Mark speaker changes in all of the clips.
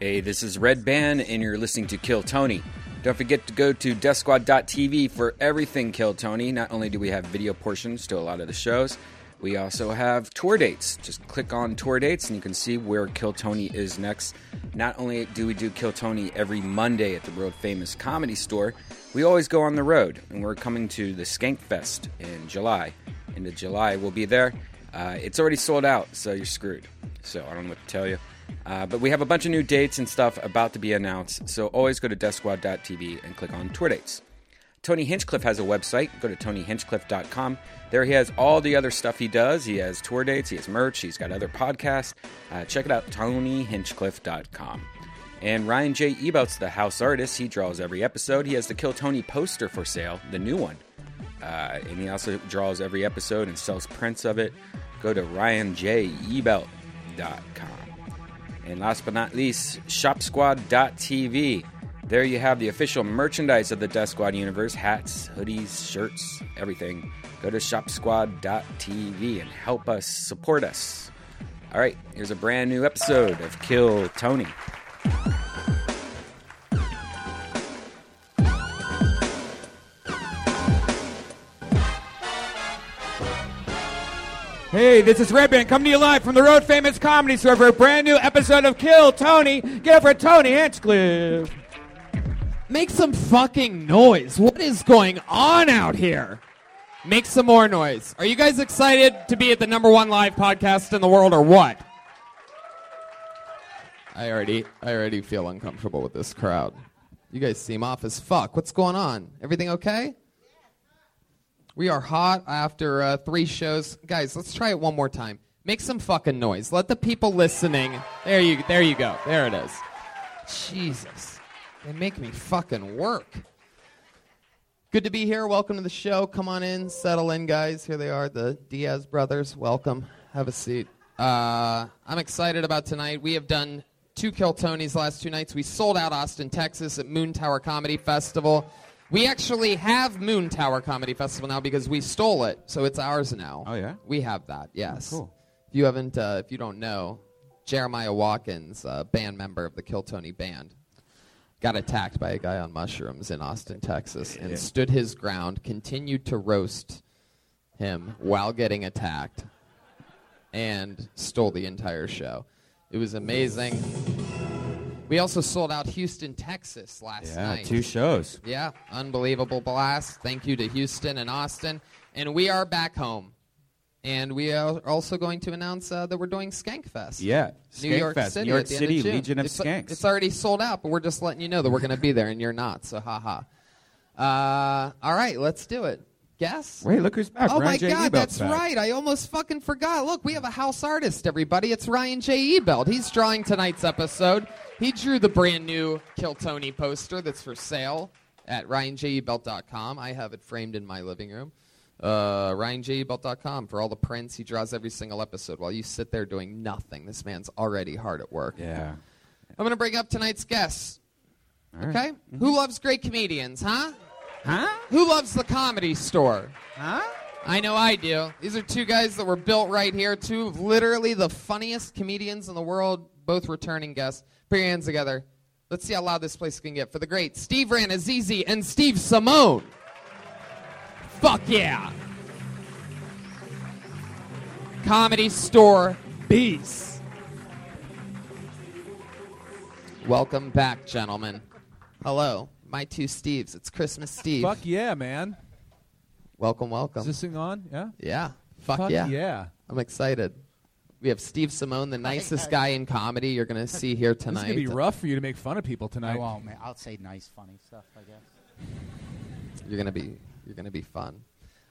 Speaker 1: Hey, this is Red Band, and you're listening to Kill Tony. Don't forget to go to DeathSquad.tv for everything Kill Tony. Not only do we have video portions to a lot of the shows, we also have tour dates. Just click on tour dates and you can see where Kill Tony is next. Not only do we do Kill Tony every Monday at the world famous comedy store, we always go on the road and we're coming to the Skank Fest in July. Into July, we'll be there. Uh, it's already sold out, so you're screwed. So I don't know what to tell you. Uh, but we have a bunch of new dates and stuff about to be announced, so always go to DeathSquad.tv and click on tour dates. Tony Hinchcliffe has a website. Go to TonyHinchcliffe.com. There he has all the other stuff he does. He has tour dates, he has merch, he's got other podcasts. Uh, check it out, TonyHinchcliffe.com. And Ryan J. Ebout's the house artist. He draws every episode. He has the Kill Tony poster for sale, the new one. Uh, and he also draws every episode and sells prints of it. Go to RyanJEbelt.com. And last but not least, ShopSquad.tv. There you have the official merchandise of the Death Squad universe hats, hoodies, shirts, everything. Go to ShopSquad.tv and help us support us. All right, here's a brand new episode of Kill Tony.
Speaker 2: Hey, this is Red Band coming to you live from the Road Famous Comedy Store for a brand new episode of Kill Tony. Get over Tony Hinchcliffe. Make some fucking noise. What is going on out here? Make some more noise. Are you guys excited to be at the number one live podcast in the world or what? I already I already feel uncomfortable with this crowd. You guys seem off as fuck. What's going on? Everything okay? We are hot after uh, three shows. Guys, let's try it one more time. Make some fucking noise. Let the people listening. There you there you go. There it is. Jesus. They make me fucking work. Good to be here. Welcome to the show. Come on in, settle in, guys. Here they are, the Diaz brothers. Welcome. Have a seat. Uh, I'm excited about tonight. We have done two Kill Tonys last two nights. We sold out Austin, Texas at Moon Tower Comedy Festival. We actually have Moon Tower Comedy Festival now because we stole it, so it's ours now.
Speaker 3: Oh, yeah?
Speaker 2: We have that, yes.
Speaker 3: cool.
Speaker 2: If you haven't, uh, if you don't know, Jeremiah Watkins, uh, band member of the Kill Tony band, got attacked by a guy on mushrooms in Austin, Texas, and
Speaker 3: Yeah.
Speaker 2: stood his ground, continued to roast him while getting attacked, and stole the entire show. It was amazing. We also sold out Houston, Texas last
Speaker 3: Yeah,
Speaker 2: night.
Speaker 3: two shows.
Speaker 2: Yeah, unbelievable blast. Thank you to Houston and Austin. And we are back home. And we are also going to announce uh, that we're doing Skank Fest.
Speaker 3: Yeah,
Speaker 2: New
Speaker 3: Skank
Speaker 2: York
Speaker 3: Fest,
Speaker 2: City.
Speaker 3: New York
Speaker 2: at the end
Speaker 3: City,
Speaker 2: June.
Speaker 3: Legion of
Speaker 2: it's,
Speaker 3: Skanks.
Speaker 2: It's already sold out, but we're just letting you know that we're going to be there and you're not, so haha. Uh, all right, let's do it. Guess?
Speaker 3: Wait, look who's back.
Speaker 2: Oh
Speaker 3: Ryan
Speaker 2: my
Speaker 3: J. Ebaut's
Speaker 2: God, that's
Speaker 3: back.
Speaker 2: right. I almost fucking forgot. Look, we have a house artist, everybody. It's Ryan J. Ebelt. He's drawing tonight's episode. He drew the brand new Kill Tony poster that's for sale at ryanjebelt.com. I have it framed in my living room. Uh, ryanjebelt.com for all the prints. He draws every single episode while you sit there doing nothing. This man's already hard at work.
Speaker 3: Yeah.
Speaker 2: I'm going to bring up tonight's guest. Okay? Who loves great comedians, huh?
Speaker 3: Mm-hmm. Huh?
Speaker 2: Who loves the comedy store?
Speaker 3: Huh?
Speaker 2: I know I do. These are two guys that were built right here, two of literally the funniest comedians in the world, both returning guests. Put your hands together. Let's see how loud this place can get for the great Steve Ranazizi and Steve Simone. Fuck yeah. Comedy store beast. Welcome back, gentlemen. Hello, my two Steves. It's Christmas Steve.
Speaker 4: Fuck yeah, man.
Speaker 2: Welcome, welcome.
Speaker 4: Is this thing on? Yeah?
Speaker 2: Yeah. Fuck,
Speaker 4: Fuck
Speaker 2: yeah.
Speaker 4: yeah.
Speaker 2: I'm excited. We have Steve Simone, the nicest guy in comedy you're going to see here
Speaker 4: This is
Speaker 2: tonight.
Speaker 4: going to be rough for you to make fun of people
Speaker 5: I
Speaker 4: tonight.
Speaker 5: won't, Oh, man. I'll say nice, funny stuff, I guess.
Speaker 2: You're going to be you're going to be fun.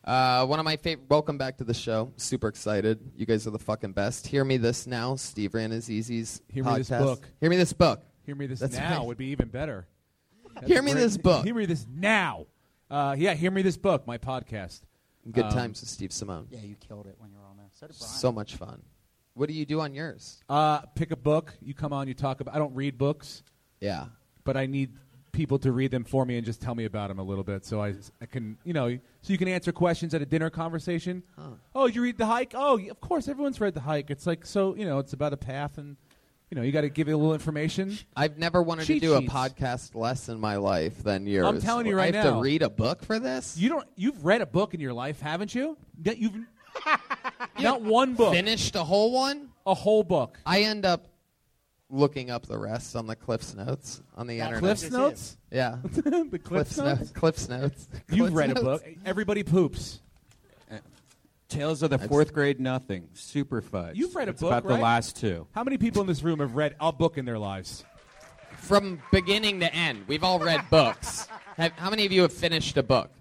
Speaker 2: Uh, one of my favorite. Welcome back to the show. Super excited. You guys are the fucking best. Hear me this now, Steve Ranazizi's
Speaker 4: Hear
Speaker 2: podcast.
Speaker 4: Me This Book.
Speaker 2: Hear me this book.
Speaker 4: Hear me this
Speaker 2: That's
Speaker 4: now
Speaker 2: right.
Speaker 4: would be even better. That's
Speaker 2: Hear Me
Speaker 4: great.
Speaker 2: This Book.
Speaker 4: Hear me this now. Uh, yeah, hear me this book. My podcast.
Speaker 2: Good
Speaker 4: Um,
Speaker 2: times with Steve Simone.
Speaker 5: Yeah, you killed it when you were on there. So did Brian.
Speaker 2: so much fun. What do you do on yours?
Speaker 4: Uh, pick a book. You come on. You talk about. I don't read books,
Speaker 2: Yeah.
Speaker 4: but I need people to read them for me and just tell me about them a little bit, so I, I can you know so you can answer questions at a dinner conversation. Oh, you read the hike? Oh, y- of course, everyone's read the hike. It's like so you know it's about a path and you know, you got to give it a little information.
Speaker 2: I've never wanted
Speaker 4: Cheat
Speaker 2: to do
Speaker 4: sheets.
Speaker 2: a podcast less in my life than yours.
Speaker 4: telling you right
Speaker 2: I have
Speaker 4: now.
Speaker 2: to read a book for this.
Speaker 4: You don't. You've read a book in your life, haven't you? That you've not one book,
Speaker 2: finished a whole one.
Speaker 4: a whole book.
Speaker 2: I end up looking up the rest on the Cliff's Notes on the
Speaker 5: That
Speaker 2: internet.
Speaker 4: Cliff's
Speaker 5: This
Speaker 4: notes.
Speaker 5: is-
Speaker 2: Yeah.
Speaker 4: the Cliff's notes.
Speaker 2: Cliff's Notes.
Speaker 4: You've
Speaker 2: Cliff's
Speaker 4: read a book.
Speaker 2: Notes.
Speaker 4: Everybody poops.
Speaker 3: Tales of the Fourth Grade Nothing, Super Fudge.
Speaker 4: You've read a
Speaker 3: It's
Speaker 4: book,
Speaker 3: about
Speaker 4: right?
Speaker 3: the last two.
Speaker 4: How many people in this room have read a book in their lives?
Speaker 2: From beginning to end, we've all read books. Have, how many of you have finished a book?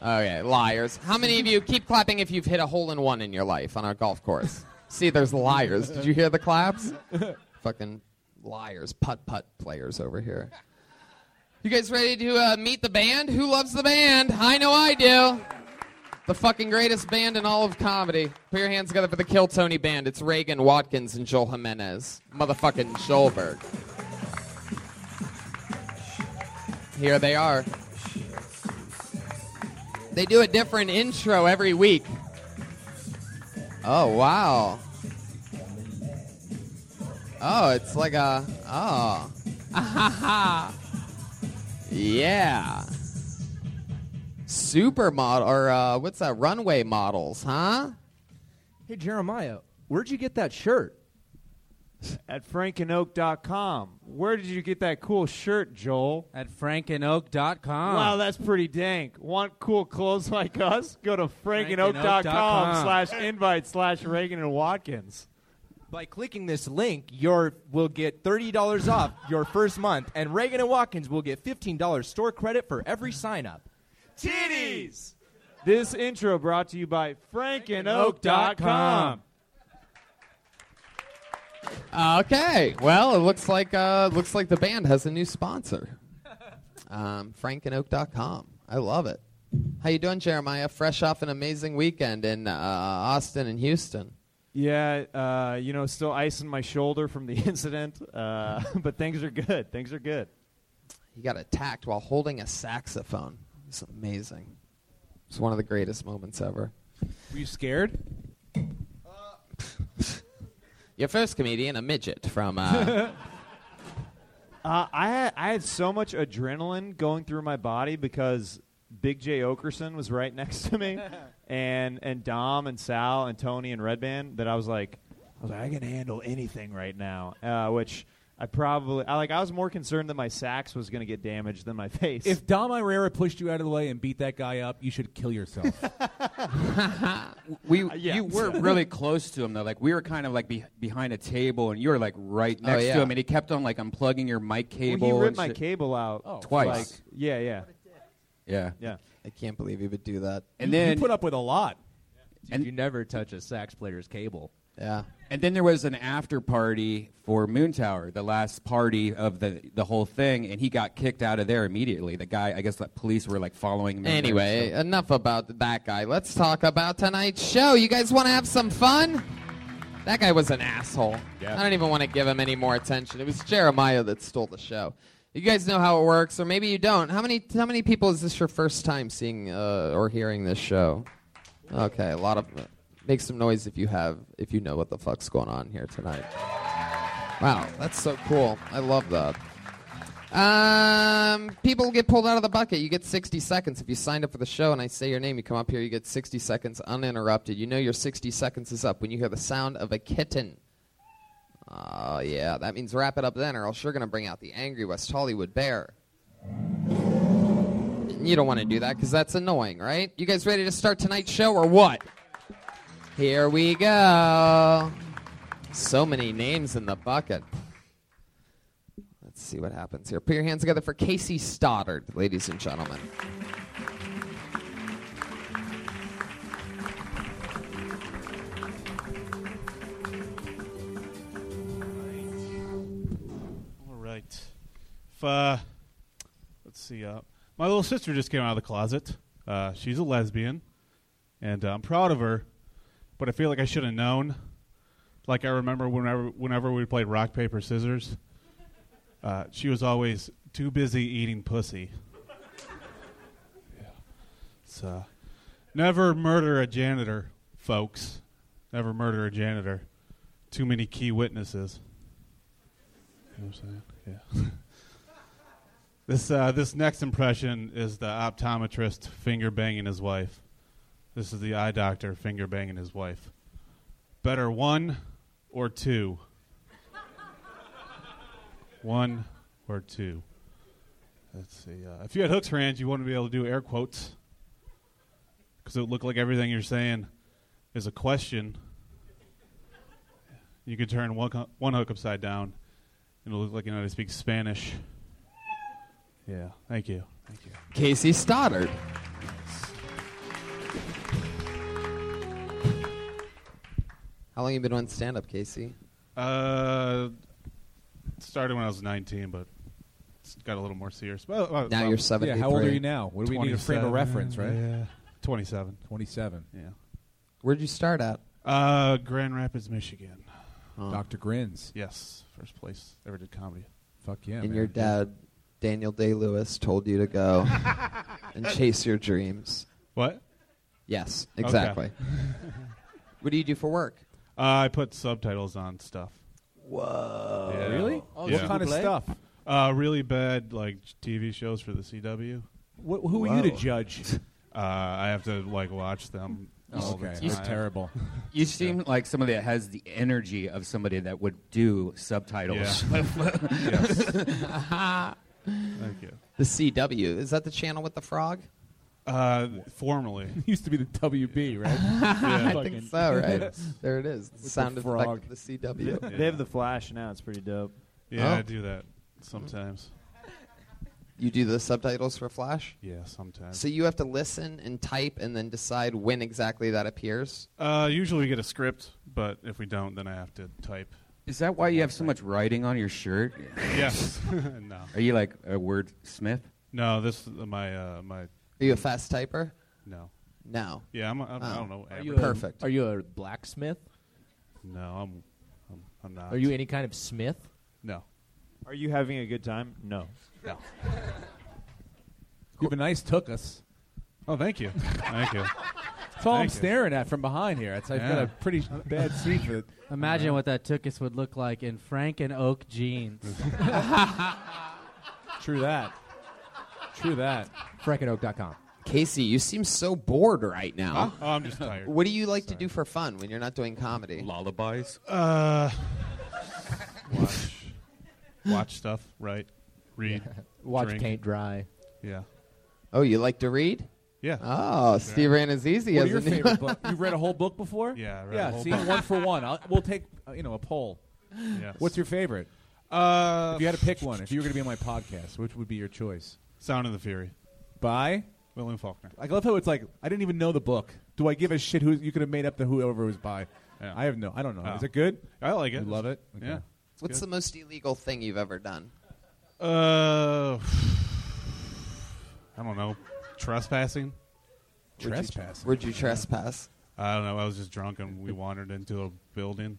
Speaker 2: Okay, liars. How many of you keep clapping if you've hit a hole in one in your life on our golf course? See, there's liars. Did you hear the claps? Fucking liars, putt putt players over here. You guys ready to uh, meet the band? Who loves the band? I know I do. The fucking greatest band in all of comedy. Put your hands together for the Kill Tony band. It's Reagan Watkins and Joel Jimenez. Motherfucking Joelberg. Here they are. They do a different intro every week. Oh, wow. Oh, it's like a. Oh. Ah. yeah. Supermodel, or uh, what's that? Runway models, huh?
Speaker 6: Hey Jeremiah, where'd you get that shirt?
Speaker 7: at frankinoak.com. Where did you get that cool shirt, Joel?
Speaker 6: At frankinoak.com.
Speaker 7: Wow, that's pretty dank. Want cool clothes like us? Go to frankinoak.com
Speaker 6: frankinoak.com.
Speaker 7: slash invite slash Reagan and Watkins.
Speaker 6: By clicking this link, you will get $30 off your first month, and Reagan and Watkins will get $15 store credit for every sign up.
Speaker 7: Titties! This intro brought to you by frankinoak.com.
Speaker 2: Okay. Well, it looks like uh, looks like the band has a new sponsor. Um, frankinoak.com. I love it. How you doing, Jeremiah? Fresh off an amazing weekend in uh, Austin and Houston.
Speaker 7: Yeah, uh, you know, still icing my shoulder from the incident, uh, but things are good. Things are good.
Speaker 2: He got attacked while holding a saxophone. It's amazing. It's one of the greatest moments ever.
Speaker 4: Were you scared?
Speaker 2: Your first comedian, a midget from. Uh,
Speaker 7: Uh, I had, I had so much adrenaline going through my body because Big J Okerson was right next to me, and and Dom and Sal and Tony and Red Band that I was like, I was like, I can handle anything right now, uh, which. I probably I like I was more concerned that my sax was going to get damaged than my face.
Speaker 4: If Dom Irera pushed you out of the way and beat that guy up, you should kill yourself.
Speaker 3: We
Speaker 4: Uh,
Speaker 7: yeah.
Speaker 3: you were really close to him though. Like we were kind of like be- behind a table, and you were like right next
Speaker 2: yeah.
Speaker 3: to him, and he kept on like unplugging your mic
Speaker 7: Well,
Speaker 3: cable.
Speaker 7: he
Speaker 3: and
Speaker 7: ripped my
Speaker 3: shit.
Speaker 7: cable out
Speaker 4: Oh,
Speaker 3: Twice.
Speaker 7: like, yeah, yeah,
Speaker 3: Yeah,
Speaker 7: yeah.
Speaker 2: I can't believe he would do that.
Speaker 3: and
Speaker 4: you
Speaker 3: then
Speaker 4: put up with a lot.
Speaker 3: And-
Speaker 6: you never touch a sax player's cable.
Speaker 2: Yeah.
Speaker 3: and then there was an after party for Moon Tower, the last party of the the whole thing, and he got kicked out of there immediately. The guy, I guess, the police were like following him. and
Speaker 2: Anyway,
Speaker 3: stuff.
Speaker 2: enough about that guy. Let's talk about tonight's show. You guys want to have some fun? That guy was an asshole.
Speaker 3: Yeah.
Speaker 2: I don't even want to give him any more attention. It was Jeremiah that stole the show. You guys know how it works, or maybe you don't. How many how many people is this your first time seeing uh, or hearing this show? Okay, a lot of make some noise if you have if you know what the fuck's going on here tonight. Wow, that's so cool. I love that. Um, people get pulled out of the bucket. You get 60 seconds. If you signed up for the show and I say your name, you come up here, you get 60 seconds uninterrupted. You know your 60 seconds is up when you hear the sound of a kitten. Oh, yeah, that means wrap it up then, or else you're going to bring out the angry West Hollywood bear. You don't want to do that because that's annoying, right? You guys ready to start tonight's show or what? Here we go. So many names in the bucket. Let's see what happens here. Put your hands together for Casey Stoddard, ladies and gentlemen.
Speaker 8: All right. If, uh, let's see. Uh, my little sister just came out of the closet. Uh, she's a lesbian, and uh, I'm proud of her. But I feel like I should have known. Like I remember whenever whenever we played rock paper scissors, uh, she was always too busy eating pussy. yeah. It's, uh, never murder a janitor, folks. Never murder a janitor. Too many key witnesses. You know what I'm saying? Yeah. this uh, this next impression is the optometrist finger banging his wife. This is the eye doctor finger banging his wife. Better one or two. one or two. Let's see. Uh, if you had hooks for hands, you wouldn't be able to do air quotes because it would look like everything you're saying is a question. You could turn one, co- one hook upside down, and it'll look like you know they speak Spanish. Yeah, thank you. Thank you.
Speaker 2: Casey Stoddard. How long you been on stand up, Casey?
Speaker 8: Uh, started when I was 19, but it's got a little more serious. Well, well,
Speaker 2: Now
Speaker 8: well,
Speaker 2: you're 73.
Speaker 4: Yeah, how old are you now? What do we need a frame of
Speaker 8: 27,
Speaker 4: reference, right?
Speaker 8: Yeah, 27.
Speaker 4: 27.
Speaker 8: Yeah.
Speaker 2: Where'd you start at?
Speaker 8: Uh, Grand Rapids, Michigan.
Speaker 4: Dr. Grins.
Speaker 8: Yes, first place ever did comedy.
Speaker 4: Fuck yeah.
Speaker 2: and
Speaker 4: man.
Speaker 2: your dad, Daniel Day Lewis, told you to go and chase your dreams.
Speaker 8: What?
Speaker 2: Yes, exactly. what do you do for work?
Speaker 8: Uh, I put subtitles on stuff. Whoa! Really?
Speaker 4: Oh,
Speaker 8: yeah.
Speaker 4: What kind of stuff?
Speaker 8: Uh, really bad like TV shows for the CW.
Speaker 4: What, who are you to judge?
Speaker 8: Uh, I have to like watch them. all the
Speaker 4: okay.
Speaker 8: time.
Speaker 3: He's
Speaker 4: terrible.
Speaker 3: You seem like somebody that has the energy of somebody that would do subtitles.
Speaker 8: Yes. Thank you.
Speaker 2: The CW. Is that the channel with the frog?
Speaker 8: Uh, formerly,
Speaker 4: Used to be the WB, right?
Speaker 8: yeah.
Speaker 2: I think so, right? there it is. The sound
Speaker 4: frog.
Speaker 2: effect of the CW.
Speaker 8: Yeah.
Speaker 7: They have the Flash now. It's pretty dope.
Speaker 8: yeah,
Speaker 2: Oh.
Speaker 8: I do that sometimes.
Speaker 2: you do the subtitles for Flash?
Speaker 8: Yeah, sometimes.
Speaker 2: So you have to listen and type and then decide when exactly that appears?
Speaker 8: Uh, usually we get a script, but if we don't, then I have to type.
Speaker 3: Is that why you have so much writing on your shirt?
Speaker 8: Yes. no.
Speaker 3: Are you like a wordsmith?
Speaker 8: No. This my uh, my
Speaker 2: Are you a fast typer?
Speaker 8: no.
Speaker 2: No.
Speaker 8: Yeah, I'm. I'm I don't
Speaker 4: Oh.
Speaker 8: know.
Speaker 2: Oh. you
Speaker 8: average.
Speaker 2: Perfect.
Speaker 9: Are you a blacksmith?
Speaker 8: No, I'm. I'm, I'm not.
Speaker 9: Are you any kind of smith?
Speaker 8: No.
Speaker 7: Are you having a good time? No.
Speaker 8: No.
Speaker 4: you have a nice took us.
Speaker 8: Oh, thank you. Thank you.
Speaker 4: That's all I'm
Speaker 8: Thank you.
Speaker 4: staring at from behind here. That's, I've got
Speaker 8: Yeah.
Speaker 4: a pretty bad seat for it.
Speaker 10: Imagine what that tuchus would look like in Frank and Oak jeans.
Speaker 4: True that. True that.
Speaker 9: Frankenoak.com.
Speaker 2: Casey, you seem so bored right now.
Speaker 8: Oh, I'm just tired.
Speaker 2: What do you like to do for fun when you're not doing comedy?
Speaker 3: Lullabies.
Speaker 8: Uh, watch, watch stuff. Right. Read.
Speaker 9: Watch
Speaker 8: drink.
Speaker 9: paint dry.
Speaker 8: Yeah.
Speaker 2: Oh, you like to read?
Speaker 8: Yeah.
Speaker 2: Oh, Steve
Speaker 4: What
Speaker 2: Ranazizi
Speaker 4: are
Speaker 2: has
Speaker 4: your
Speaker 2: a new
Speaker 4: favorite book? You read a whole book before?
Speaker 8: Yeah, I read a
Speaker 4: yeah.
Speaker 8: whole
Speaker 4: see,
Speaker 8: book.
Speaker 4: one for one. I'll, we'll take uh, you know a poll.
Speaker 8: yes.
Speaker 4: What's your favorite?
Speaker 8: uh?
Speaker 4: If you had to pick one, if you were going to be on my podcast, which would be your choice?
Speaker 8: Sound of the Fury.
Speaker 4: By
Speaker 8: William Faulkner.
Speaker 4: I love how it's like I didn't even know the book. Do I give a shit who you could have made up the whoever was by?
Speaker 8: Yeah.
Speaker 4: I have no. I don't know.
Speaker 8: Oh.
Speaker 4: Is it good?
Speaker 8: I like it.
Speaker 4: You love it?
Speaker 8: Yeah.
Speaker 4: Okay.
Speaker 2: What's the most illegal thing you've ever done?
Speaker 8: Uh, I don't know. Trespassing.
Speaker 4: Trespassing.
Speaker 2: Where'd you trespass?
Speaker 8: I don't know. I was just drunk and we wandered into a building,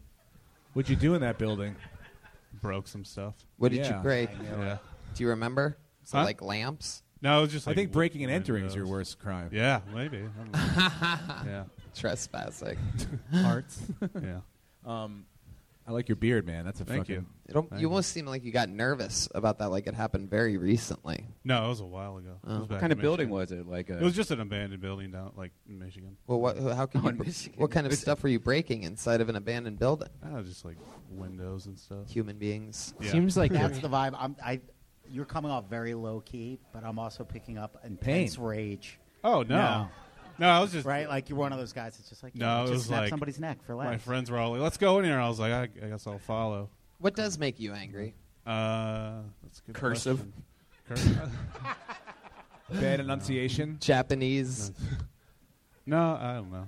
Speaker 4: What'd you do in that building?
Speaker 8: broke some stuff.
Speaker 2: What did
Speaker 4: Yeah.
Speaker 2: you break?
Speaker 8: Yeah.
Speaker 2: Do you remember? Is it
Speaker 8: Huh?
Speaker 2: like lamps?
Speaker 8: No, it was just.
Speaker 4: I
Speaker 8: Like
Speaker 4: think breaking and entering is
Speaker 8: windows.
Speaker 4: your worst crime.
Speaker 8: Yeah, maybe. I don't know.
Speaker 2: Trespassing.
Speaker 4: Hearts.
Speaker 8: yeah. Yeah.
Speaker 4: I like your beard, man. That's a
Speaker 8: Um, Thank
Speaker 4: fucking.
Speaker 8: you.
Speaker 2: It al- you almost seem like you got nervous about that, like it happened very recently. Oh.
Speaker 8: No, it was a while ago. It was back
Speaker 3: Oh. What kind
Speaker 8: in
Speaker 3: of building
Speaker 8: Michigan.
Speaker 3: was it? Like uh, a
Speaker 8: It was just an abandoned building down like in Michigan.
Speaker 2: Well, what? How can
Speaker 3: Oh,
Speaker 2: you?
Speaker 3: in
Speaker 2: br-
Speaker 3: Michigan.
Speaker 2: What kind of stuff were you breaking inside of an abandoned building?
Speaker 8: Ah, just like windows and stuff.
Speaker 2: Human beings.
Speaker 8: Yeah.
Speaker 9: Seems like
Speaker 5: That's the vibe. I'm, I, you're coming off very low key, but I'm also picking up intense rage.
Speaker 8: Oh no. no,
Speaker 5: No.
Speaker 8: I was just
Speaker 5: Right? Like you're one of those guys that's just like,
Speaker 8: No,
Speaker 5: yeah,
Speaker 8: it
Speaker 5: just
Speaker 8: was
Speaker 5: snap
Speaker 8: like
Speaker 5: somebody's neck for
Speaker 8: My
Speaker 5: laughs.
Speaker 8: friends were all like, "Let's go in here." I was like, "I, I guess I'll follow."
Speaker 2: What does make you angry?
Speaker 8: Uh, that's a good.
Speaker 3: Cursive.
Speaker 8: question. Cursive.
Speaker 4: Bad enunciation.
Speaker 2: Japanese.
Speaker 8: no, I don't know.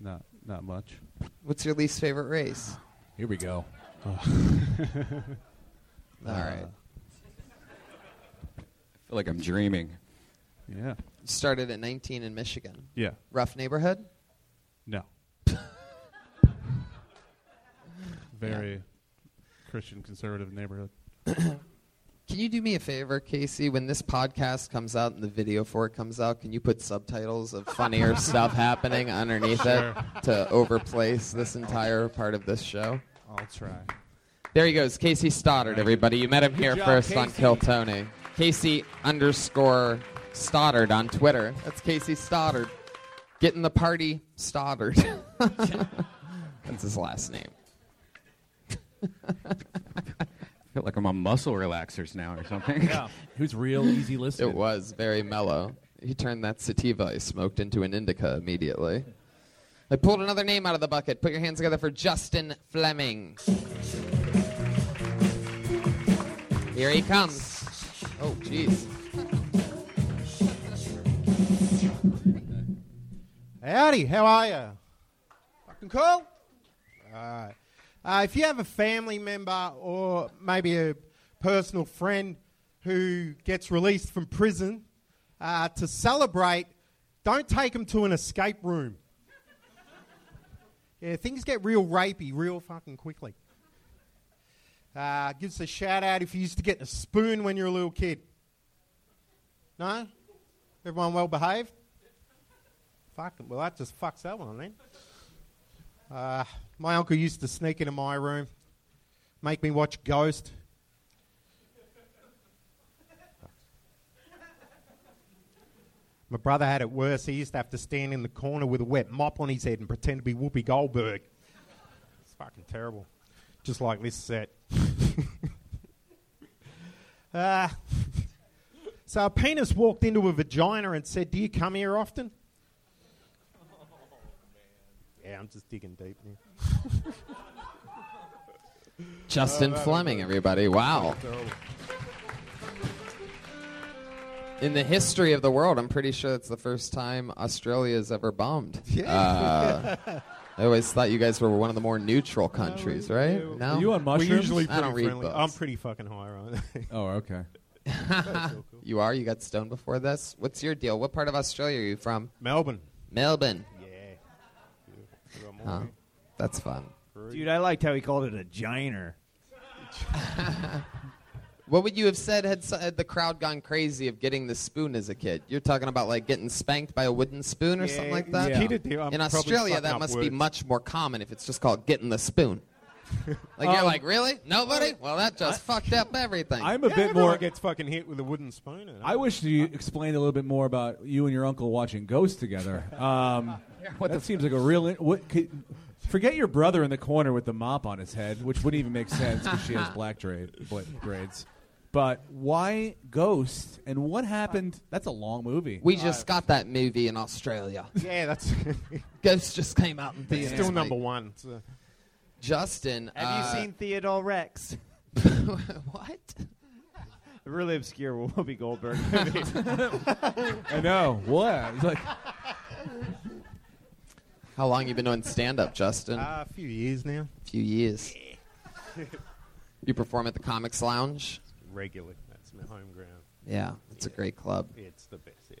Speaker 8: Not not much.
Speaker 2: What's your least favorite race?
Speaker 4: Here we go.
Speaker 2: All right.
Speaker 3: Uh, I feel like I'm dreaming.
Speaker 8: Yeah.
Speaker 2: Started at 19 in Michigan.
Speaker 8: Yeah.
Speaker 2: Rough neighborhood.
Speaker 8: No. Very Christian conservative neighborhood.
Speaker 2: Can you do me a favor, Casey? When this podcast comes out and the video for it comes out, can you put subtitles of funnier stuff happening underneath
Speaker 8: Sure.
Speaker 2: it to overplace this entire part of this show?
Speaker 8: I'll try.
Speaker 2: There he goes, Casey Stoddard, everybody. You met him here
Speaker 6: job,
Speaker 2: first on
Speaker 6: Casey.
Speaker 2: Kill Tony. Casey underscore Stoddard on Twitter. That's Casey Stoddard. Getting the party Stoddard. That's his last name.
Speaker 3: I feel like I'm on muscle relaxers now or something.
Speaker 2: Yeah.
Speaker 3: It was real easy listening.
Speaker 2: It was very mellow. He turned that sativa I smoked into an indica immediately. I pulled another name out of the bucket. Put your hands together for Justin Fleming. Here he comes. Oh, jeez.
Speaker 11: Howdy, how are you? Fucking cool? All right. Uh, if you have a family member or maybe a personal friend who gets released from prison, uh, to celebrate, don't take them to an escape room. yeah, things get real rapey real fucking quickly. Uh, give us a shout out if you used to get a spoon when you were a little kid. No? Everyone well behaved? Fuck, well, that just fucks that one then. Uh, my uncle used to sneak into my room, make me watch Ghost. My brother had it worse. He used to have to stand in the corner with a wet mop on his head and pretend to be Whoopi Goldberg. It's fucking terrible. Just like this set. uh, so a penis walked into a vagina and said, Do you come here often? Yeah, I'm just digging deep now.
Speaker 2: Justin
Speaker 11: Oh, that
Speaker 2: Fleming,
Speaker 11: was-
Speaker 2: everybody. Wow.
Speaker 11: Terrible.
Speaker 2: In the history of the world, I'm pretty sure it's the first time Australia's ever bombed.
Speaker 11: Yeah.
Speaker 2: Uh, I always thought you guys were one of the more neutral countries, right? No?
Speaker 11: We're usually
Speaker 2: I don't
Speaker 11: pretty
Speaker 2: read
Speaker 11: friendly.
Speaker 2: books.
Speaker 11: I'm pretty fucking high on it.
Speaker 2: Oh, okay. You are? You got stoned before this? What's your deal? What part of Australia are you from?
Speaker 11: Melbourne.
Speaker 2: Melbourne.
Speaker 11: Yeah.
Speaker 2: Huh. That's fun.
Speaker 12: Dude, I liked how he called it a giner.
Speaker 2: What would you have said had, s- had the crowd gone crazy of getting the spoon as a kid? You're talking about like getting spanked by a wooden spoon or
Speaker 11: Yeah,
Speaker 2: something like that?
Speaker 11: yeah. Peter, dude, I'm
Speaker 2: In
Speaker 11: probably
Speaker 2: Australia,
Speaker 11: fucking
Speaker 2: that
Speaker 11: up
Speaker 2: must be
Speaker 11: words.
Speaker 2: much more common if it's just called getting the spoon. Like,
Speaker 4: Oh.
Speaker 2: you're
Speaker 11: Um,
Speaker 2: like, really? Nobody? Well, that just fucked up everything.
Speaker 4: I'm a bit more.
Speaker 11: gets fucking hit with a wooden spoon. And
Speaker 4: I wish you explained a little bit more about you and your uncle watching Ghost together. Um, what that seems like a real. in- What could, forget your brother in the corner with the mop on his head, which wouldn't even make sense because she has black grade, black grades. But why Ghost and what happened? That's a long movie.
Speaker 2: We just got that movie in Australia.
Speaker 11: Yeah, that's.
Speaker 2: Ghost just came out in
Speaker 11: It's
Speaker 2: theaters.
Speaker 11: still
Speaker 2: mate.
Speaker 11: number one. so-
Speaker 2: Justin.
Speaker 12: Have
Speaker 2: uh,
Speaker 12: you seen Theodore Rex?
Speaker 2: what?
Speaker 12: A really obscure Whoopi Goldberg movie.
Speaker 4: I know. What? It's like,
Speaker 2: How long you been doing stand up, Justin?
Speaker 11: Uh, a few years now.
Speaker 2: few years. You perform at the Comics Lounge?
Speaker 11: Regularly. That's my home ground.
Speaker 2: Yeah, it's a great club.
Speaker 11: It's the best. Yeah.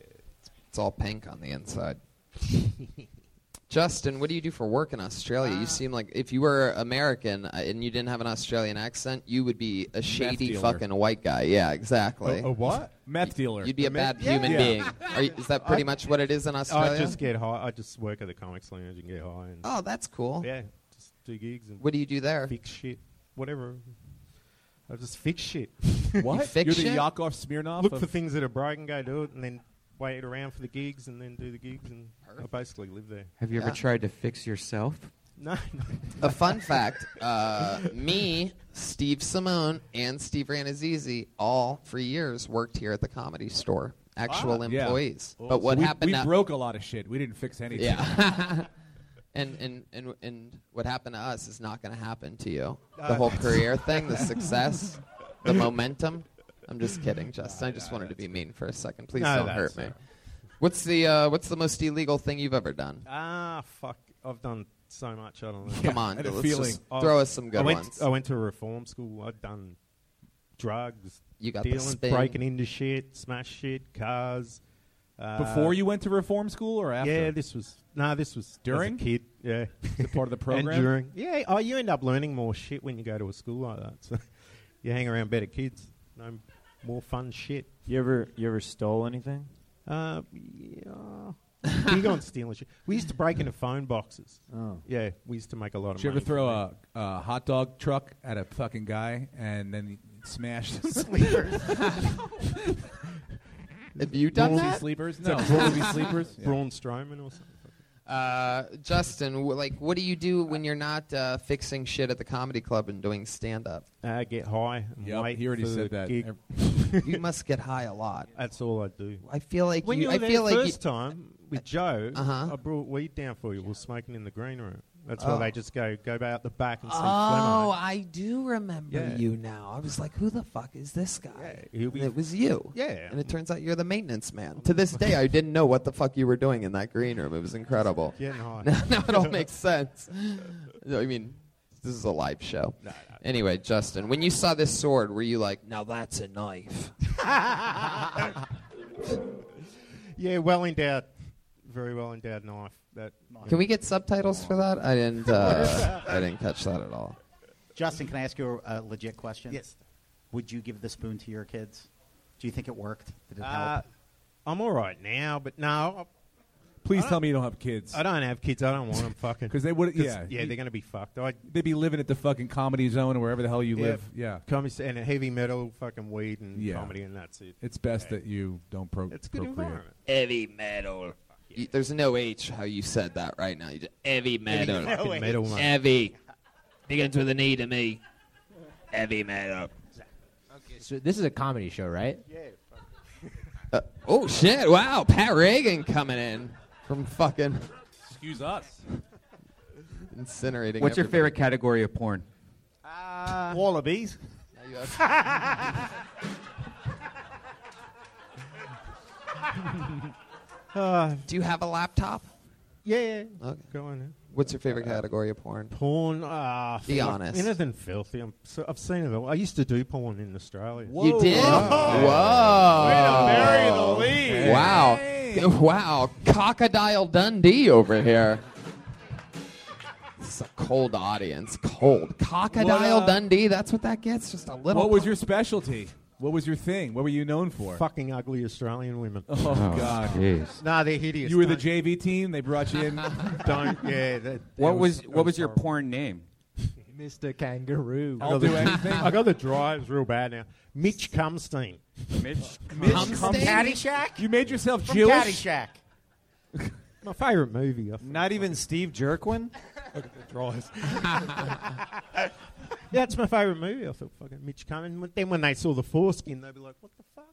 Speaker 2: It's all pink on the inside. Justin, what do you do for work in Australia?
Speaker 11: Uh.
Speaker 2: you seem like if you were American uh, and you didn't have an Australian accent, you would be a shady
Speaker 4: dealer.
Speaker 2: fucking white guy. Yeah, exactly.
Speaker 4: A- a what? Meth dealer.
Speaker 2: You'd be a,
Speaker 4: A meth-
Speaker 2: bad human
Speaker 4: Yeah.
Speaker 2: being. Are you, is that pretty
Speaker 11: I-
Speaker 2: much what it is in Australia?
Speaker 11: I just get high. I just work at the comics lounge and get high. And
Speaker 2: Oh, that's cool.
Speaker 11: Yeah, just do gigs and
Speaker 2: What do you do there?
Speaker 11: Fix shit, whatever. I just fix shit.
Speaker 4: What? You fix You're the shit? Yakov Smirnoff
Speaker 11: Look
Speaker 4: of-
Speaker 11: for things that are broken, go do it, and then wait around for the gigs, and then do the gigs, and I basically live there.
Speaker 3: Have you ever
Speaker 2: Yeah.
Speaker 3: tried to fix yourself?
Speaker 11: No, no.
Speaker 2: a fun fact uh, me steve simone and steve ranazizi all for years worked here at the comedy store actual
Speaker 4: Ah, yeah.
Speaker 2: employees but what
Speaker 4: we,
Speaker 2: happened
Speaker 4: We
Speaker 2: to-
Speaker 4: broke a lot of shit. We didn't fix anything.
Speaker 2: yeah and, and and and what happened to us is not going to happen to you the
Speaker 4: Uh,
Speaker 2: whole career thing the success the momentum i'm just kidding justin i just wanted to be mean for a second please
Speaker 11: No,
Speaker 2: don't
Speaker 11: that's
Speaker 2: hurt me
Speaker 11: all right.
Speaker 2: what's the uh, what's the most illegal thing you've ever done
Speaker 11: Ah, fuck. I've done so much. I don't know.
Speaker 2: Come on, I had a let's feeling. just throw us some good
Speaker 11: I went,
Speaker 2: ones.
Speaker 11: I went to a reform school. I've done drugs,
Speaker 2: You got the
Speaker 11: dealing,
Speaker 2: spin.
Speaker 11: breaking into shit, smash shit, cars. Uh,
Speaker 4: Before you went to reform school or after?
Speaker 11: Yeah, this was no, this was
Speaker 4: During?
Speaker 11: as a kid. Yeah,
Speaker 4: part of the program?
Speaker 11: And during, yeah. Oh, you end up learning more shit when you go to a school like that. So you hang around better kids, no more fun shit.
Speaker 12: You ever you ever stole anything?
Speaker 11: Uh, yeah. He gone stealing shit. We used to break into phone boxes. Oh. Yeah, we used to make a lot of
Speaker 4: Did you ever
Speaker 11: money.
Speaker 4: throw a, a hot dog truck at a fucking guy and then smash the
Speaker 11: Sleepers.
Speaker 4: sleepers?
Speaker 2: Have you done
Speaker 4: Movie
Speaker 2: that?
Speaker 4: sleepers? No. Movie sleepers? Yeah.
Speaker 11: Braun Strowman or something.
Speaker 2: Uh, Justin, w- like, what do you do when you're not uh, fixing shit at the comedy club and doing stand up?
Speaker 11: Uh, get high and
Speaker 2: Yep,
Speaker 11: wait
Speaker 2: he already
Speaker 11: for
Speaker 2: said
Speaker 11: the
Speaker 2: that.
Speaker 11: gig.
Speaker 2: you must get high a lot.
Speaker 11: That's all I do.
Speaker 2: I feel like
Speaker 11: when
Speaker 2: you.
Speaker 11: were
Speaker 2: I
Speaker 11: there
Speaker 2: feel like
Speaker 11: first
Speaker 2: you,
Speaker 11: time with Joe,
Speaker 2: Uh-huh.
Speaker 11: I brought weed down for you. We were smoking in the green room. That's
Speaker 2: Oh.
Speaker 11: why they just go go out the back and see
Speaker 2: Oh,
Speaker 11: Flemo.
Speaker 2: I do remember
Speaker 11: Yeah.
Speaker 2: you now. I was like, who the fuck is this guy?
Speaker 11: Yeah,
Speaker 2: And it was you.
Speaker 11: Yeah.
Speaker 2: And it turns out you're the maintenance man. To this day, I didn't know what the fuck you were doing in that green room. It was incredible.
Speaker 11: Getting high.
Speaker 2: now, now it all makes sense. No, I mean, this is a live show. Anyway, Justin, when you saw this sword, were you like, now that's a knife?
Speaker 11: Yeah, well endowed, very well endowed knife. That
Speaker 2: Can we get subtitles for that? I didn't. Uh, I didn't catch that at all.
Speaker 5: Justin, can I ask you a, a legit question?
Speaker 11: Yes.
Speaker 5: Would you give the spoon to your kids? Do you think it worked? Did it
Speaker 11: Uh,
Speaker 5: help?
Speaker 11: I'm all right now, but no.
Speaker 4: Please tell me you don't have kids.
Speaker 11: I don't have kids. I don't want them fucking.
Speaker 4: 'Cause they would- yeah.
Speaker 11: yeah, they're gonna be fucked. I
Speaker 4: They'd be living at the fucking comedy zone or wherever the hell you live. Yeah.
Speaker 11: Comics and heavy metal, fucking weed and
Speaker 4: Yeah.
Speaker 11: Mm, comedy, and that's it.
Speaker 4: It's best that you don't pro-
Speaker 11: It's a good
Speaker 4: procreate.
Speaker 11: environment.
Speaker 2: Heavy metal. You, there's no H how you said that right now. You just, heavy metal.
Speaker 11: Fucking H. metal, man.
Speaker 2: Heavy. Begins with an E to me. Heavy metal.
Speaker 9: So this is a comedy show, right?
Speaker 2: Uh, oh shit! Wow, Pat Reagan coming in from fucking
Speaker 4: Excuse us.
Speaker 2: incinerating.
Speaker 3: What's your
Speaker 2: everybody.
Speaker 3: favorite category of porn?
Speaker 11: Uh, Wallabies.
Speaker 2: Do you have a laptop?
Speaker 11: Yeah, yeah.
Speaker 2: Okay.
Speaker 11: Go on. then.
Speaker 2: What's your favorite category of porn?
Speaker 11: Porn. Ah,
Speaker 2: Be
Speaker 11: fuck,
Speaker 2: honest.
Speaker 11: Anything filthy. I'm so, I've seen it all. I used to do porn in Australia.
Speaker 2: You did? Whoa!
Speaker 11: Way to bury the lead.
Speaker 2: Oh. Wow! Wow! Crocodile Dundee over here. This is a cold audience. Cold. Crocodile
Speaker 4: What, uh,
Speaker 2: Dundee. That's what that gets. Just a little.
Speaker 4: What was your specialty? What was your thing? What were you known for?
Speaker 11: Fucking ugly Australian women.
Speaker 4: Oh, God.
Speaker 11: Nah, they're hideous.
Speaker 4: You were the
Speaker 11: Don't-
Speaker 4: JV team. They brought you in.
Speaker 11: Don't. Yeah. That,
Speaker 3: What was, what was your porn name?
Speaker 9: Mr. Kangaroo.
Speaker 11: I got the- I got the drives real bad now. Mitch Cumstein.
Speaker 3: Mitch.
Speaker 4: Cumstein?
Speaker 11: Caddyshack?
Speaker 4: You made yourself
Speaker 11: From
Speaker 4: Jewish.
Speaker 11: Caddyshack. My favorite movie. I
Speaker 12: Not even Steve Jerkwin?
Speaker 11: drives. That's my favorite movie. I thought fucking Mitch Cumstein. Then when they saw the foreskin, they'd be like, "What the fuck?"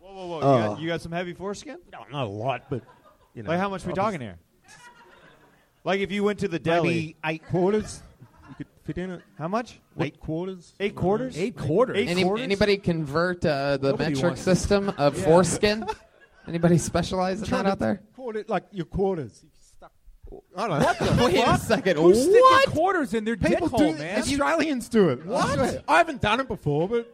Speaker 12: Whoa, whoa, whoa. You,
Speaker 11: Oh.
Speaker 12: got, you got some heavy foreskin?
Speaker 11: No, not a lot, but you know.
Speaker 12: Like, how much we talking here? Like, if you went to the deli.
Speaker 11: Maybe eight quarters. You could fit in it.
Speaker 12: How much?
Speaker 11: Eight quarters.
Speaker 12: Eight quarters?
Speaker 4: Eight quarters.
Speaker 12: Eight
Speaker 2: Any,
Speaker 12: quarters?
Speaker 2: anybody convert uh, the
Speaker 4: Nobody
Speaker 2: metric
Speaker 4: wants it.
Speaker 2: system of
Speaker 11: Yeah.
Speaker 2: foreskin? Anybody specialize in that out there?
Speaker 11: Quarter, like your quarters. I don't know. What the
Speaker 2: Wait a second.
Speaker 4: Who's sticking
Speaker 2: What?
Speaker 4: quarters in their
Speaker 11: People
Speaker 4: dick
Speaker 11: do
Speaker 4: hole, man?
Speaker 11: Australians do it.
Speaker 2: What?
Speaker 11: I, swear. I haven't done it before, but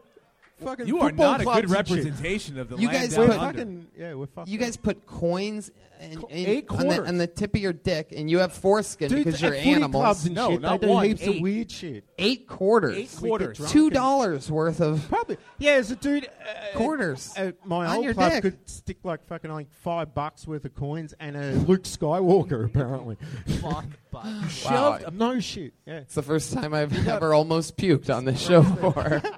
Speaker 11: fucking
Speaker 4: You are
Speaker 11: football
Speaker 4: not a
Speaker 11: clubs
Speaker 4: good
Speaker 11: and shit.
Speaker 4: representation of the
Speaker 2: You
Speaker 4: land
Speaker 2: guys
Speaker 4: down
Speaker 2: put-
Speaker 4: under.
Speaker 11: Fucking yeah, we're fucking.
Speaker 2: You guys put coins in, in-
Speaker 4: eight
Speaker 2: on, the,
Speaker 4: quarters.
Speaker 2: on the tip of your dick, and you have foreskin
Speaker 11: Dude,
Speaker 2: because you're
Speaker 11: at footy
Speaker 2: animals.
Speaker 11: Clubs and
Speaker 4: No,
Speaker 11: shit,
Speaker 4: not
Speaker 11: they do
Speaker 4: one,
Speaker 11: heaps
Speaker 4: eight.
Speaker 11: of weird shit.
Speaker 2: Eight quarters.
Speaker 4: Eight quarters.
Speaker 2: Two dollars worth of
Speaker 11: Probably. Yeah, as a dude. Uh,
Speaker 2: quarters.
Speaker 11: uh, my
Speaker 2: On
Speaker 11: old
Speaker 2: your
Speaker 11: club
Speaker 2: dick.
Speaker 11: could stick like fucking like five bucks worth of coins and a Luke Skywalker apparently.
Speaker 2: Wow.
Speaker 11: Shoved- no shit. Yeah.
Speaker 2: It's the first time I've ever almost puked on this show before.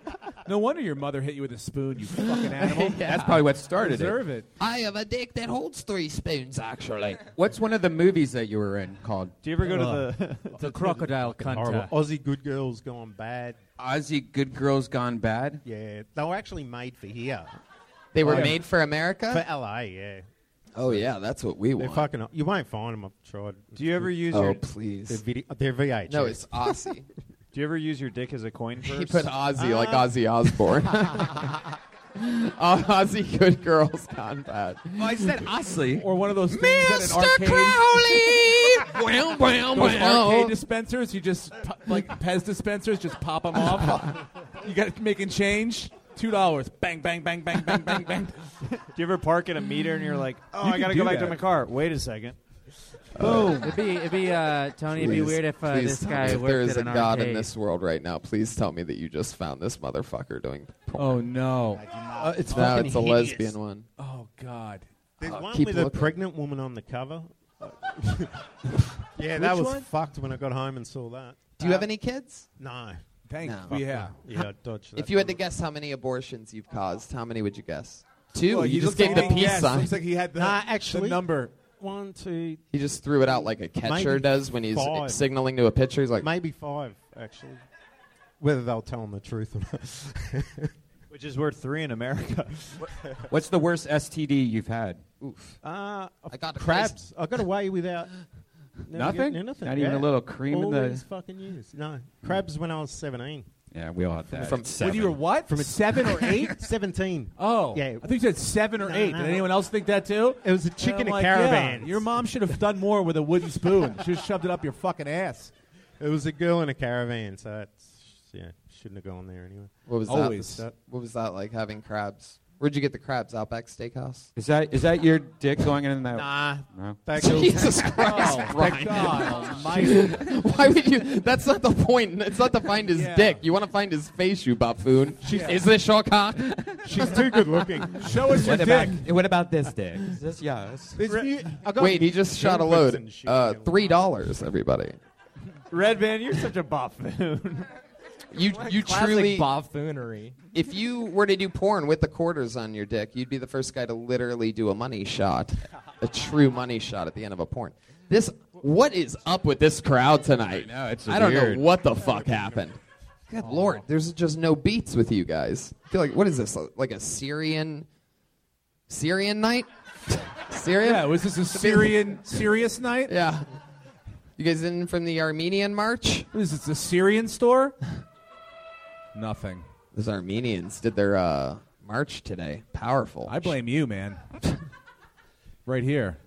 Speaker 4: No wonder your mother hit you with a spoon, you fucking animal.
Speaker 3: That's probably what started it.
Speaker 4: Deserve it.
Speaker 2: I have a dick that holds three spoons, actually.
Speaker 3: What's one of the movies that you were in called?
Speaker 12: Do you ever go to the.
Speaker 10: The crocodile
Speaker 11: Horrible.
Speaker 10: cunter.
Speaker 11: Aussie good girls gone bad.
Speaker 3: Ozzy Good Girls Gone Bad?
Speaker 11: Yeah, they were actually made for here, Oh,
Speaker 2: They were
Speaker 11: Yeah.
Speaker 2: made for America?
Speaker 11: for LA. Yeah,
Speaker 2: Oh, yeah, that's what we
Speaker 11: they're
Speaker 2: want.
Speaker 11: fucking. You won't find them. I've tried.
Speaker 12: do you ever use
Speaker 2: Oh,
Speaker 12: your uh,
Speaker 11: They're,
Speaker 2: please.
Speaker 11: video, they're VHS.
Speaker 2: No, it's Aussie.
Speaker 12: Do you ever use your dick as a coin purse? Ah. Oh,
Speaker 2: he put Aussie like Ozzy Osbourne. Aussie Uh, good girls gone bad.
Speaker 3: I said Ozzy.
Speaker 4: Or one of those things at an
Speaker 2: Mr.
Speaker 4: arcade.
Speaker 2: Crowley! wow, wow,
Speaker 4: Those arcade
Speaker 2: wow.
Speaker 4: dispensers, you just pu- like Pez dispensers, just pop them off. you got making change, two dollars. Bang, bang, bang, bang, bang, bang, bang.
Speaker 12: Do you ever park at a meter and you're like, oh,
Speaker 4: You
Speaker 12: I
Speaker 4: can
Speaker 12: gotta
Speaker 4: do
Speaker 12: go back
Speaker 4: that.
Speaker 12: to my car? Wait a second.
Speaker 10: it'd be, it'd be uh, Tony. it'd be
Speaker 2: Please,
Speaker 10: weird if uh,
Speaker 2: please
Speaker 10: this
Speaker 2: tell me
Speaker 10: guy
Speaker 2: if
Speaker 10: worked
Speaker 2: there is
Speaker 10: at
Speaker 2: a
Speaker 10: an
Speaker 2: god
Speaker 10: arcade.
Speaker 2: in this world right now, please tell me that you just found this motherfucker doing porn.
Speaker 4: Oh
Speaker 11: Uh,
Speaker 4: no!
Speaker 5: I do not.
Speaker 4: it's
Speaker 2: no, it's a lesbian one. Uh,
Speaker 4: Oh god!
Speaker 11: There's
Speaker 1: I'll
Speaker 11: one
Speaker 1: keep
Speaker 11: with a
Speaker 1: looking.
Speaker 11: pregnant woman on the cover. yeah, that
Speaker 2: Which
Speaker 11: was
Speaker 2: one?
Speaker 11: fucked when I got home and saw that.
Speaker 2: Do you have any kids?
Speaker 11: No.
Speaker 2: Thank
Speaker 11: No. you, yeah. Yeah, I dodged that
Speaker 2: If you had to guess how many abortions you've caused, how many would you guess? Two.
Speaker 11: Well,
Speaker 2: you,
Speaker 11: you looked
Speaker 2: just gave
Speaker 11: like
Speaker 2: the
Speaker 11: he
Speaker 2: peace
Speaker 11: guessed.
Speaker 2: sign.
Speaker 11: Looks like he had the- Nah, the actually- number. One, two.
Speaker 2: He just threw it out like a catcher
Speaker 11: Maybe
Speaker 2: does when he's
Speaker 11: five.
Speaker 2: signaling to a pitcher. He's like,
Speaker 11: Maybe five, actually. Whether they'll tell them the truth or not.
Speaker 7: Which is worth three in America.
Speaker 3: What's the worst STD you've had?
Speaker 11: Oof. Uh, I
Speaker 2: got
Speaker 11: crabs. I got away without never
Speaker 3: Nothing?
Speaker 11: getting anything.
Speaker 3: Not even a
Speaker 11: Yeah.
Speaker 3: little cream in
Speaker 11: All
Speaker 3: the-
Speaker 11: these fucking years. No crabs when I was seventeen.
Speaker 3: Yeah, we all had that.
Speaker 11: From
Speaker 3: It's
Speaker 11: seven.
Speaker 4: Hmm. When you were what?
Speaker 11: From a-
Speaker 4: seven or eight?
Speaker 11: Seventeen.
Speaker 4: Oh,
Speaker 11: Yeah.
Speaker 4: I think you said seven or
Speaker 11: No,
Speaker 4: eight.
Speaker 11: no.
Speaker 4: Did anyone else think that too?
Speaker 11: It was a
Speaker 4: chicken
Speaker 11: chicken in a caravan.
Speaker 4: your mom should have done more with a wooden spoon. she just shoved it up your fucking ass.
Speaker 11: It was a girl in a caravan, so that's yeah, shouldn't have gone there anyway.
Speaker 2: What was
Speaker 11: Always.
Speaker 2: that? What was that like having crabs? Where'd you get the crabs? Outback Steakhouse.
Speaker 3: Is that is that your dick going in that?
Speaker 11: Nah.
Speaker 3: No.
Speaker 11: That goes-
Speaker 2: Jesus Christ,
Speaker 11: Oh,
Speaker 2: Brian.
Speaker 11: God almighty.
Speaker 2: Why would you? That's not the point. It's not to find his
Speaker 11: Yeah.
Speaker 2: dick. You want to find his face, you buffoon.
Speaker 11: She's-
Speaker 2: Is this your cock?
Speaker 11: She's too good looking.
Speaker 2: Show us
Speaker 3: what
Speaker 2: your
Speaker 3: about,
Speaker 2: dick.
Speaker 3: What about this dick? Is this yeah? it's-
Speaker 2: Wait, he just shot a load. Uh, Three dollars, everybody.
Speaker 6: Red Van, you're such a buffoon.
Speaker 2: You
Speaker 6: What
Speaker 2: you
Speaker 6: classic
Speaker 2: truly
Speaker 6: buffoonery.
Speaker 2: If you were to do porn with the quarters on your dick, you'd be the first guy to literally do a money shot, a true money shot at the end of a porn. This what is up with this crowd tonight? I,
Speaker 3: know, it's
Speaker 2: don't
Speaker 3: weird.
Speaker 2: know what the fuck happened. Good lord, there's just no beats with you guys. I feel like what is this like a Syrian Syrian night? Syrian?
Speaker 4: Yeah, was this a Syrian serious night?
Speaker 2: Yeah. You guys in from the Armenian march?
Speaker 4: What is this, a Syrian store? Nothing.
Speaker 2: Those Armenians did their uh, march today. Powerful.
Speaker 4: I blame you, man. right here.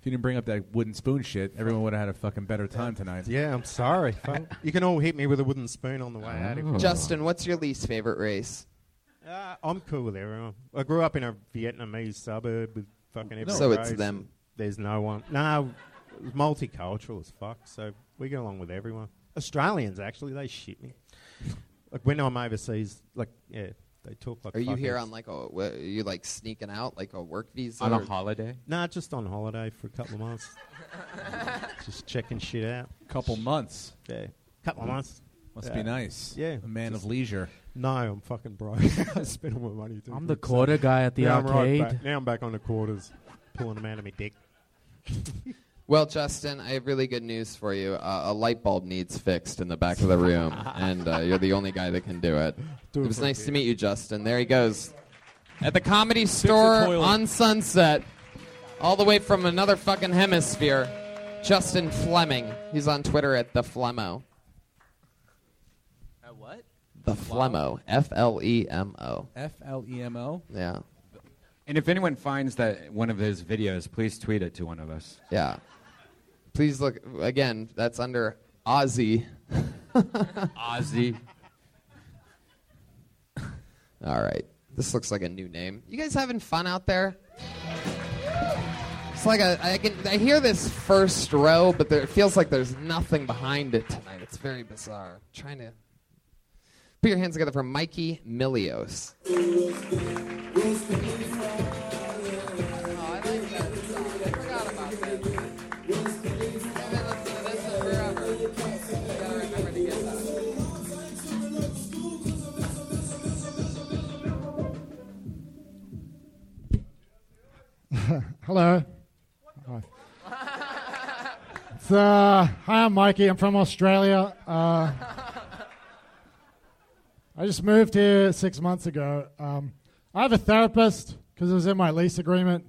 Speaker 4: If you didn't bring up that wooden spoon shit, everyone would have had a fucking better time tonight.
Speaker 11: Yeah, I'm sorry. you can all hit me with a wooden spoon on the way out. if
Speaker 4: Oh.
Speaker 11: you-
Speaker 2: Justin, what's your least favorite race?
Speaker 11: Uh, I'm cool with everyone. I grew up in a Vietnamese suburb with fucking everyone.
Speaker 2: So it's
Speaker 11: race.
Speaker 2: them.
Speaker 11: There's no one. No, it was multicultural as fuck. So we get along with everyone. Australians actually, they shit me. Like when I'm overseas, like yeah, they talk like.
Speaker 2: Are you here
Speaker 11: fuckheads.
Speaker 2: on like a? wh- Are you like sneaking out like a work visa
Speaker 11: On a
Speaker 2: or-
Speaker 3: holiday?
Speaker 11: Nah, just on holiday for a couple of months. just checking shit out.
Speaker 4: Couple months.
Speaker 11: Yeah, couple of months.
Speaker 4: Must
Speaker 11: Yeah.
Speaker 4: be nice.
Speaker 11: Yeah,
Speaker 4: A man
Speaker 11: Just-
Speaker 4: of leisure.
Speaker 11: No, I'm fucking broke. I spent all my money. doing
Speaker 10: I'm the
Speaker 11: things.
Speaker 10: quarter guy at the
Speaker 11: now I'm right
Speaker 10: arcade.
Speaker 11: back. Now I'm back on the quarters, pulling them out of my dick.
Speaker 2: Well, Justin, I have really good news for you. Uh, a light bulb needs fixed in the back of the room, and uh, you're the only guy that can do it.
Speaker 11: Do
Speaker 2: it
Speaker 11: it
Speaker 2: was
Speaker 11: for
Speaker 2: nice
Speaker 11: me.
Speaker 2: to meet you, Justin. There he goes, at the comedy store
Speaker 11: toilet.
Speaker 2: on Sunset, all the way from another fucking hemisphere. Justin Fleming. He's on Twitter at the Flemo.
Speaker 10: At what?
Speaker 2: The Flemo. F L E M O.
Speaker 4: F L E M O.
Speaker 2: Yeah.
Speaker 3: And if anyone finds that one of his videos, please tweet it to one of us.
Speaker 2: Yeah. Please look again. That's under Ozzy.
Speaker 3: Ozzy.
Speaker 2: All right. This looks like a new name. You guys having fun out there? It's like a, I, can, I hear this first row, but there, it feels like there's nothing behind it tonight. It's very bizarre. Trying to put your hands together for Mikey Milios.
Speaker 13: Hello. Hi. So, uh, hi, I'm Mikey. I'm from Australia. Uh, I just moved here six months ago. Um, I have a therapist because it was in my lease agreement,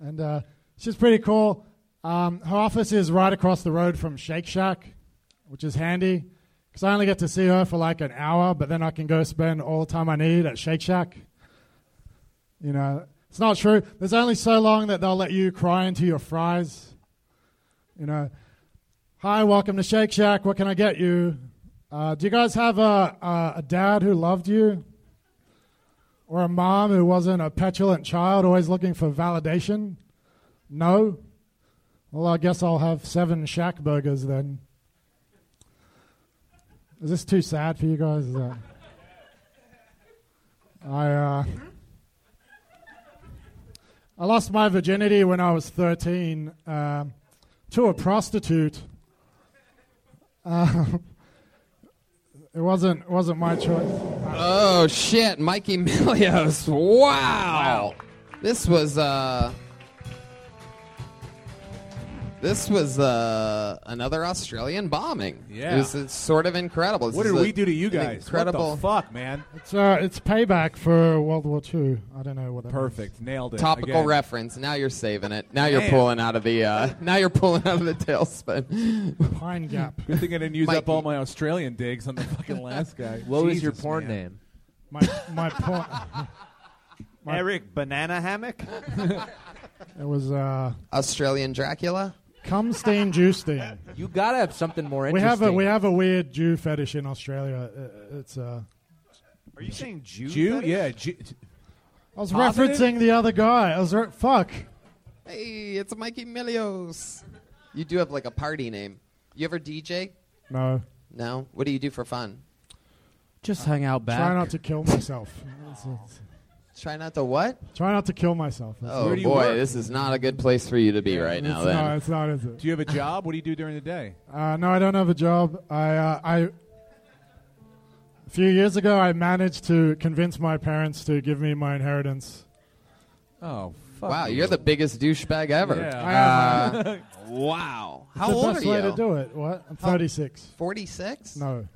Speaker 13: and uh, she's pretty cool. Um, her office is right across the road from Shake Shack, which is handy because I only get to see her for like an hour, but then I can go spend all the time I need at Shake Shack. You know, it's not true. There's only so long that they'll let you cry into your fries. You know, hi, welcome to Shake Shack. What can I get you? Uh, do you guys have a, a, a dad who loved you? Or a mom who wasn't a petulant child always looking for validation? No? Well, I guess I'll have seven Shack burgers then. Is this too sad for you guys? Is that- I, uh, I lost my virginity when I was 13 um, to a prostitute. Um, it wasn't it wasn't my choice.
Speaker 2: Oh shit, Mikey Milios. Wow. This was uh This was uh another Australian bombing.
Speaker 4: Yeah.
Speaker 2: It was it's sort of incredible. This
Speaker 4: What
Speaker 2: is
Speaker 4: did
Speaker 2: a-
Speaker 4: we do to you
Speaker 2: an
Speaker 4: guys? What the
Speaker 2: Incredible
Speaker 4: fuck, man?
Speaker 13: It's uh, it's payback for World War II. I don't know what. that
Speaker 4: Perfect.
Speaker 13: means.
Speaker 4: Nailed it.
Speaker 2: Topical
Speaker 4: Again.
Speaker 2: reference. Now you're saving it. Now you're
Speaker 4: Damn.
Speaker 2: pulling out of the uh now you're pulling out of the tailspin.
Speaker 13: Pine Gap.
Speaker 4: Good thing I didn't use up
Speaker 2: Mikey.
Speaker 4: all my Australian digs on the fucking last guy.
Speaker 2: What was your
Speaker 4: Jesus,
Speaker 2: porn
Speaker 4: man.
Speaker 2: name?
Speaker 13: My my porn.
Speaker 7: Eric Banana Hammock?
Speaker 13: It was uh,
Speaker 2: Australian Dracula?
Speaker 13: cum stain, Jew stain.
Speaker 6: You gotta have something more
Speaker 13: We
Speaker 6: interesting.
Speaker 13: have a we have a weird Jew fetish in Australia. Uh, It's uh,
Speaker 7: Are you saying Jew?
Speaker 4: Jew?
Speaker 7: fetish?
Speaker 4: Yeah. Jew.
Speaker 13: I was
Speaker 4: Positive?
Speaker 13: referencing the other guy. I was re- fuck.
Speaker 2: Hey, it's Mikey Milios. You do have like a party name. You ever DJ?
Speaker 13: No,
Speaker 2: No? What do you do for fun?
Speaker 10: Just hang out back.
Speaker 13: try not to kill myself. That's it.
Speaker 2: Try not to what?
Speaker 13: Try not to kill myself. That's
Speaker 2: Oh
Speaker 13: it.
Speaker 2: boy, this is not a good place for you to be right now.
Speaker 13: it's
Speaker 2: Then
Speaker 13: not. It's not. Is it?
Speaker 4: Do you have a job? What do you do during the day?
Speaker 13: Uh, no, I don't have a job. I, uh, I, a few years ago, I managed to convince my parents to give me my inheritance.
Speaker 4: Oh, fuck.
Speaker 2: wow, you're the biggest douchebag ever.
Speaker 13: Yeah.
Speaker 2: Uh, wow.
Speaker 13: It's
Speaker 2: How
Speaker 13: the
Speaker 2: old
Speaker 13: best
Speaker 2: are
Speaker 13: way
Speaker 2: you?
Speaker 13: to do it. What? I'm
Speaker 2: How-
Speaker 13: 36.
Speaker 2: 46?
Speaker 13: No,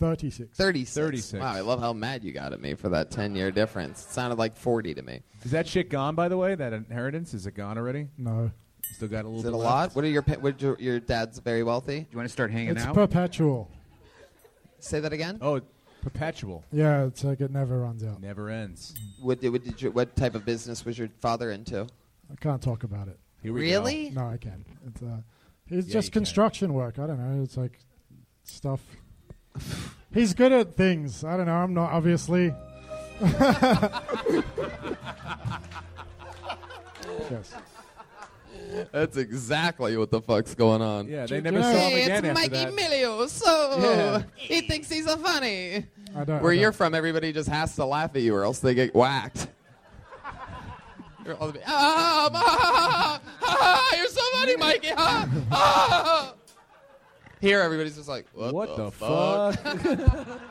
Speaker 13: 36.
Speaker 2: 36.
Speaker 4: 36.
Speaker 2: Wow, I love how mad you got at me for that 10 year difference. It sounded like 40 to me.
Speaker 4: Is that shit gone? By the way, that inheritance is it gone already?
Speaker 13: No.
Speaker 4: Still got a little.
Speaker 2: Is it
Speaker 4: bit
Speaker 2: a
Speaker 4: left?
Speaker 2: lot? What are your pa- what your, your dad's very wealthy?
Speaker 1: You want to start hanging
Speaker 13: It's perpetual.
Speaker 2: Say that again?
Speaker 4: Oh, perpetual.
Speaker 13: Yeah, it's like it never runs out.
Speaker 4: Never ends.
Speaker 2: What, did, what, did you, what type of business was your father into?
Speaker 13: I can't talk about it.
Speaker 4: Here we
Speaker 2: Really?
Speaker 13: No, I can. It's, uh, it's
Speaker 2: Yeah, you
Speaker 13: just
Speaker 2: can.
Speaker 13: construction work. I don't know. It's like stuff. He's good at things. I don't know. I'm not, obviously. yes.
Speaker 2: That's exactly what the fuck's going on.
Speaker 4: Yeah, they never saw him again after that.
Speaker 2: so
Speaker 4: Yeah.
Speaker 2: he thinks he's a funny.
Speaker 13: I don't,
Speaker 2: Where
Speaker 13: I
Speaker 2: you're
Speaker 13: don't,
Speaker 2: from, everybody just has to laugh at you, or else they get whacked. You're all the bit, "Ah, ah, ah, ah, ah, you're so funny, Mikey. ah, ah." Here, everybody's just like, "What,
Speaker 4: What
Speaker 2: the,
Speaker 4: the
Speaker 2: fuck?"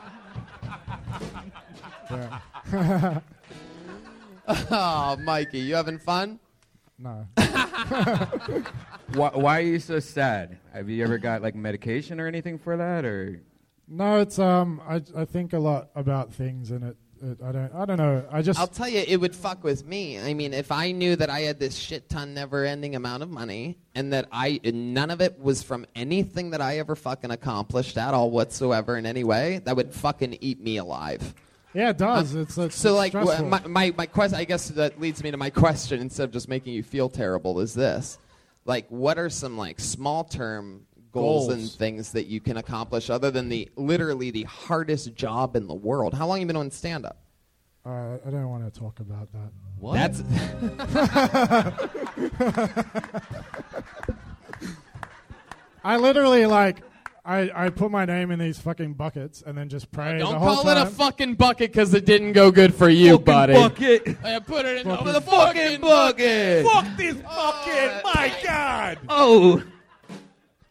Speaker 13: Yeah.
Speaker 2: oh, Mikey, you having fun?
Speaker 13: no.
Speaker 1: Why, why are you so sad? Have you ever got like medication or anything for that? Or
Speaker 13: No, it's um. I, I think a lot about things, and it, it. I don't. I don't know. I just.
Speaker 2: I'll tell you, it would fuck with me. I mean, if I knew that I had this shit ton, never-ending amount of money, and that I and none of it was from anything that I ever fucking accomplished at all whatsoever in any way, that would fucking eat me alive.
Speaker 13: yeah, it does. it's, it's
Speaker 2: So, like, wh-
Speaker 13: stressful.
Speaker 2: my my, my question, I guess that leads me to my question. Instead of just making you feel terrible, is this like what are some like small-term goals, and
Speaker 4: Goals.
Speaker 2: things that you can accomplish other than the literally the hardest job in the world? How long you been on stand-up?
Speaker 13: Uh, I don't want to talk about that.
Speaker 2: What? That's
Speaker 13: I literally like. I, I put my name in these fucking buckets and then just pray the
Speaker 2: Don't
Speaker 13: whole
Speaker 2: call
Speaker 13: time.
Speaker 2: it a fucking bucket because it didn't go good for you, buddy.
Speaker 1: bucket.
Speaker 2: I put it in
Speaker 13: Fucking
Speaker 2: over the fucking bucket.
Speaker 4: Fuck this bucket! My God!
Speaker 1: Oh,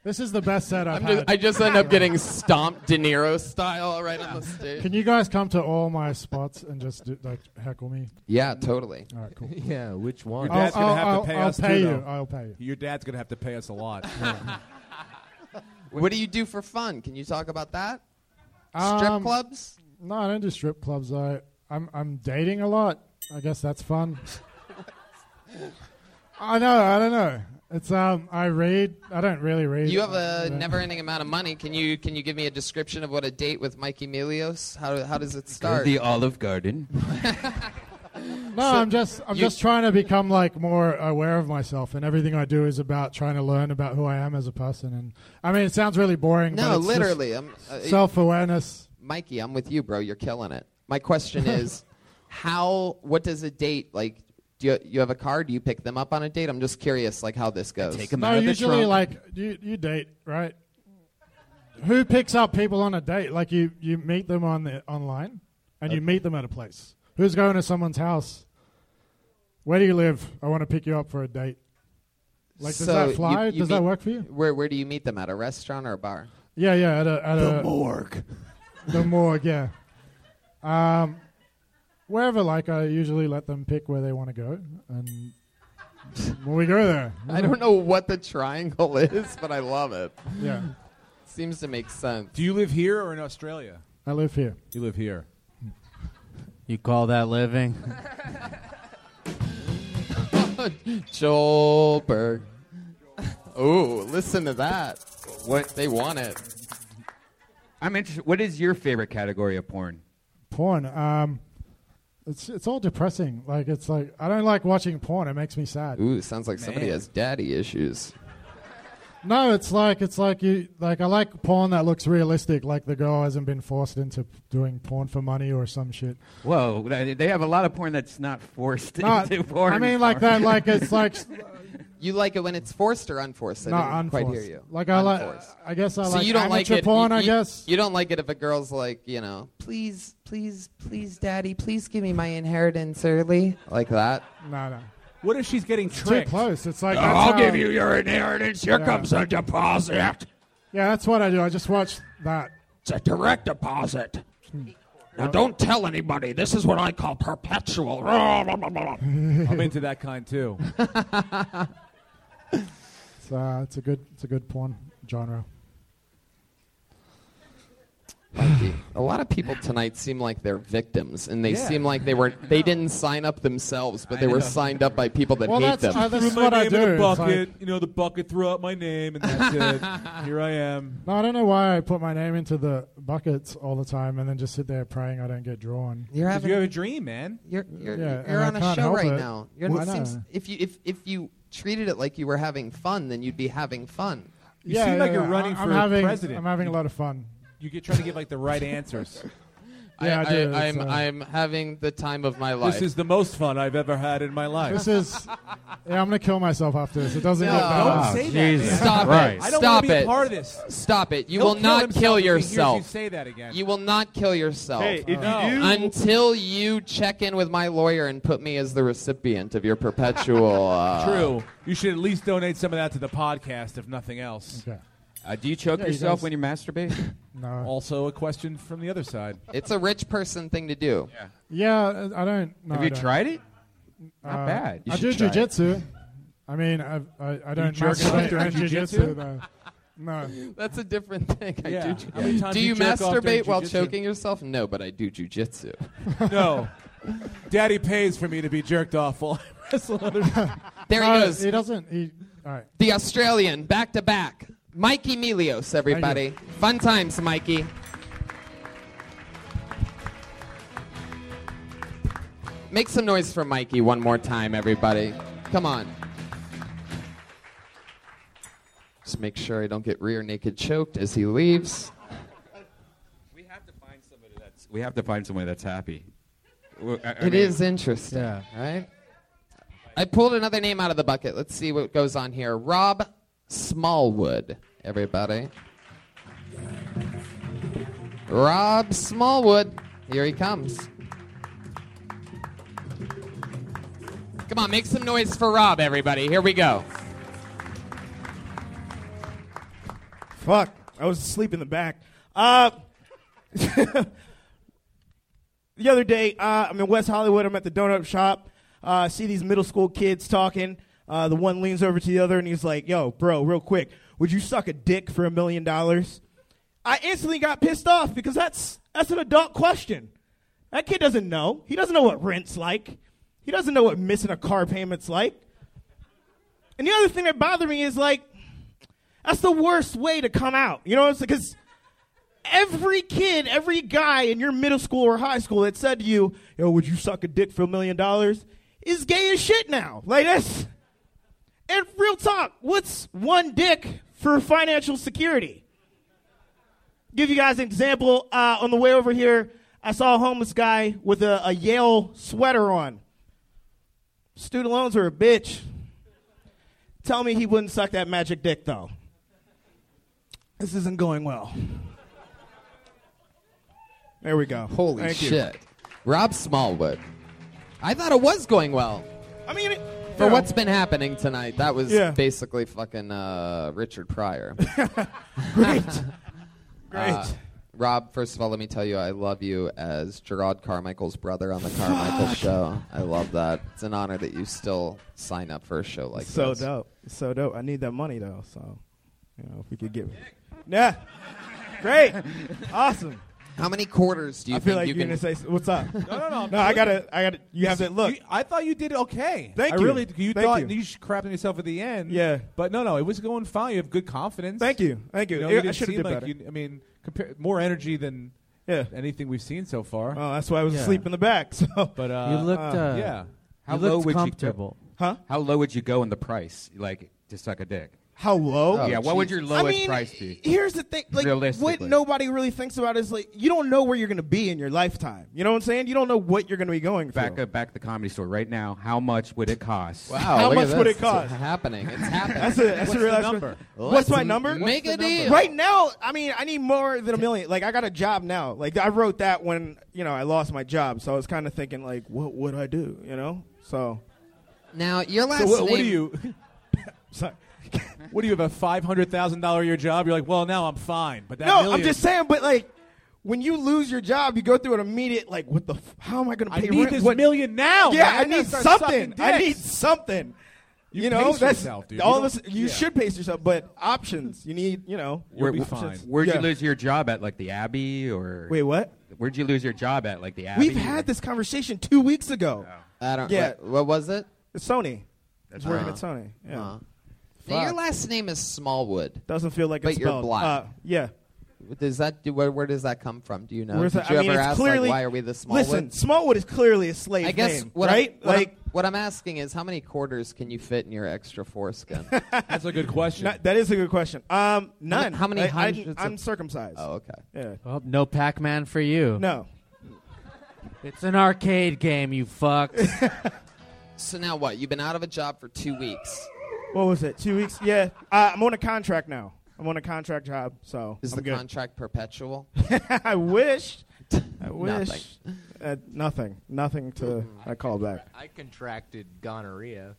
Speaker 13: This is the best set I've
Speaker 2: I'm
Speaker 13: had.
Speaker 2: just, I just end up getting stomped De Niro style right on the stage.
Speaker 13: Can you guys come to all my spots and just do, like heckle me?
Speaker 2: Yeah, totally.
Speaker 13: All right, cool.
Speaker 6: yeah, which
Speaker 4: Your
Speaker 6: one?
Speaker 13: I'll-
Speaker 4: dad's gonna
Speaker 13: I'll-
Speaker 4: have
Speaker 13: I'll-
Speaker 4: to pay
Speaker 13: I'll
Speaker 4: us
Speaker 13: pay
Speaker 4: too,
Speaker 13: you.
Speaker 4: though.
Speaker 13: I'll pay you.
Speaker 4: Your dad's gonna have to pay us a lot.
Speaker 2: What do you do for fun? Can you talk about that? Strip
Speaker 13: Um,
Speaker 2: clubs?
Speaker 13: No, I don't do strip clubs. I I'm I'm dating a lot. I guess that's fun. I know. I don't know. It's um. I read. I don't really read.
Speaker 2: You have a
Speaker 13: Yeah.
Speaker 2: never-ending amount of money. Can you can you give me a description of what a date with Mikey Milios? How how does it start?
Speaker 1: the Olive Garden.
Speaker 13: No, I'm just I'm
Speaker 2: you-
Speaker 13: just trying to become like more aware of myself, and everything I do is about trying to learn about who I am as a person. And I mean, it sounds really boring.
Speaker 2: No,
Speaker 13: but it's just
Speaker 2: literally, I'm- uh,
Speaker 13: self-awareness.
Speaker 2: Mikey, I'm with you, bro. You're killing it. My question is, how? What does a date like? Do you, you have a car? Do you pick them up on a date? I'm just curious, like how this goes.
Speaker 1: Take 'em
Speaker 13: No,
Speaker 1: out of the
Speaker 13: usually
Speaker 1: trunk.
Speaker 13: like you you date right. Who picks up people on a date? Like you you meet them on the online, and you meet them at a place. Who's going to someone's house? Where do you live? I want to pick you up for a date. Like, does that fly? does that work for you?
Speaker 2: Where Where do you meet them at a restaurant or a bar?
Speaker 13: Yeah, yeah. At a, at
Speaker 2: The
Speaker 13: a
Speaker 2: morgue.
Speaker 13: The morgue, yeah. Um, wherever, like, I usually let them pick where they want to go, and when we go there,
Speaker 2: I don't know what the triangle is, but I love it.
Speaker 13: Yeah.
Speaker 2: Seems to make sense.
Speaker 4: Do you live here or in Australia?
Speaker 13: I live here.
Speaker 4: You live here.
Speaker 10: You call that living?
Speaker 2: Joel Berg. Oh, listen to that. What they want it.
Speaker 3: I'm interested. What is your favorite category of porn?
Speaker 13: Porn. Um, it's it's all depressing. Like, it's like I don't like watching porn. It makes me sad.
Speaker 2: Ooh, sounds like somebody
Speaker 13: Man.
Speaker 2: has daddy issues.
Speaker 13: No, it's like it's like you like I like porn that looks realistic. Like the girl hasn't been forced into doing porn for money or some shit.
Speaker 3: Whoa, th- they have a lot of porn that's not forced
Speaker 13: No,
Speaker 3: into porn.
Speaker 13: I mean, like that. Like it's like
Speaker 2: You like it when it's forced or unforced? I
Speaker 13: No,
Speaker 2: didn't quite
Speaker 13: unforced.
Speaker 2: hear you.
Speaker 13: Like, I like-
Speaker 2: Unforced.
Speaker 13: I guess I
Speaker 2: so
Speaker 13: like
Speaker 2: you don't
Speaker 13: amateur
Speaker 2: like it,
Speaker 13: porn,
Speaker 2: you-
Speaker 13: I
Speaker 2: you-
Speaker 13: guess.
Speaker 2: you don't like it if a girl's like, you know, Please, please, please, Daddy, please give me my inheritance early. like that.
Speaker 13: no, no.
Speaker 4: What if she's getting
Speaker 13: It's
Speaker 4: tricked?
Speaker 13: Too close. It's like that's
Speaker 4: I'll
Speaker 13: how-
Speaker 4: give you your inheritance. Here comes a deposit.
Speaker 13: Yeah, that's what I do. I just watch that. Hmm.
Speaker 14: It's a direct deposit. Now, don't tell anybody. This is what I call perpetual.
Speaker 4: I'm into that kind too.
Speaker 13: It's, uh, it's a good it's a good porn genre.
Speaker 2: A lot of people tonight seem like they're victims, and they
Speaker 13: Yeah.
Speaker 2: seem like they were they didn't sign up themselves, but they
Speaker 13: I
Speaker 2: were
Speaker 13: know.
Speaker 2: signed up by people that
Speaker 13: Well,
Speaker 2: hate
Speaker 13: that's-
Speaker 2: them.
Speaker 13: uh, that's
Speaker 4: Threw my
Speaker 13: what I
Speaker 4: name in
Speaker 13: do.
Speaker 4: The
Speaker 13: It's
Speaker 4: bucket,
Speaker 13: like-
Speaker 4: you know, the bucket threw out my name, and that's it. Here I am.
Speaker 13: No, I don't know why I put my name into the buckets all the time and then just sit there praying I don't get drawn.
Speaker 2: You're having-
Speaker 4: you have a dream, man.
Speaker 2: You're you're,
Speaker 13: Yeah,
Speaker 2: you're on
Speaker 13: and I
Speaker 2: a
Speaker 13: can't
Speaker 2: show
Speaker 13: help
Speaker 2: right
Speaker 13: it.
Speaker 2: now. You're,
Speaker 13: Well,
Speaker 2: it
Speaker 13: I
Speaker 2: seems
Speaker 13: know.
Speaker 2: if you if if you treated it like you were having fun, then you'd be having fun.
Speaker 13: You Yeah, seem yeah, like you're yeah. running I'm for having- president. I'm having a lot of fun.
Speaker 4: You get trying to give like the right answers.
Speaker 13: Yeah, I
Speaker 2: I,
Speaker 13: do.
Speaker 2: I,
Speaker 13: It's,
Speaker 2: am
Speaker 13: uh,
Speaker 2: I'm having the time of my life.
Speaker 4: This is the most fun I've ever had in my life.
Speaker 13: This is yeah, I'm gonna kill myself after this. It doesn't
Speaker 4: No,
Speaker 13: look that
Speaker 4: don't
Speaker 13: bad.
Speaker 4: say that, man. Jesus
Speaker 2: Stop it!
Speaker 4: Christ. I don't wanna
Speaker 2: Stop
Speaker 4: be a
Speaker 2: it!
Speaker 4: part of this.
Speaker 2: Stop it! You
Speaker 4: He'll
Speaker 2: will
Speaker 4: kill
Speaker 2: not
Speaker 4: himself
Speaker 2: kill
Speaker 4: if he hears
Speaker 2: yourself.
Speaker 4: you say that again.
Speaker 2: You will not kill yourself.
Speaker 4: Hey, if No. you do-
Speaker 2: until you check in with my lawyer and put me as the recipient of your perpetual. Uh,
Speaker 4: True. You should at least donate some of that to the podcast, if nothing else.
Speaker 13: Okay.
Speaker 3: Uh, do you choke
Speaker 4: Yeah, you
Speaker 3: yourself
Speaker 4: guys-
Speaker 3: when you masturbate?
Speaker 13: No.
Speaker 4: Also, a question from the other side.
Speaker 2: It's a rich person thing to do.
Speaker 4: Yeah.
Speaker 13: Yeah, I I don't. No,
Speaker 4: Have
Speaker 13: I
Speaker 4: you
Speaker 13: don't.
Speaker 4: tried it?
Speaker 13: Uh,
Speaker 4: Not bad. You
Speaker 13: I do
Speaker 4: should try it.
Speaker 13: jujitsu. I mean, I've, I I don't
Speaker 4: jerk off
Speaker 13: masturbate
Speaker 4: during
Speaker 13: and
Speaker 4: jujitsu?
Speaker 13: jujitsu. though. No,
Speaker 2: that's a different thing. I
Speaker 13: Yeah.
Speaker 2: do,
Speaker 13: How many times
Speaker 2: do
Speaker 13: do you
Speaker 2: you
Speaker 13: jerk off during
Speaker 2: masturbate while
Speaker 13: jujitsu?
Speaker 2: choking yourself? No, but I do jujitsu.
Speaker 4: No. Daddy pays for me to be jerked off while I wrestle other
Speaker 2: There
Speaker 13: No,
Speaker 2: he goes.
Speaker 13: He doesn't. He all right.
Speaker 2: The Australian, back to back. Mikey Melios, everybody. Fun times, Mikey. Make some noise for Mikey one more time, everybody. Come on. Just make sure I don't get rear naked choked as he leaves.
Speaker 3: we have to find somebody that's happy. It is
Speaker 2: It is interesting, right? I pulled another name out of the bucket. Let's see what goes on here. Rob Smallwood, everybody. Rob Smallwood, here he comes. Come on, make some noise for Rob, everybody. Here we go.
Speaker 15: Fuck. I was asleep in the back. Uh, the other day, uh, I'm in West Hollywood. I'm at the donut shop. Uh, I see these middle school kids talking. Uh, the one leans over to the other and he's like, Yo, bro, real quick, would you suck a dick for a million dollars? I instantly got pissed off because that's, that's an adult question. That kid doesn't know. He doesn't know what rent's like, he doesn't know what missing a car payment's like. And the other thing that bothered me is like, that's the worst way to come out. You know what I'm saying? Because every kid, every guy in your middle school or high school that said to you, yo, would you suck a dick for a million dollars? Is gay as shit now. Like that's and real talk, what's one dick for financial security? Give you guys an example. Uh, on the way over here, I saw a homeless guy with a, a Yale sweater on. Student loans are a bitch. Tell me he wouldn't suck that magic dick, though. This isn't going well. There we go.
Speaker 2: Holy
Speaker 15: Thank you.
Speaker 2: shit. Rob Smallwood. I thought it was going well.
Speaker 15: I mean, it-
Speaker 2: For
Speaker 15: you know.
Speaker 2: what's been happening tonight, that was
Speaker 15: Yeah.
Speaker 2: basically fucking uh, Richard Pryor.
Speaker 15: Great.
Speaker 2: Great. Rob, first of all, let me tell you, I love you as Gerard Carmichael's brother on the Carmichael Show. I love that. It's an honor that you still sign up for a show like
Speaker 15: so
Speaker 2: this.
Speaker 15: dope, so dope. I need that money though, so you know if we could get. Yeah, great, awesome.
Speaker 2: How many quarters do you
Speaker 15: I feel
Speaker 2: think
Speaker 15: like
Speaker 2: you
Speaker 15: you're
Speaker 2: can-
Speaker 15: gonna say? What's up? no,
Speaker 4: no, no, I'm
Speaker 15: No, I
Speaker 4: good.
Speaker 15: gotta, I gotta. You have
Speaker 4: see,
Speaker 15: that look.
Speaker 4: you- I thought you did okay.
Speaker 15: Thank
Speaker 4: I
Speaker 15: you.
Speaker 4: really you
Speaker 15: Thank
Speaker 4: thought
Speaker 15: you.
Speaker 4: you, sh- crapped on yourself at the end.
Speaker 15: Yeah.
Speaker 4: but no, no, it was going fine. You have good confidence.
Speaker 15: Thank you. Thank you.
Speaker 4: know,
Speaker 15: Yeah, I
Speaker 4: didn't
Speaker 15: should've
Speaker 4: seem
Speaker 15: did
Speaker 4: like
Speaker 15: better.
Speaker 4: You, I mean, compare, more energy than
Speaker 15: yeah.
Speaker 4: anything we've seen so far.
Speaker 15: Oh, that's why I was asleep in the back. So,
Speaker 4: but uh,
Speaker 10: You looked, uh,
Speaker 4: yeah.
Speaker 3: How
Speaker 10: You
Speaker 3: low
Speaker 10: looked
Speaker 3: would
Speaker 10: comfortable.
Speaker 3: you go?
Speaker 15: Huh?
Speaker 3: How low would you go in the price, like to suck a dick?
Speaker 15: How low?
Speaker 3: yeah. What would your lowest
Speaker 15: Oh, I mean,
Speaker 3: price be?
Speaker 15: Here's the thing: like, what
Speaker 3: Realistically.
Speaker 15: nobody really thinks about is like you don't know where you're gonna be in your lifetime. You know what I'm saying? You don't know what you're gonna be going
Speaker 3: Back
Speaker 15: through.
Speaker 3: up, back to the comedy store right now. How much would it cost?
Speaker 15: Wow, How look at much would this. it cost?
Speaker 2: It's happening. It's happening.
Speaker 15: That's a that's
Speaker 2: What's
Speaker 15: a real
Speaker 2: the
Speaker 15: that's a-
Speaker 2: number?
Speaker 15: What's
Speaker 2: Let's
Speaker 15: my
Speaker 2: m-
Speaker 15: number?
Speaker 2: make
Speaker 15: What's
Speaker 2: a
Speaker 15: the number?
Speaker 2: deal.
Speaker 15: Right now, I mean, I need more than a million. Like I got a job now. Like I wrote that when you know I lost my job, so I was kind of thinking like, what would I do? You know, so.
Speaker 2: Now your
Speaker 4: So what, what do you? Sorry. what do you have a five hundred thousand dollar a year job? You're like, well, now I'm fine. But that
Speaker 15: no,
Speaker 4: million-
Speaker 15: I'm just saying. But like, when you lose your job, you go through an immediate like, what the? F- how am I going to
Speaker 4: I
Speaker 15: pay?
Speaker 4: need
Speaker 15: rent?
Speaker 4: this
Speaker 15: What-
Speaker 4: million now,
Speaker 15: Yeah,
Speaker 4: man.
Speaker 15: I
Speaker 4: I'm gonna
Speaker 15: need
Speaker 4: start
Speaker 15: something.
Speaker 4: sucking
Speaker 15: I
Speaker 4: dicks.
Speaker 15: need something. You,
Speaker 4: You
Speaker 15: know,
Speaker 4: pace
Speaker 15: that's
Speaker 4: yourself, dude.
Speaker 15: all
Speaker 4: You
Speaker 15: of us.
Speaker 4: don't-
Speaker 15: You
Speaker 4: yeah.
Speaker 15: should pace yourself, but options. You need, you know,
Speaker 3: Where,
Speaker 15: options.
Speaker 3: Where'd
Speaker 15: Yeah.
Speaker 3: you lose your job at, like the Abbey or?
Speaker 15: Wait, what?
Speaker 3: Where'd you lose your job at, like the Abbey?
Speaker 15: We've had this conversation two weeks ago.
Speaker 2: I don't.
Speaker 15: Yeah.
Speaker 2: What, what was it?
Speaker 15: It's Sony.
Speaker 2: That's
Speaker 15: It's working
Speaker 2: right.
Speaker 15: at Sony. Yeah.
Speaker 2: Uh-huh. Now, your
Speaker 15: Fuck.
Speaker 2: last name is Smallwood.
Speaker 15: Doesn't feel like
Speaker 2: but
Speaker 15: it's
Speaker 2: you're
Speaker 15: spelled.
Speaker 2: black.
Speaker 15: Uh, yeah.
Speaker 2: Does that do, where, where does that come from? Do you know?
Speaker 15: Where's
Speaker 2: Did
Speaker 15: that-
Speaker 2: you
Speaker 15: I mean,
Speaker 2: ever
Speaker 15: it's
Speaker 2: ask
Speaker 15: clearly-
Speaker 2: like why are we the Smallwood?
Speaker 15: Listen, Smallwood is clearly a slave
Speaker 2: I guess
Speaker 15: name,
Speaker 2: what
Speaker 15: right?
Speaker 2: I'm, what
Speaker 15: like,
Speaker 2: I'm, what I'm asking is how many quarters can you fit in your extra foreskin?
Speaker 4: That's a good question.
Speaker 15: not- that is a good question. Um, none.
Speaker 2: how many
Speaker 15: I, I,
Speaker 2: hundreds of-
Speaker 15: I'm circumcised.
Speaker 2: Oh, okay.
Speaker 15: Yeah.
Speaker 10: Well, no Pac-Man for you.
Speaker 15: No.
Speaker 10: It's an arcade game, you fuck.
Speaker 2: So now what? You've been out of a job for two weeks.
Speaker 15: What was it? Two weeks? Yeah. Uh, I'm on a contract now. I'm on a contract job, so
Speaker 2: Is
Speaker 15: I'm
Speaker 2: the
Speaker 15: good.
Speaker 2: contract perpetual?
Speaker 15: I wish. I wish.
Speaker 2: Nothing. Mm.
Speaker 15: Uh, nothing. Nothing to. I call back.
Speaker 6: I contracted gonorrhea.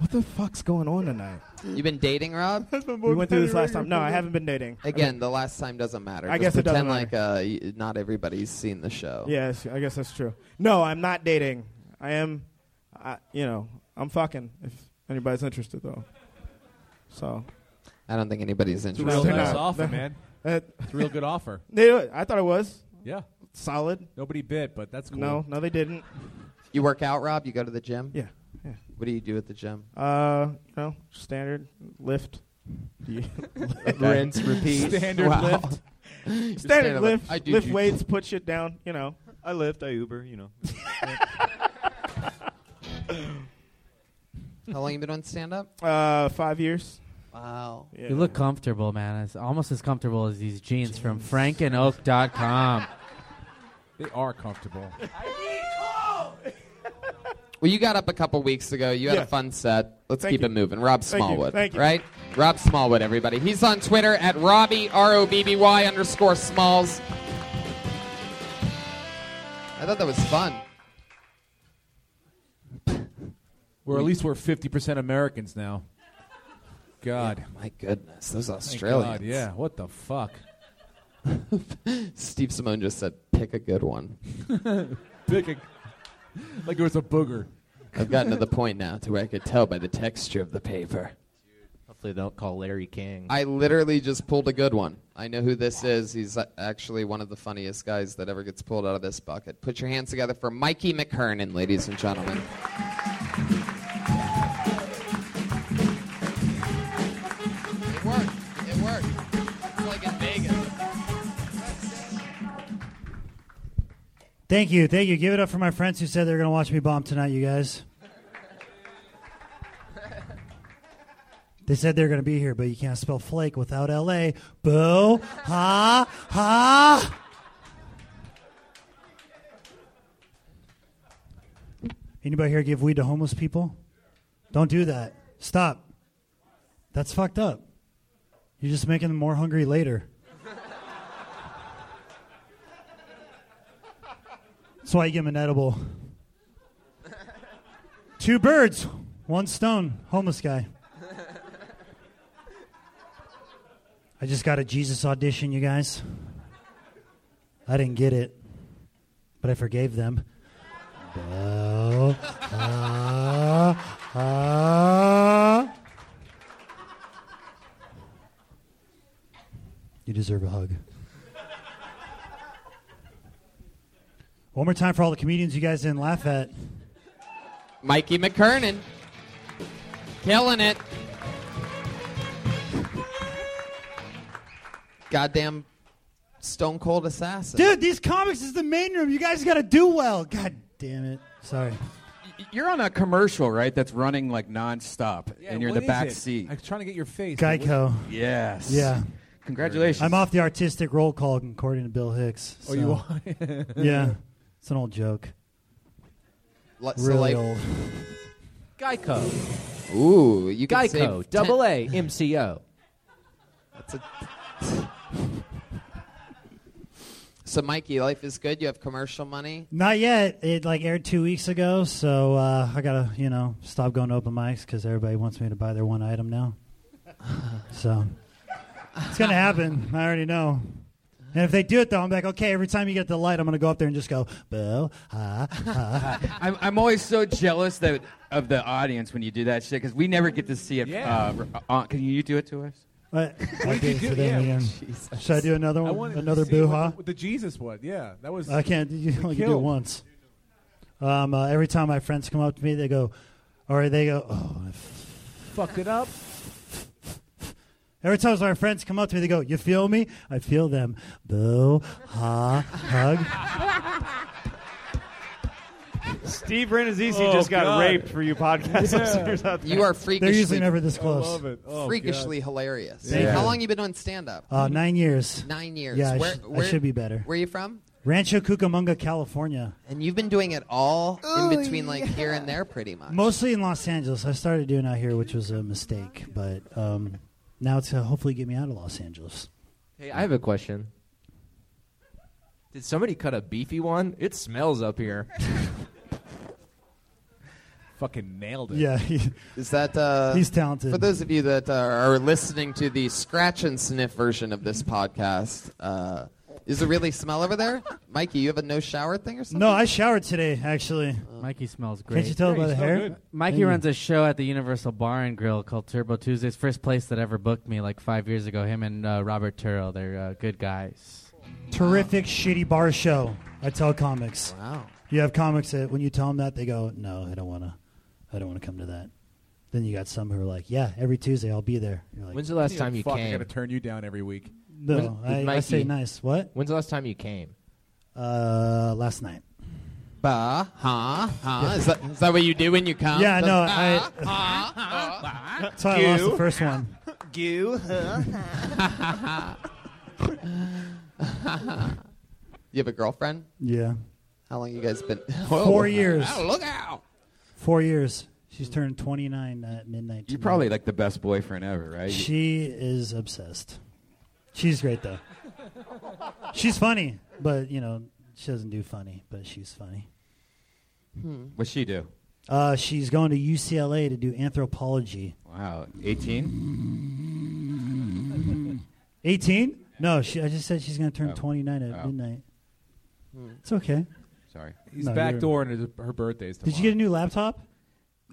Speaker 15: What the fuck's going on tonight?
Speaker 2: You've been dating, Rob?
Speaker 15: We went through this last time. No, I haven't been dating.
Speaker 2: Again, the last time doesn't matter.
Speaker 15: I
Speaker 2: Just
Speaker 15: guess it doesn't
Speaker 2: pretend like uh, y- not everybody's seen the show.
Speaker 15: Yes, I guess that's true. No, I'm not dating. I am. I, you know, I'm fucking. If anybody's interested, though. So.
Speaker 2: I don't think anybody's
Speaker 4: It's a real
Speaker 2: interested. in
Speaker 4: nice
Speaker 2: that.
Speaker 4: offer, man.
Speaker 15: Uh,
Speaker 4: It's a real good offer.
Speaker 15: They, I thought it was
Speaker 4: Yeah.
Speaker 15: solid.
Speaker 4: Nobody bit, but that's cool.
Speaker 15: No, no, they didn't.
Speaker 2: You work out, Rob? You go to the gym?
Speaker 15: Yeah, yeah.
Speaker 2: What do you do at the gym?
Speaker 15: Uh, no, standard lift.
Speaker 2: Rinse, repeat.
Speaker 4: Standard
Speaker 2: Wow.
Speaker 4: lift.
Speaker 15: Standard,
Speaker 2: Standard lift.
Speaker 15: lift.
Speaker 2: I do
Speaker 15: lift
Speaker 2: jujitsu.
Speaker 15: weights, put shit down, you know.
Speaker 7: I lift. I Uber. You know.
Speaker 2: How long you been on stand up?
Speaker 15: Uh, five years.
Speaker 2: Wow.
Speaker 15: Yeah.
Speaker 10: You look comfortable, man. It's almost as comfortable as these jeans from frankenoak.com.
Speaker 4: They are comfortable.
Speaker 2: Well, you got up a couple weeks ago. You had
Speaker 15: Yeah.
Speaker 2: a fun set. Let's
Speaker 15: Thank
Speaker 2: keep
Speaker 15: you.
Speaker 2: it moving. Rob
Speaker 15: Thank you.
Speaker 2: Smallwood.
Speaker 15: Thank you.
Speaker 2: Right? Rob Smallwood, everybody. He's on Twitter at Robbie, R O B B Y underscore Smalls. I thought that was fun.
Speaker 4: We're at least we're fifty percent Americans now. God,
Speaker 2: my goodness, those
Speaker 4: Thank
Speaker 2: Australians.
Speaker 4: God, yeah, what the fuck?
Speaker 2: Steve Simone just said, pick a good one.
Speaker 4: Pick a, like it was a booger.
Speaker 2: I've gotten to the point now to where I could tell by the texture of the paper.
Speaker 6: Hopefully they don't call Larry King.
Speaker 2: I literally just pulled a good one. I know who this is. He's uh, actually one of the funniest guys that ever gets pulled out of this bucket. Put your hands together for Mikey McKernan, ladies and gentlemen. It worked. It worked. It's like in Vegas.
Speaker 16: Thank you, thank you. Give it up for my friends who said they're going to watch me bomb tonight, you guys. They said they're going to be here, but you can't spell flake without LA. Boo, ha, ha. Anybody here give weed to homeless people? Don't do that. Stop. That's fucked up. You're just making them more hungry later. That's why you give them an edible. Two birds, one stone. Homeless guy. I just got a Jesus audition, you guys. I didn't get it, but I forgave them. Bow, ah, ah. You deserve a hug. One more time for all the comedians you guys didn't laugh at.
Speaker 2: Mikey McKernan. Killing it. Goddamn stone cold assassin.
Speaker 16: Dude, these comics is the main room. You guys got to do well. God damn it. Sorry.
Speaker 3: You're on a commercial, right? That's running like nonstop, and you're in the back seat.
Speaker 4: I'm trying to get your face.
Speaker 16: Geico.
Speaker 3: Yes.
Speaker 16: Yeah.
Speaker 3: Congratulations.
Speaker 16: I'm off the artistic roll call according to Bill Hicks.
Speaker 4: Oh, you
Speaker 16: so-
Speaker 4: are?
Speaker 16: yeah. It's an old joke.
Speaker 2: Li- so
Speaker 16: really
Speaker 2: like-
Speaker 16: old.
Speaker 9: Geico.
Speaker 2: Ooh, you can
Speaker 9: Geico.
Speaker 2: save
Speaker 9: Double A M C O.
Speaker 2: That's a. so, Mikey, life is good. You have commercial money.
Speaker 16: Not yet. It like aired two weeks ago, so uh, I gotta you know stop going to open mics because everybody wants me to buy their one item now. so it's gonna happen. I already know. And if they do it though, I'm like, okay. Every time you get the light, I'm gonna go up there and just go, boo, ha, ha.
Speaker 3: I'm, I'm always so jealous that of the audience when you do that shit because we never get to see it.
Speaker 4: Yeah.
Speaker 3: Uh, on, can you do it to us?
Speaker 16: What?
Speaker 4: What
Speaker 16: I
Speaker 4: did you
Speaker 16: did it
Speaker 4: do?
Speaker 16: for them
Speaker 4: Yeah.
Speaker 16: again. Should I do another
Speaker 4: I
Speaker 16: one?
Speaker 4: wanted to
Speaker 16: Another
Speaker 4: see what
Speaker 16: boo ha?
Speaker 4: The, the Jesus one. Yeah, that was.
Speaker 16: I can't. You
Speaker 4: it
Speaker 16: only can do it
Speaker 4: killed.
Speaker 16: once. Um, uh, every time my friends come up to me, they go, or they go, oh, I
Speaker 4: Fucked it up.
Speaker 16: Every time my friends come up to me, they go, "You feel me? I feel them." Boo, ha, hug.
Speaker 7: Steve Renazisi
Speaker 16: Oh,
Speaker 7: just got
Speaker 16: God.
Speaker 7: raped for you podcast
Speaker 16: Yeah.
Speaker 7: listeners out there.
Speaker 2: You are freakishly.
Speaker 16: They're usually never this close.
Speaker 2: I love it. Oh, freakishly hilarious. How long you been doing stand up?
Speaker 16: Uh, nine years.
Speaker 2: Nine years.
Speaker 16: Yeah, I,
Speaker 2: Where-
Speaker 16: sh- I
Speaker 2: where-
Speaker 16: should be better.
Speaker 2: Where are you from?
Speaker 16: Rancho Cucamonga, California.
Speaker 2: And you've been doing it all
Speaker 16: Oh,
Speaker 2: in between, like here and there, pretty much.
Speaker 16: Mostly in Los Angeles. I started doing out here, which was a mistake, but um, now it's to hopefully get me out of Los Angeles.
Speaker 6: Hey,
Speaker 9: I have a question.
Speaker 6: Did somebody cut a beefy one? It smells up here.
Speaker 4: Fucking nailed
Speaker 16: it. Yeah, he-
Speaker 2: is that uh,
Speaker 16: He's talented.
Speaker 2: For those of you that uh, are listening to the scratch and sniff version of this podcast, uh, is it really smell over there, Mikey? You have a no shower thing or something?
Speaker 16: No, I showered today, actually.
Speaker 10: Uh, Mikey smells great.
Speaker 16: Can't you tell by the hair?
Speaker 10: Mikey
Speaker 16: Thank you.
Speaker 10: runs a show at the Universal Bar and Grill called Turbo Tuesdays. First place that ever booked me like five years ago. Him and uh, Robert Turrell, they're uh, good guys.
Speaker 16: terrific shitty bar show. I tell comics.
Speaker 2: Wow.
Speaker 16: You have comics that when you tell them that they go, "No, I don't want to. I don't want to come to that." Then you got some who are like, "Yeah, every Tuesday I'll be there." You're like,
Speaker 9: When's the last
Speaker 4: Yeah,
Speaker 9: time you
Speaker 4: fuck, I
Speaker 9: came?
Speaker 4: gotta turn you down every week.
Speaker 16: No, I, I
Speaker 9: Mikey.
Speaker 16: say nice. What?
Speaker 9: When's the last time you came?
Speaker 16: Uh, last night.
Speaker 2: Bah, huh, huh. Uh-huh. Is that, is that what you do when you come?
Speaker 16: Yeah,
Speaker 2: The- uh,
Speaker 16: no,
Speaker 2: bah,
Speaker 16: I-
Speaker 2: huh, huh.
Speaker 16: That's how I lost the first one.
Speaker 5: Goo.
Speaker 2: you have a girlfriend?
Speaker 16: Yeah,
Speaker 2: How long you guys been?
Speaker 16: Four
Speaker 2: Four
Speaker 16: years.
Speaker 2: Oh, look out!
Speaker 16: four years. She's turned 29 at midnight.
Speaker 3: You're
Speaker 16: tonight.
Speaker 3: probably like the best boyfriend ever, right?
Speaker 16: She is obsessed. She's great though. she's funny, but you know she doesn't do funny, but she's funny. Hmm.
Speaker 3: What'd she do?
Speaker 16: Uh, she's going to UCLA to do anthropology.
Speaker 3: Wow, 18.
Speaker 16: 18? No, she, I just said she's going to turn
Speaker 3: Oh.
Speaker 16: 29 at
Speaker 3: Oh.
Speaker 16: midnight. It's okay.
Speaker 3: Sorry.
Speaker 4: He's
Speaker 16: No, you're-
Speaker 4: backdooring her, her birthday's tomorrow.
Speaker 16: Did you get a new laptop?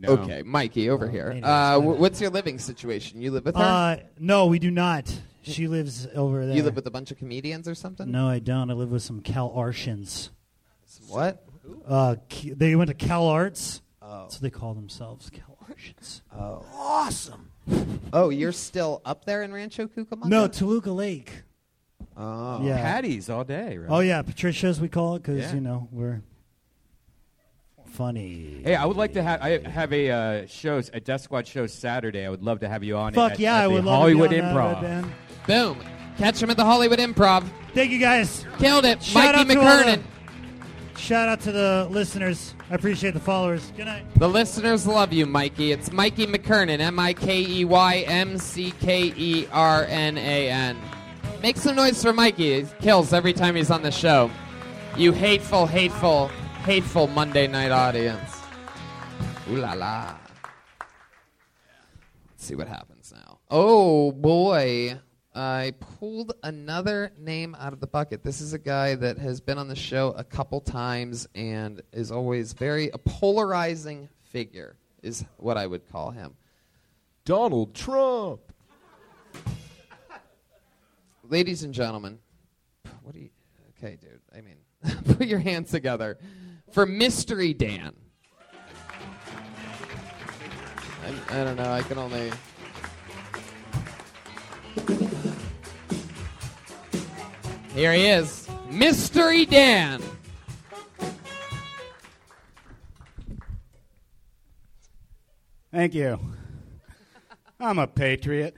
Speaker 2: Okay, Mikey, over
Speaker 16: Oh,
Speaker 2: here.
Speaker 16: anyways,
Speaker 2: Uh,
Speaker 16: whatever.
Speaker 2: wh- what's your living situation? You live with her?
Speaker 16: Uh, no, we do not. She lives over there.
Speaker 2: you live with a bunch of comedians or something?
Speaker 16: No, I don't. I live with some Cal Artians.
Speaker 2: What?
Speaker 16: Uh, K- they went to Cal Arts.
Speaker 2: Oh.
Speaker 16: That's what they call themselves, Cal Artians.
Speaker 2: Oh.
Speaker 16: Awesome.
Speaker 2: Oh, you're still up there in Rancho Cucamonga?
Speaker 16: No, Toluca Lake.
Speaker 2: Oh.
Speaker 16: Yeah.
Speaker 3: Patties all day, right?
Speaker 16: Oh, yeah, Patricia's, we call it, because,
Speaker 3: Yeah.
Speaker 16: you know, we're funny.
Speaker 3: Hey, I would like to have I have a uh, show a Death Squad show Saturday. I would love to have you on.
Speaker 16: Fuck
Speaker 3: at,
Speaker 16: yeah,
Speaker 3: at
Speaker 16: I
Speaker 3: the
Speaker 16: would love to be
Speaker 3: Hollywood
Speaker 16: on that, uh,
Speaker 3: Improv.
Speaker 16: Red Band.
Speaker 2: Boom. Catch him at the Hollywood Improv.
Speaker 16: Thank you guys.
Speaker 2: Killed it.
Speaker 16: Shout
Speaker 2: Mikey
Speaker 16: out to all
Speaker 2: McKernan.
Speaker 16: the- shout out to the listeners. I appreciate the followers. Good night.
Speaker 2: The listeners love you, Mikey. It's Mikey McKernan, M I K E Y M C K E R N A N. Make some noise for Mikey. He kills every time he's on the show. You hateful, hateful, hateful Monday night audience. Ooh la la. Let's see what happens now. Oh boy. I pulled another name out of the bucket. This is a guy that has been on the show a couple times and is always very a polarizing figure is what I would call him. Donald Trump. Ladies and gentlemen, what do you Okay, dude. I mean, put your hands together for Mystery Dan. I, I don't know. I can only. Here he is, Mystery Dan.
Speaker 17: Thank you. I'm a patriot.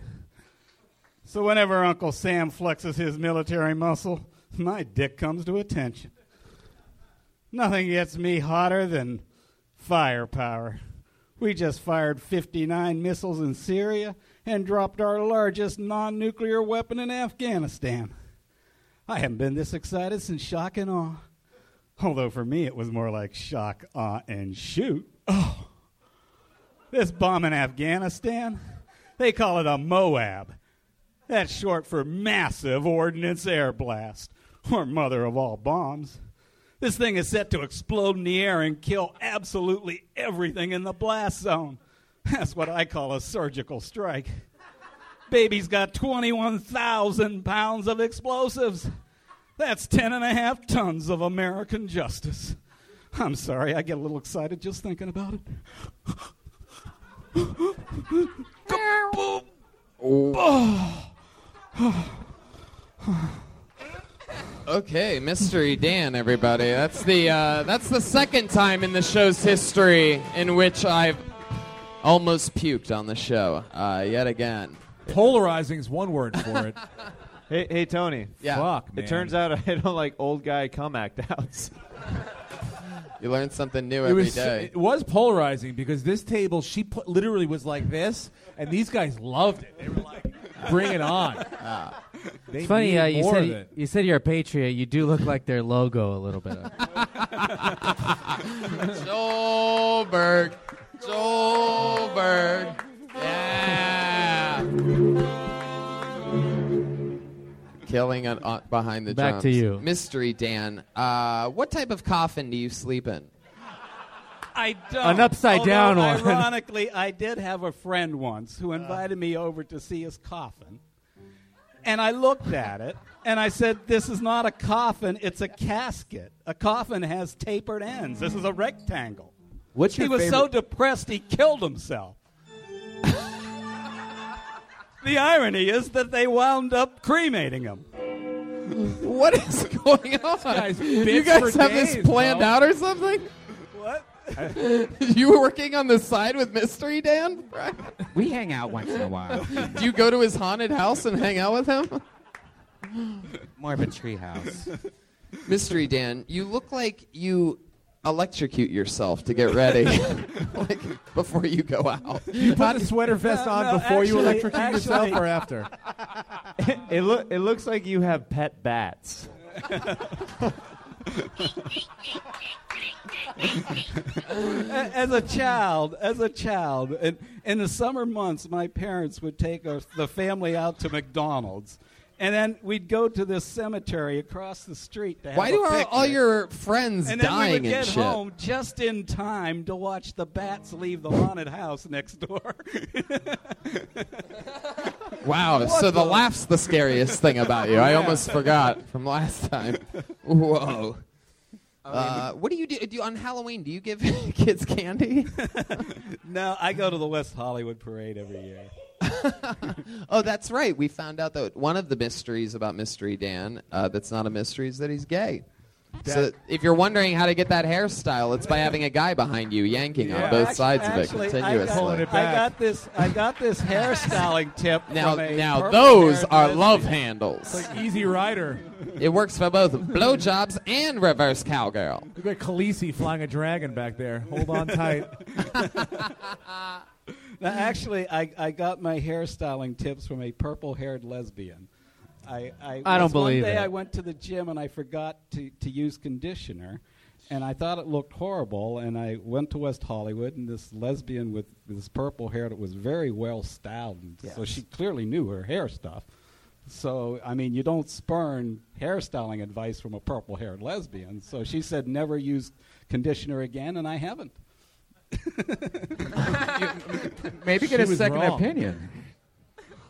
Speaker 17: So whenever Uncle Sam flexes his military muscle, my dick comes to attention. Nothing gets me hotter than firepower. We just fired 59 missiles in Syria and dropped our largest non nuclear weapon in Afghanistan. I haven't been this excited since shock and awe. Although for me it was more like shock, awe, and shoot. Oh, this bomb in Afghanistan, they call it a MOAB. That's short for Massive Ordnance Air Blast, or mother of all bombs. This thing is set to explode in the air and kill absolutely everything in the blast zone. That's what I call a surgical strike. Baby's got 21,000 pounds of explosives. That's 10 and a half tons of American justice. I'm sorry, I get a little excited just thinking about it. Kaboom!
Speaker 18: Oh,
Speaker 2: Okay, Mystery Dan, everybody. That's the uh, that's the second time in the show's history in which I've almost puked on the show uh, yet again.
Speaker 4: Polarizing is one word for it.
Speaker 7: Hey, hey, Tony.
Speaker 2: Yeah. Fuck, man.
Speaker 7: It turns out I don't like old guy come act outs.
Speaker 2: You learn something new
Speaker 4: it
Speaker 2: every
Speaker 4: was
Speaker 2: day.
Speaker 4: it was polarizing because this table she put, literally was like this, and these guys loved it. They were like, "Bring it on!"
Speaker 2: Ah.
Speaker 4: They
Speaker 10: it's funny.
Speaker 4: need
Speaker 10: Uh, you
Speaker 4: more
Speaker 10: said
Speaker 4: of
Speaker 10: you,
Speaker 4: it.
Speaker 10: you said you're a patriot. You do look like their logo a little bit.
Speaker 2: Joel Berg. Joel Berg. Killing on, on- behind the
Speaker 10: Back
Speaker 2: drums.
Speaker 10: to you.
Speaker 2: Mystery Dan. Uh, what type of coffin do you sleep in?
Speaker 17: I don't.
Speaker 10: An upside
Speaker 17: Although,
Speaker 10: down one.
Speaker 17: Ironically, I did have a friend once
Speaker 2: Uh.
Speaker 17: who invited me over to see his coffin. And I looked at it and I said, This is not a coffin, it's a casket. A coffin has tapered ends. This is a rectangle.
Speaker 3: What's
Speaker 17: he
Speaker 3: your
Speaker 17: was so depressed he killed himself. the irony is that they wound up cremating him.
Speaker 2: What is going on?
Speaker 17: guy's
Speaker 2: you
Speaker 17: bits
Speaker 2: guys
Speaker 17: for
Speaker 2: have
Speaker 17: days,
Speaker 2: this planned
Speaker 17: bro.
Speaker 2: out or something? you were working on the side with Mystery Dan?
Speaker 3: We hang out once in a while.
Speaker 2: do you go to his haunted house and hang out with him?
Speaker 3: More of a treehouse.
Speaker 2: Mystery Dan, you look like you electrocute yourself to get ready like, before you go out.
Speaker 4: You put a sweater vest on before you electrocute yourself or after?
Speaker 7: it, loo- it looks like you have pet bats.
Speaker 17: A- as a child, as a child, in, in the summer months, my parents would take us, the family out to McDonald's, and then we'd go to this cemetery across the street. To have
Speaker 2: Why
Speaker 17: a
Speaker 2: do all,
Speaker 17: picnic.
Speaker 2: all your friends
Speaker 17: and then we would
Speaker 2: dying
Speaker 17: get
Speaker 2: and shit?
Speaker 17: home just in time to watch the bats leave the haunted house next door.
Speaker 2: Wow,
Speaker 17: What
Speaker 2: so the,
Speaker 17: the-
Speaker 2: laugh's the scariest thing about you. I
Speaker 17: Yeah.
Speaker 2: almost forgot from last time. Whoa. Uh, what do you do, do you, on Halloween? Do you give kids candy?
Speaker 17: no, I go to the West Hollywood Parade every year.
Speaker 2: oh, that's right. We found out that one of the mysteries about Mystery Dan uh, that's not a mystery is that he's gay. So
Speaker 17: That-
Speaker 2: if you're wondering how to get that hairstyle, it's by having a guy behind you yanking on both
Speaker 17: Actu-
Speaker 2: sides
Speaker 17: actually,
Speaker 2: of it continuously.
Speaker 17: I got, I got this. I got this hairstyling tip.
Speaker 2: now,
Speaker 17: from a
Speaker 2: now
Speaker 17: purple
Speaker 2: those
Speaker 17: haired
Speaker 2: are
Speaker 17: lesbian.
Speaker 2: love handles.
Speaker 4: Easy Rider.
Speaker 2: It works for both blowjobs and reverse cowgirl.
Speaker 4: Look at Khaleesi flying a dragon back there. Hold on tight.
Speaker 17: Now, actually, I, I got my hairstyling tips from a purple haired lesbian. I, I,
Speaker 10: I don't
Speaker 17: was
Speaker 10: believe
Speaker 17: One day
Speaker 10: it.
Speaker 17: I went to the gym and I forgot to, to use conditioner, and I thought it looked horrible. And I went to West Hollywood, and this lesbian with this purple hair that was very well styled, and so
Speaker 19: Yes.
Speaker 17: she clearly knew her hair stuff. So I mean, you don't spurn hairstyling advice from a purple-haired lesbian. So she said, "Never use conditioner again," and I haven't.
Speaker 3: Maybe get
Speaker 17: She
Speaker 3: a
Speaker 17: was
Speaker 3: second
Speaker 17: wrong.
Speaker 3: opinion.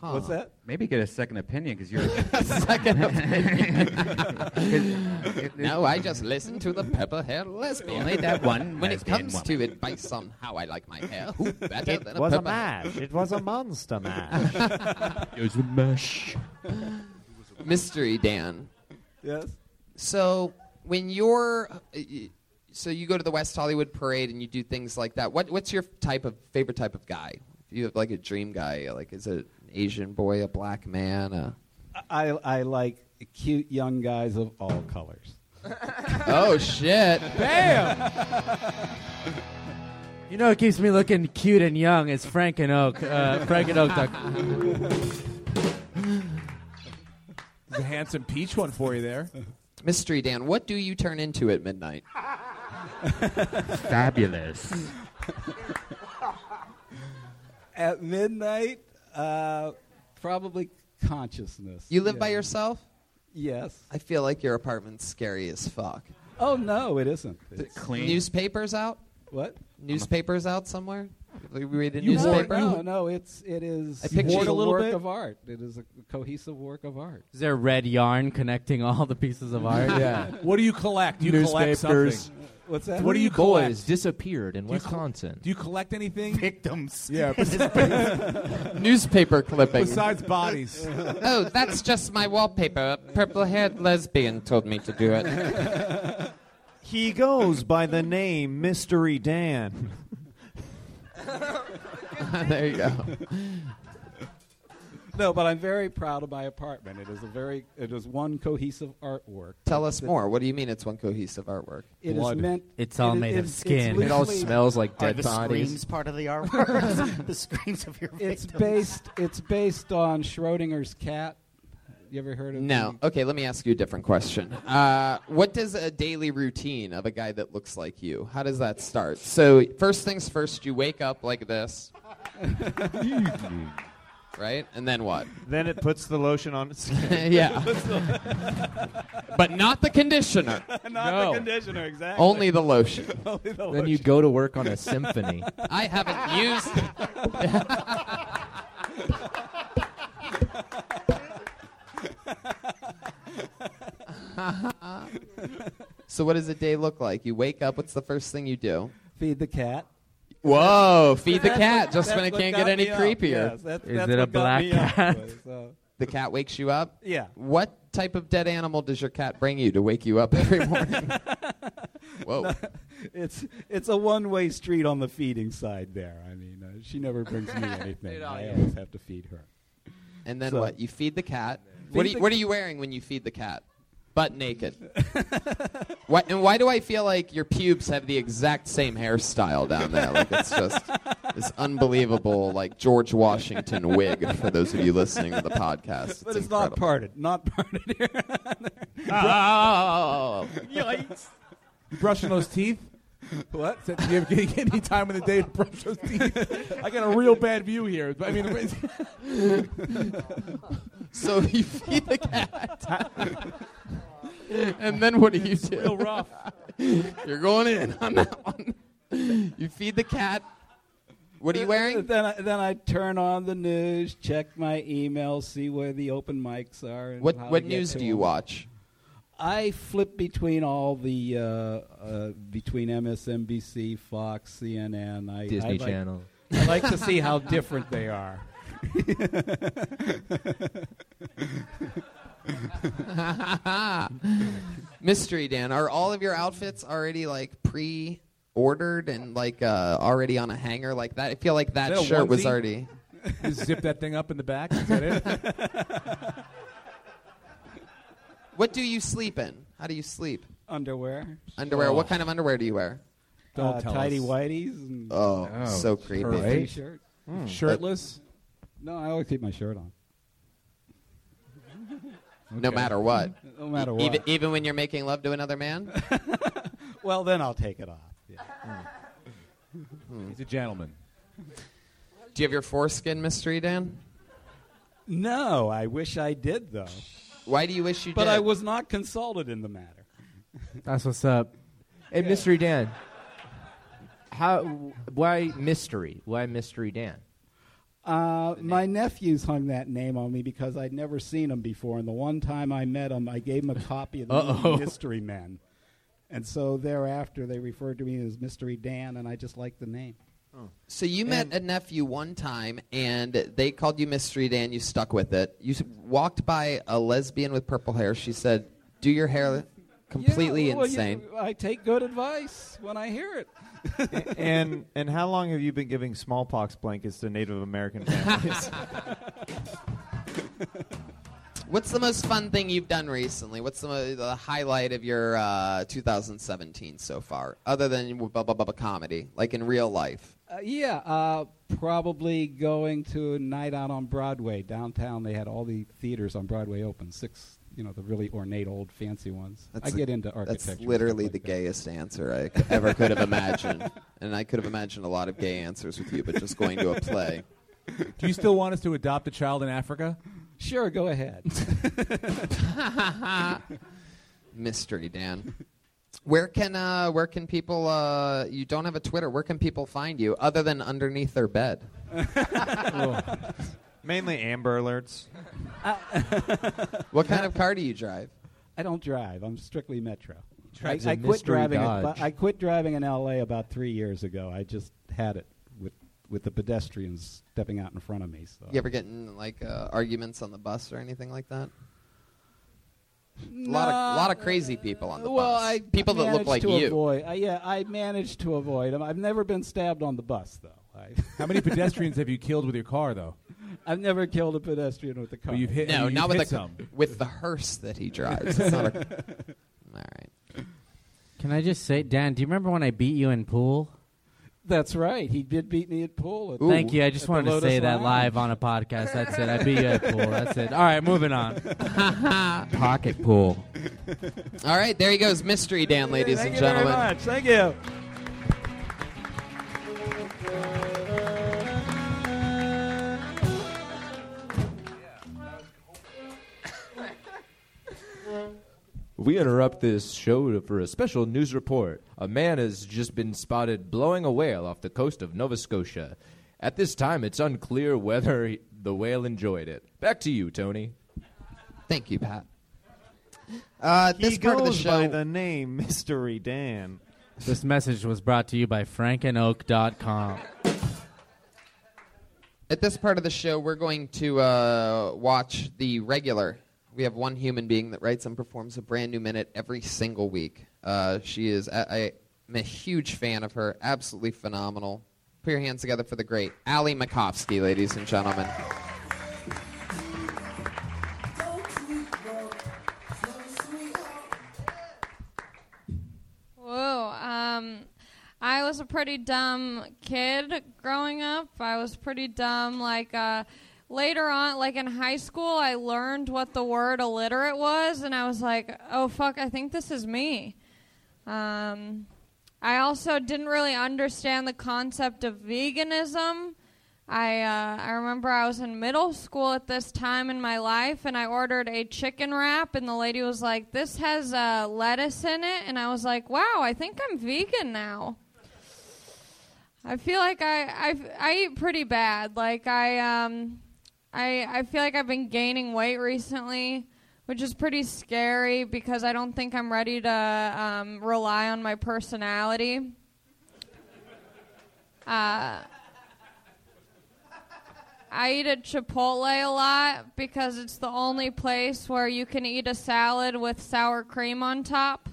Speaker 17: What's that?
Speaker 3: Maybe get a second opinion because you're
Speaker 2: Second opinion. no, I just listen to the pepper haired lesbian.
Speaker 3: Only that one
Speaker 2: When it
Speaker 3: lesbian
Speaker 2: comes
Speaker 3: woman.
Speaker 2: to advice on how I like my hair, who better
Speaker 12: It
Speaker 2: than
Speaker 12: was a
Speaker 2: pepper-
Speaker 12: mash. It was a monster mash.
Speaker 2: it was a mash. Mystery Dan.
Speaker 17: Yes.
Speaker 2: So when you're, uh, so you go to the West Hollywood Parade and you do things like that. What what's your type of favorite type of guy? Do you have like a dream guy? Like is it an Asian boy, a black man? A...
Speaker 17: I, I like cute young guys of all colors.
Speaker 2: oh shit!
Speaker 10: You know, what keeps me looking cute and young is Frank and Oak. Uh, Frank and Oak.
Speaker 4: There's a handsome peach one for you there.
Speaker 2: Mystery Dan, what do you turn into at midnight?
Speaker 3: fabulous.
Speaker 17: At midnight, uh, probably consciousness.
Speaker 2: You live by
Speaker 17: Yeah.
Speaker 2: yourself?
Speaker 17: Yes.
Speaker 2: I feel like your apartment's scary as fuck.
Speaker 17: Oh no, it isn't. It's
Speaker 2: Newspapers out?
Speaker 17: What?
Speaker 2: Newspapers out somewhere? We read a
Speaker 17: You wore-
Speaker 2: newspaper.
Speaker 17: No, no, it's it is.
Speaker 2: I pictured
Speaker 17: it's
Speaker 2: a little
Speaker 17: work
Speaker 2: bit.
Speaker 17: of art. It is a cohesive work of art.
Speaker 10: Is there red yarn connecting all the pieces of art?
Speaker 4: Yeah. What do you collect? You collect
Speaker 9: Newspapers.
Speaker 4: something.
Speaker 17: What's that?
Speaker 4: What do
Speaker 9: Three
Speaker 4: you collect?
Speaker 9: boys disappeared in
Speaker 4: Do you
Speaker 9: Wisconsin.
Speaker 4: Do you collect anything?
Speaker 2: Victims.
Speaker 4: Yeah.
Speaker 2: Newspaper clippings.
Speaker 4: Besides bodies.
Speaker 2: oh, that's just my wallpaper. A purple haired lesbian told me to do it.
Speaker 12: he goes by the name Mystery Dan.
Speaker 2: there you go.
Speaker 17: No, but I'm very proud of my apartment. It is a very it is one cohesive artwork.
Speaker 2: Tell us more. What do you mean it's one cohesive artwork?
Speaker 17: It is Blood. meant-
Speaker 9: It's all it- made of it's- it's skin.
Speaker 2: It all
Speaker 9: literally-
Speaker 2: smells like
Speaker 9: Are
Speaker 2: dead
Speaker 9: the
Speaker 2: bodies.
Speaker 5: Screams part of the artwork. the screams of your victims.
Speaker 17: It's based it's based on Schrodinger's cat. You ever heard of
Speaker 2: No. Okay, let me ask you a different question. Uh, what does a daily routine of a guy that looks like you? How does that start? So first things first, you wake up like this, right? And then what?
Speaker 12: then it puts the lotion on its skin.
Speaker 2: Yeah. but not the conditioner.
Speaker 12: Not
Speaker 2: No.
Speaker 12: the conditioner, exactly.
Speaker 2: Only the lotion.
Speaker 12: Only the
Speaker 9: Then you go to work on a symphony.
Speaker 2: I haven't used. so what does a day look like? You wake up. What's the first thing you do?
Speaker 17: Feed the cat.
Speaker 2: Whoa! Feed the
Speaker 17: That's
Speaker 2: cat.
Speaker 17: what-
Speaker 2: Just
Speaker 17: that's
Speaker 2: when it
Speaker 17: what
Speaker 2: can't
Speaker 17: got
Speaker 2: get any
Speaker 17: me up.
Speaker 2: creepier.
Speaker 17: Yes, that's- Is that's it a what got black me up, cat? was, uh,
Speaker 2: The cat wakes you up.
Speaker 17: Yeah.
Speaker 2: What type of dead animal does your cat bring you to wake you up every morning? Whoa.
Speaker 17: it's it's a one way street on the feeding side there. I mean, uh, she never brings me anything.
Speaker 2: Dude, oh,
Speaker 17: I
Speaker 2: yeah.
Speaker 17: always have to feed her.
Speaker 2: And then
Speaker 17: So-
Speaker 2: what? You feed the cat. What are,
Speaker 17: Feed
Speaker 2: you,
Speaker 17: the-
Speaker 2: what are you wearing when you feed the cat? Butt naked. why, and why do I feel like your pubes have the exact same hairstyle down there? Like it's just this unbelievable, like George Washington wig. For those of you listening to the podcast,
Speaker 17: But it's not parted. Not parted here.
Speaker 2: Oh.
Speaker 17: Yikes.
Speaker 4: You brushing those teeth? What? Do you ever get any time in the day to brush those teeth? I got a real bad view here. but I mean,
Speaker 2: so "Oh, you feed the cat, and then what do you
Speaker 4: It's
Speaker 2: do?
Speaker 4: real rough.
Speaker 2: You're going in on that one. You feed the cat. What are you wearing?
Speaker 17: Then I, then I turn on the news, check my email, see where the open mics are. And
Speaker 2: What
Speaker 17: how to
Speaker 2: what
Speaker 17: get
Speaker 2: news
Speaker 17: to
Speaker 2: do you
Speaker 17: them.
Speaker 2: watch?
Speaker 17: I flip between all the uh, uh, between MSNBC, Fox, CNN, I,
Speaker 9: Disney
Speaker 17: I like-
Speaker 9: Channel.
Speaker 17: I like to see how different they are.
Speaker 2: Mystery Dan, are all of your outfits already like pre ordered and like uh, already on a hanger like that? I feel like that,
Speaker 4: Is that a
Speaker 2: shirt was
Speaker 4: onesie?
Speaker 2: already
Speaker 4: You zip that thing up in the back. Is that it?
Speaker 2: What do you sleep in? How do you sleep?
Speaker 17: Underwear.
Speaker 2: Underwear. What
Speaker 17: Oh.
Speaker 2: kind of underwear do you wear?
Speaker 17: Don't Uh, tell tidy us. whities and-
Speaker 2: oh,
Speaker 17: Oh,
Speaker 2: so creepy.
Speaker 17: right? Hmm. T-shirt.
Speaker 2: Mm.
Speaker 17: Shirtless? No, I always keep my shirt on.
Speaker 2: no
Speaker 20: Okay.
Speaker 2: matter what.
Speaker 20: No matter
Speaker 2: E-
Speaker 20: what.
Speaker 2: Even, even when you're making love to another man?
Speaker 20: well, then I'll take it off.
Speaker 4: He's a gentleman.
Speaker 2: Hmm. Do you have your foreskin mystery, Dan?
Speaker 17: No, I wish I did though.
Speaker 2: Why do you wish you
Speaker 17: but
Speaker 2: did?
Speaker 17: I was not consulted in the matter.
Speaker 9: That's what's up. Hey, Mystery Dan. How? Why mystery? Why Mystery Dan?
Speaker 17: Uh, my nephews hung that name on me because I'd never seen him before, and the one time I met him, I gave him a copy of the
Speaker 9: Uh-oh.
Speaker 17: movie Mystery Men, and so thereafter they referred to me as Mystery Dan, and I just liked the name.
Speaker 2: So you met a nephew one time, and they called you Mystery Dan. You stuck with it. You s- walked by a lesbian with purple hair. She said, "Do your hair completely
Speaker 17: well, you-
Speaker 2: insane."
Speaker 17: I take good advice when I hear it.
Speaker 7: and and how long have you been giving smallpox blankets to Native American families?
Speaker 2: What's the most fun thing you've done recently? What's the, mo- the highlight of your uh, 2017 so far, other than blah blah blah blah comedy, like in real life?
Speaker 17: Uh, yeah, uh, probably going to a night out on Broadway downtown. They had all the theaters on Broadway open. Six, you know, the really ornate, old, fancy ones. I
Speaker 2: the-
Speaker 17: get into architecture.
Speaker 2: That's literally the gayest answer I c- ever could have imagined, and I could have imagined a lot of gay answers with you, but just going to a play.
Speaker 4: Do you still want us to adopt a child in Africa?
Speaker 17: Sure, go ahead.
Speaker 2: Mystery Dan. Where can uh, where can people? Uh, you don't have a Twitter. Where can people find you other than underneath their bed?
Speaker 7: Mainly Amber Alerts.
Speaker 2: what kind of car do you drive?
Speaker 17: I don't drive. I'm strictly Metro. I,
Speaker 7: drives a
Speaker 17: I quit
Speaker 7: mystery
Speaker 17: driving.
Speaker 7: Dodge.
Speaker 17: I quit driving in L.A. about three years ago. I just had it with with the pedestrians stepping out in front of me. So
Speaker 2: You ever get in like uh, arguments on the bus or anything like that? A lot of lot of crazy people on the
Speaker 17: well,
Speaker 2: bus.
Speaker 17: I
Speaker 2: people that look
Speaker 17: managed
Speaker 2: like
Speaker 17: to
Speaker 2: you.
Speaker 17: Avoid, uh, yeah, I managed to avoid them. I've never been stabbed on the bus though. I,
Speaker 4: How many pedestrians have you killed with your car, though?
Speaker 17: I've never killed a pedestrian with a car.
Speaker 4: Well, you've hit-
Speaker 2: No,
Speaker 4: you've
Speaker 2: not with
Speaker 4: hit
Speaker 2: the
Speaker 4: some.
Speaker 2: with the hearse that he drives. It's not a- all right.
Speaker 10: Can I just say, Dan? Do you remember when I beat you in pool?
Speaker 17: That's right. He did beat me at pool. At
Speaker 10: Thank you. I just
Speaker 17: at the
Speaker 10: wanted to
Speaker 17: Lotus
Speaker 10: say that
Speaker 17: Lounge.
Speaker 10: live on a podcast. That's it. I beat you at pool. That's it. All right, moving on. Pocket pool.
Speaker 2: All right, there he goes, mystery Dan, ladies
Speaker 10: Thank
Speaker 2: and
Speaker 10: you very
Speaker 2: gentlemen.
Speaker 10: much.
Speaker 17: Thank you.
Speaker 9: We interrupt this show to- for a special news report. A man has just been spotted blowing a whale off the coast of Nova Scotia. At this time, it's unclear whether he- the whale enjoyed it. Back to you, Tony.
Speaker 2: Thank you, Pat. Uh,
Speaker 7: he
Speaker 10: this part of the
Speaker 7: goes by
Speaker 10: show-
Speaker 7: the name Mystery Dan.
Speaker 10: This message was brought to you by frankandoak.com.
Speaker 2: At this part of the show, we're going to uh, watch the regular. We have one human being that writes and performs a brand new minute every single week. Uh, she is, I, I, am a huge fan of her, absolutely phenomenal. Put your hands together for the great Ali Makovsky, ladies and gentlemen.
Speaker 19: Whoa. Um, I was a pretty dumb kid growing up. I was pretty dumb. Like uh, later on, like in high school, I learned what the word illiterate was, and I was like, "Oh fuck, I think this is me." Um, I also didn't really understand the concept of veganism. I uh, I remember I was in middle school at this time in my life, and I ordered a chicken wrap, and the lady was like, "This has uh, lettuce in it," and I was like, "Wow, I think I'm vegan now." I feel like I I I eat pretty bad. Like I um I I feel like I've been gaining weight recently, which is pretty scary because I don't think I'm ready to um, rely on my personality. Uh, I eat at Chipotle a lot because it's the only place where you can eat a salad with sour cream on top.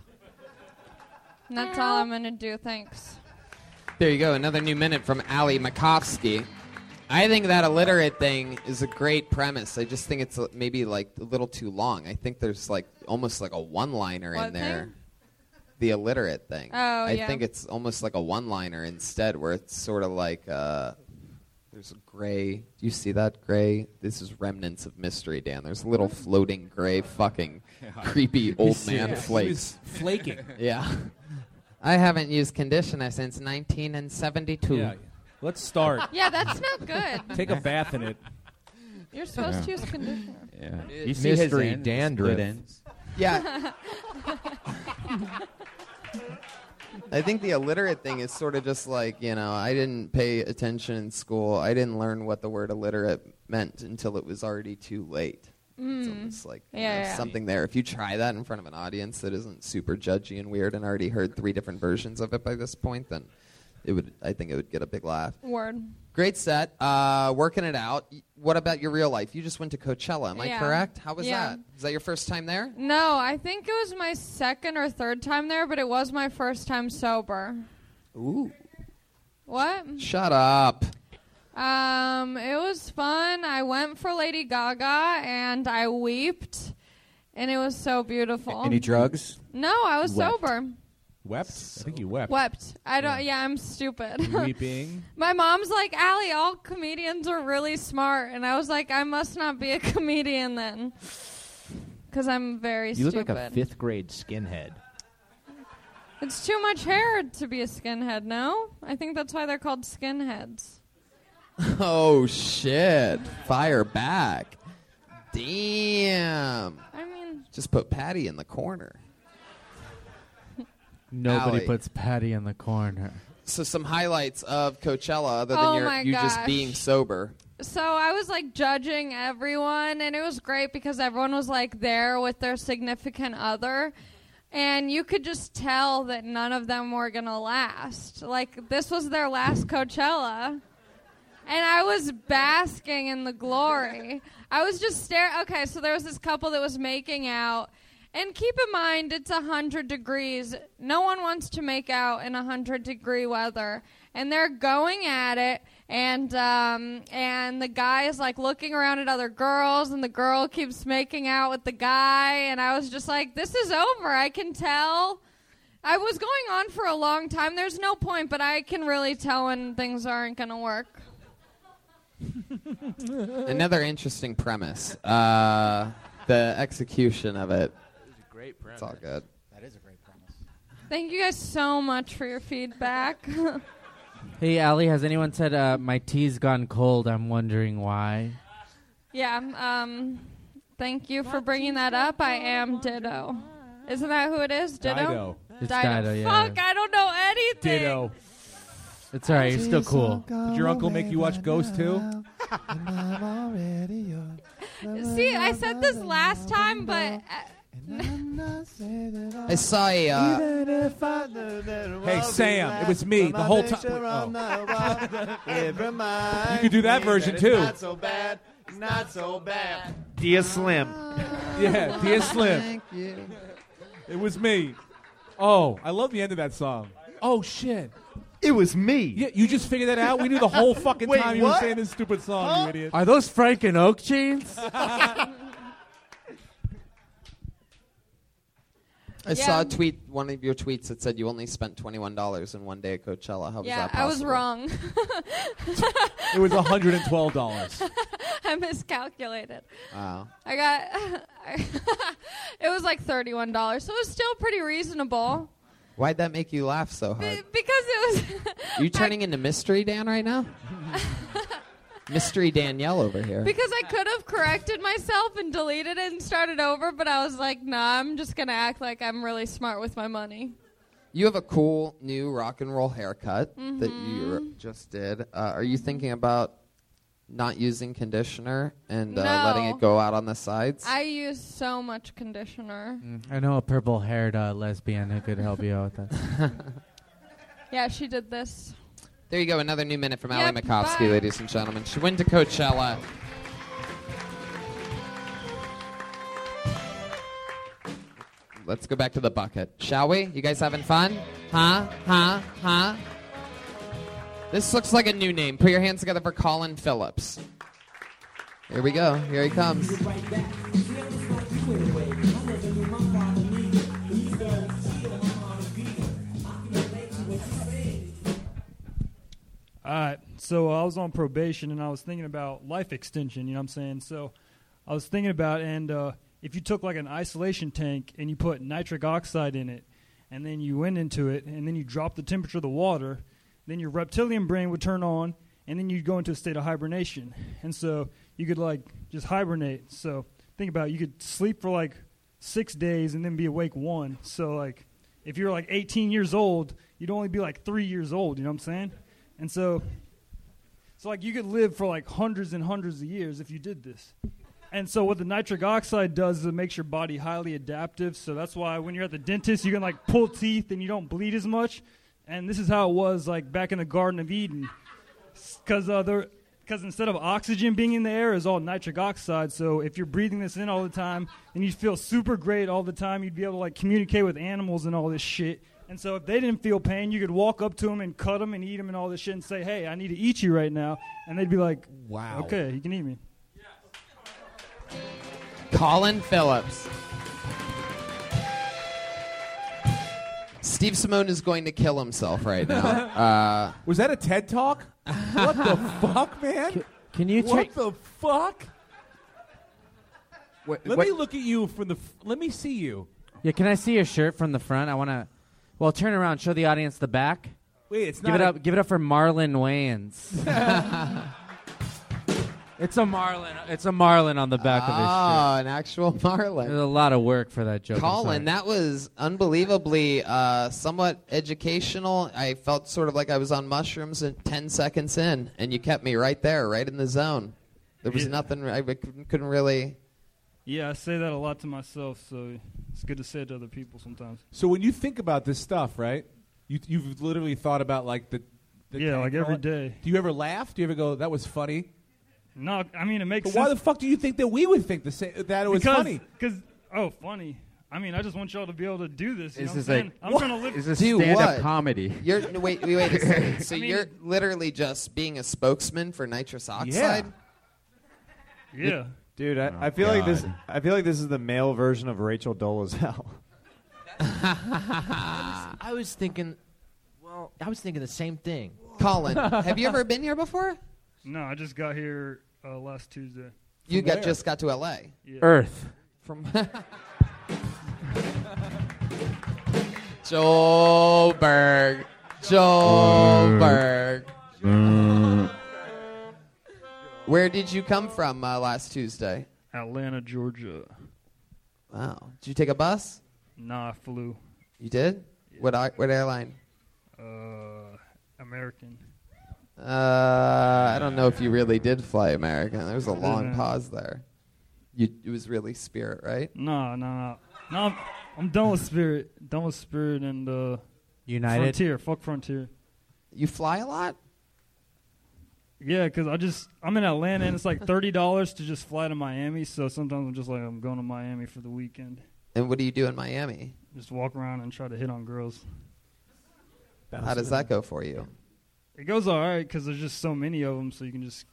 Speaker 19: And that's all I'm gonna do. Thanks.
Speaker 2: There you go, another new minute from Ali Makovsky. I think that illiterate thing is a great premise. I just think it's uh, maybe like a little too long. I think there's like almost like a one-liner in
Speaker 19: What
Speaker 2: there. The illiterate thing.
Speaker 19: Oh,
Speaker 2: I
Speaker 19: yeah.
Speaker 2: think it's almost like a one-liner instead, where it's sort of like uh, There's a gray. Do you see that gray? This is remnants of mystery, Dan. There's little floating gray, fucking creepy old man Yeah.
Speaker 4: was
Speaker 2: flakes.
Speaker 4: flaking.
Speaker 2: yeah. I haven't used conditioner since 1972.
Speaker 4: Yeah. Let's start.
Speaker 19: Yeah, that's not good.
Speaker 4: Take a bath in it.
Speaker 19: You're supposed to
Speaker 2: Yeah.
Speaker 19: use conditioner.
Speaker 1: Yeah.
Speaker 9: You see his Mystery end, dandruff. split
Speaker 2: ends. Yeah. I think the illiterate thing is sort of just like, you know, I didn't pay attention in school. I didn't learn what the word illiterate meant until it was already too late. It's
Speaker 19: Mm.
Speaker 2: almost like you
Speaker 19: Yeah,
Speaker 2: know,
Speaker 19: yeah.
Speaker 2: something there. If you try that in front of an audience that isn't super judgy and weird and already heard three different versions of it by this point, then it would I think it would get a big laugh.
Speaker 19: Word.
Speaker 2: Great set. Uh, working it out. Y- What about your real life? You just went to Coachella, am
Speaker 19: Yeah.
Speaker 2: I correct? How was
Speaker 19: Yeah.
Speaker 2: that? Is that your first time there?
Speaker 19: No, I think it was my second or third time there, but it was my first time sober.
Speaker 2: Ooh.
Speaker 19: What?
Speaker 2: Shut up.
Speaker 19: Um, it was fun. I went for Lady Gaga and I weeped, and it was so beautiful.
Speaker 3: Any drugs?
Speaker 19: No, I was
Speaker 3: Wept.
Speaker 19: sober.
Speaker 4: Wept? I think you wept.
Speaker 19: Wept. I don't. Yeah, I'm stupid.
Speaker 4: Weeping.
Speaker 19: My mom's like, Allie, all comedians are really smart, and I was like, I must not be a comedian then, because I'm very
Speaker 21: You look
Speaker 19: stupid.
Speaker 21: like a fifth grade skinhead.
Speaker 19: It's too much hair to be a skinhead. No, I think that's why they're called skinheads.
Speaker 2: Oh shit! Fire back. Damn.
Speaker 19: I mean,
Speaker 2: Just put Patty in the corner.
Speaker 10: Nobody
Speaker 2: Allie.
Speaker 10: puts Patty in the corner.
Speaker 2: So some highlights of Coachella, other than
Speaker 19: Oh
Speaker 2: your,
Speaker 19: my
Speaker 2: you just
Speaker 19: gosh.
Speaker 2: being sober.
Speaker 19: So I was like judging everyone, and it was great because everyone was like there with their significant other. And you could just tell that none of them were going to last. Like, this was their last Coachella. And I was basking in the glory. I was just staring. Okay, so there was this couple that was making out. And keep in mind, it's 100 degrees. No one wants to make out in 100 degree weather. And they're going at it. And um, and the guy is like looking around at other girls, and the girl keeps making out with the guy. And I was just like, "This is over. I can tell." I was going on for a long time. There's no point, but I can really tell when things aren't gonna work.
Speaker 2: Another interesting premise. Uh, the execution of it.
Speaker 19: great
Speaker 2: It's all good.
Speaker 5: That is a great premise.
Speaker 19: Thank you guys so much for your feedback.
Speaker 10: Hey, Ali, has anyone said uh, my tea's gone cold? I'm wondering why.
Speaker 19: yeah. Um, thank you for bringing that up. I am Ditto. Isn't that who it is? Ditto.
Speaker 10: Dido. It's Dido, yeah.
Speaker 19: Fuck! I don't know anything.
Speaker 4: Ditto.
Speaker 10: It's all right. You're still cool.
Speaker 4: Did your uncle make you watch Ghost too?
Speaker 19: See, I said this last time, but
Speaker 2: I saw a. Uh,
Speaker 4: Hey, Sam, it was me the whole time.
Speaker 14: You
Speaker 2: Oh.
Speaker 4: You could do that version too.
Speaker 14: so bad. Not so bad.
Speaker 12: Dia Slim.
Speaker 4: Yeah, Dia Slim.
Speaker 14: Thank you.
Speaker 4: It was me. Oh, I love the end of that song. Oh shit.
Speaker 12: It was me.
Speaker 4: Yeah, you just figured that out. We knew the whole fucking
Speaker 12: Wait,
Speaker 4: time you were
Speaker 12: what?
Speaker 4: saying this stupid song, you idiot.
Speaker 10: Are those Frank and Oak jeans?
Speaker 2: I saw a tweet, one of your tweets that said you only spent twenty-one dollars in one day at Coachella. How was
Speaker 19: uh, yeah,
Speaker 2: that
Speaker 19: I was
Speaker 2: possible?
Speaker 19: wrong.
Speaker 4: It was hundred and twelve dollars.
Speaker 19: I miscalculated.
Speaker 2: Wow.
Speaker 19: I got. it was like thirty-one dollars, so it was still pretty reasonable
Speaker 2: Why'd that make you laugh so hard?
Speaker 19: because it was
Speaker 2: you turning into Mystery Dan right now? Mystery Danielle over here.
Speaker 19: because I could have corrected myself and deleted it and started over, but I was like, nah, I'm just gonna act like I'm really smart with my money.
Speaker 2: You have a cool new rock and roll haircut that
Speaker 19: Mm-hmm.
Speaker 2: you just did. Uh, are you thinking about not using conditioner and uh, letting
Speaker 19: No.
Speaker 2: it go out on the sides?
Speaker 19: I use so much conditioner.
Speaker 10: I know a purple haired uh, lesbian who could help you out with that.
Speaker 19: Yeah, she did this.
Speaker 2: There you go, another new minute from
Speaker 19: Yep,
Speaker 2: Allie Makovsky,
Speaker 19: bye.
Speaker 2: ladies and gentlemen. She went to Coachella. Let's go back to the bucket, shall we? You guys having fun? Huh? Huh? Huh? This looks like a new name. Put your hands together for Colin Phillips. Here we go. Here he comes.
Speaker 18: All right. So I was on probation and I was thinking about life extension, you know what I'm saying? So I was thinking about and uh, if you took like an isolation tank and you put nitric oxide in it and then you went into it and then you dropped the temperature of the water, then your reptilian brain would turn on and then you'd go into a state of hibernation. And so you could like just hibernate. So think about it, you could sleep for like 6 days and then be awake 1. So like if you're like 18 years old, you'd only be like 3 years old, you know what I'm saying? And so, so like you could live for like hundreds and hundreds of years if you did this. And so what the nitric oxide does is it makes your body highly adaptive. So that's why when you're at the dentist, you can like pull teeth and you don't bleed as much. And this is how it was like back in the Garden of Eden, because uh, there. Because instead of oxygen being in the air, is all nitric oxide. So if you're breathing this in all the time, then you'd feel super great all the time. You'd be able to like communicate with animals and all this shit. And so if they didn't feel pain, you could walk up to them and cut them and eat them and all this shit and say, "Hey, I need to eat you right now," and they'd be like,
Speaker 2: "Wow,
Speaker 18: okay, you can eat me."
Speaker 2: Colin Phillips. Steve Simone is going to kill himself right now. Uh,
Speaker 4: Was that a TED talk? what the fuck, man? Can,
Speaker 10: you
Speaker 4: What
Speaker 10: check-
Speaker 4: the fuck? let
Speaker 10: what-
Speaker 4: me look at you from the. F- let me see you.
Speaker 10: Yeah, can I see your shirt from the front? I want to. Well, turn around, show the audience the back.
Speaker 4: Wait, it's
Speaker 10: give
Speaker 4: not
Speaker 10: it
Speaker 4: a-
Speaker 10: up. Give it up for Marlon Wayans. it's a Marlin. It's a Marlin on the back of his shirt.
Speaker 2: oh, an actual Marlin.
Speaker 10: There's a lot of work for that joke. I'm sorry.
Speaker 2: Colin, that was unbelievably uh, somewhat educational. I felt sort of like I was on mushrooms at 10 seconds in, and you kept me right there, right in the zone. There was
Speaker 18: Yeah.
Speaker 2: nothing, I couldn't couldn't really.
Speaker 18: Yeah, I say that a lot to myself, so it's good to say it to other people sometimes.
Speaker 4: So when you think about this stuff, right? You you've literally thought about like the. the
Speaker 18: Yeah, like every day.
Speaker 4: Do you ever laugh? Do you ever go, "That was funny"?
Speaker 18: No, I mean it makes.
Speaker 4: But why the
Speaker 18: sense.
Speaker 4: fuck do you think that we would think the same? That it was
Speaker 18: because,
Speaker 4: funny.
Speaker 18: Because oh, funny. I mean, I just want y'all to be able to do this. You
Speaker 3: This
Speaker 18: know
Speaker 3: is
Speaker 18: what I'm
Speaker 3: a-
Speaker 18: saying? I'm
Speaker 3: what?
Speaker 18: trying to live.
Speaker 3: Is this
Speaker 2: Do
Speaker 3: stand-up
Speaker 2: what?
Speaker 3: comedy?
Speaker 2: You're no, wait, wait, wait a second. So
Speaker 18: I mean-
Speaker 2: you're literally just being a spokesman for nitrous oxide.
Speaker 18: Yeah.
Speaker 7: Dude, I,
Speaker 2: Oh,
Speaker 7: I feel like this.
Speaker 2: God.
Speaker 7: I feel like this is the male version of Rachel Dolezal.
Speaker 21: I was thinking, well, I was thinking the same thing.
Speaker 2: Colin, have you ever been here before?
Speaker 18: No, I just got here uh, last Tuesday.
Speaker 2: You got just got to LA.
Speaker 18: Yeah.
Speaker 10: Earth.
Speaker 2: From Joel Berg. Joel Berg. Where did you come from uh, last Tuesday?
Speaker 18: Atlanta, Georgia.
Speaker 2: Wow. Did you take a bus?
Speaker 18: Nah, I flew.
Speaker 2: You did? What What, what airline?
Speaker 18: Uh, American.
Speaker 2: Uh, I don't know if you really did fly American. There was a long
Speaker 18: Yeah.
Speaker 2: pause there. You, it was really Spirit, right?
Speaker 18: No, no, no. No, I'm, I'm done with Spirit. Done with Spirit and uh,
Speaker 10: United?
Speaker 18: Frontier. Fuck Frontier.
Speaker 2: You fly a lot?
Speaker 18: Yeah, because I just I'm in Atlanta and it's like thirty dollars to just fly to Miami. So sometimes I'm just like I'm going to Miami for the weekend.
Speaker 2: And what do you do in Miami?
Speaker 18: Just walk around and try to hit on girls.
Speaker 2: How does that go for you?
Speaker 18: It goes all right because there's just so many of them, so you can just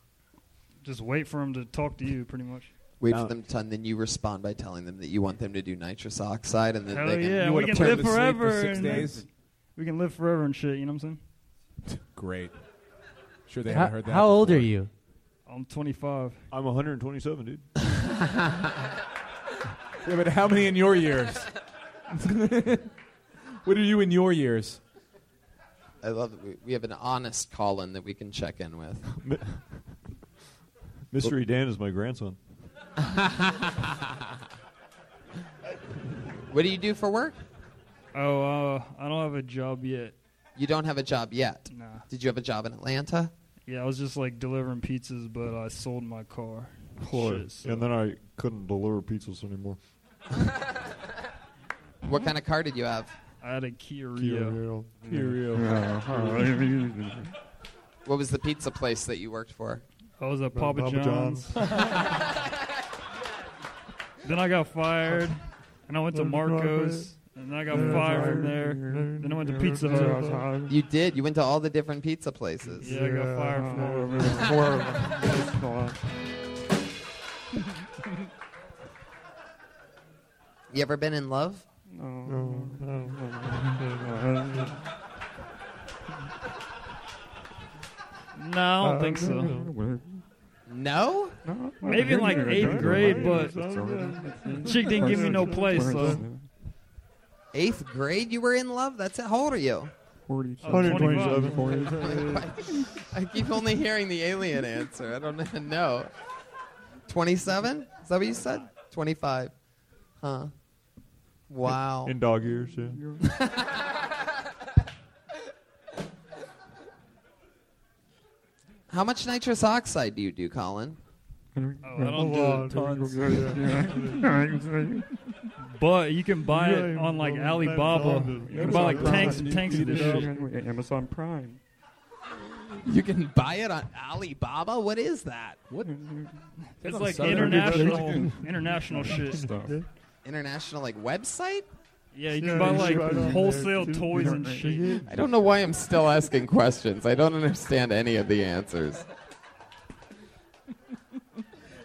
Speaker 18: just wait for them to talk to you, pretty much.
Speaker 2: Wait for them to, and then you respond by telling them that you want them to do nitrous oxide, and then
Speaker 18: Hell
Speaker 2: they can,
Speaker 18: yeah,
Speaker 2: you
Speaker 18: we
Speaker 2: wanna
Speaker 18: can
Speaker 2: put them
Speaker 18: live
Speaker 2: to sleep
Speaker 18: forever.
Speaker 2: for six
Speaker 18: and then-
Speaker 2: days.
Speaker 18: We can live forever and shit. You know what I'm saying?
Speaker 4: Great. Sure, they
Speaker 10: How-
Speaker 4: haven't heard that.
Speaker 10: how old are you?
Speaker 18: I'm 25.
Speaker 7: I'm 127, dude.
Speaker 4: Yeah, but how many in your years? what are you in your years?
Speaker 2: I love that we, we have an honest Colin that we can check in with.
Speaker 7: Mystery Dan is my grandson.
Speaker 2: What do you do for work?
Speaker 18: Oh, uh, I don't have a job yet.
Speaker 2: You don't have a job yet.
Speaker 18: Nah.
Speaker 2: Did you have a job in Atlanta?
Speaker 18: Yeah, I was just like delivering pizzas, but I sold my car. Shit, so-
Speaker 7: And then I couldn't deliver pizzas anymore.
Speaker 2: What kind of car did you have?
Speaker 18: I had a Kia
Speaker 7: Rio.
Speaker 18: Kia Rio.
Speaker 2: what was the pizza place that you worked for?
Speaker 18: I was at Uh, Papa,
Speaker 2: Papa
Speaker 18: John's. then I got fired, and I went to Marcos, and then I got fired from there. Then I went to Pizza Hut.
Speaker 2: You did. You went to all the different pizza places.
Speaker 18: Yeah, I got Yeah, fired from all of them.
Speaker 2: all of them. You ever been in love?
Speaker 18: think so.
Speaker 2: No?
Speaker 18: Maybe in like eighth grade, but she didn't give me no play, so.
Speaker 2: Eighth grade, you were in love? That's it. How old are you?
Speaker 8: 127.
Speaker 2: I keep only hearing the alien answer. I don't even know. 27? Is that what you said? 25. Huh. Wow.
Speaker 7: In dog years, yeah.
Speaker 2: How much nitrous oxide do you do, Colin?
Speaker 18: Oh, I don't do tons. but you can buy it on like Alibaba. You can buy like tanks, tanks of this shit.
Speaker 8: Amazon Prime.
Speaker 2: You can buy it on Alibaba? What is that? What?
Speaker 18: It's like international, international shit stuff.
Speaker 2: International like website?
Speaker 18: Yeah, you can buy like wholesale toys and shit.
Speaker 2: I don't know why I'm still asking questions. I don't understand any of the answers.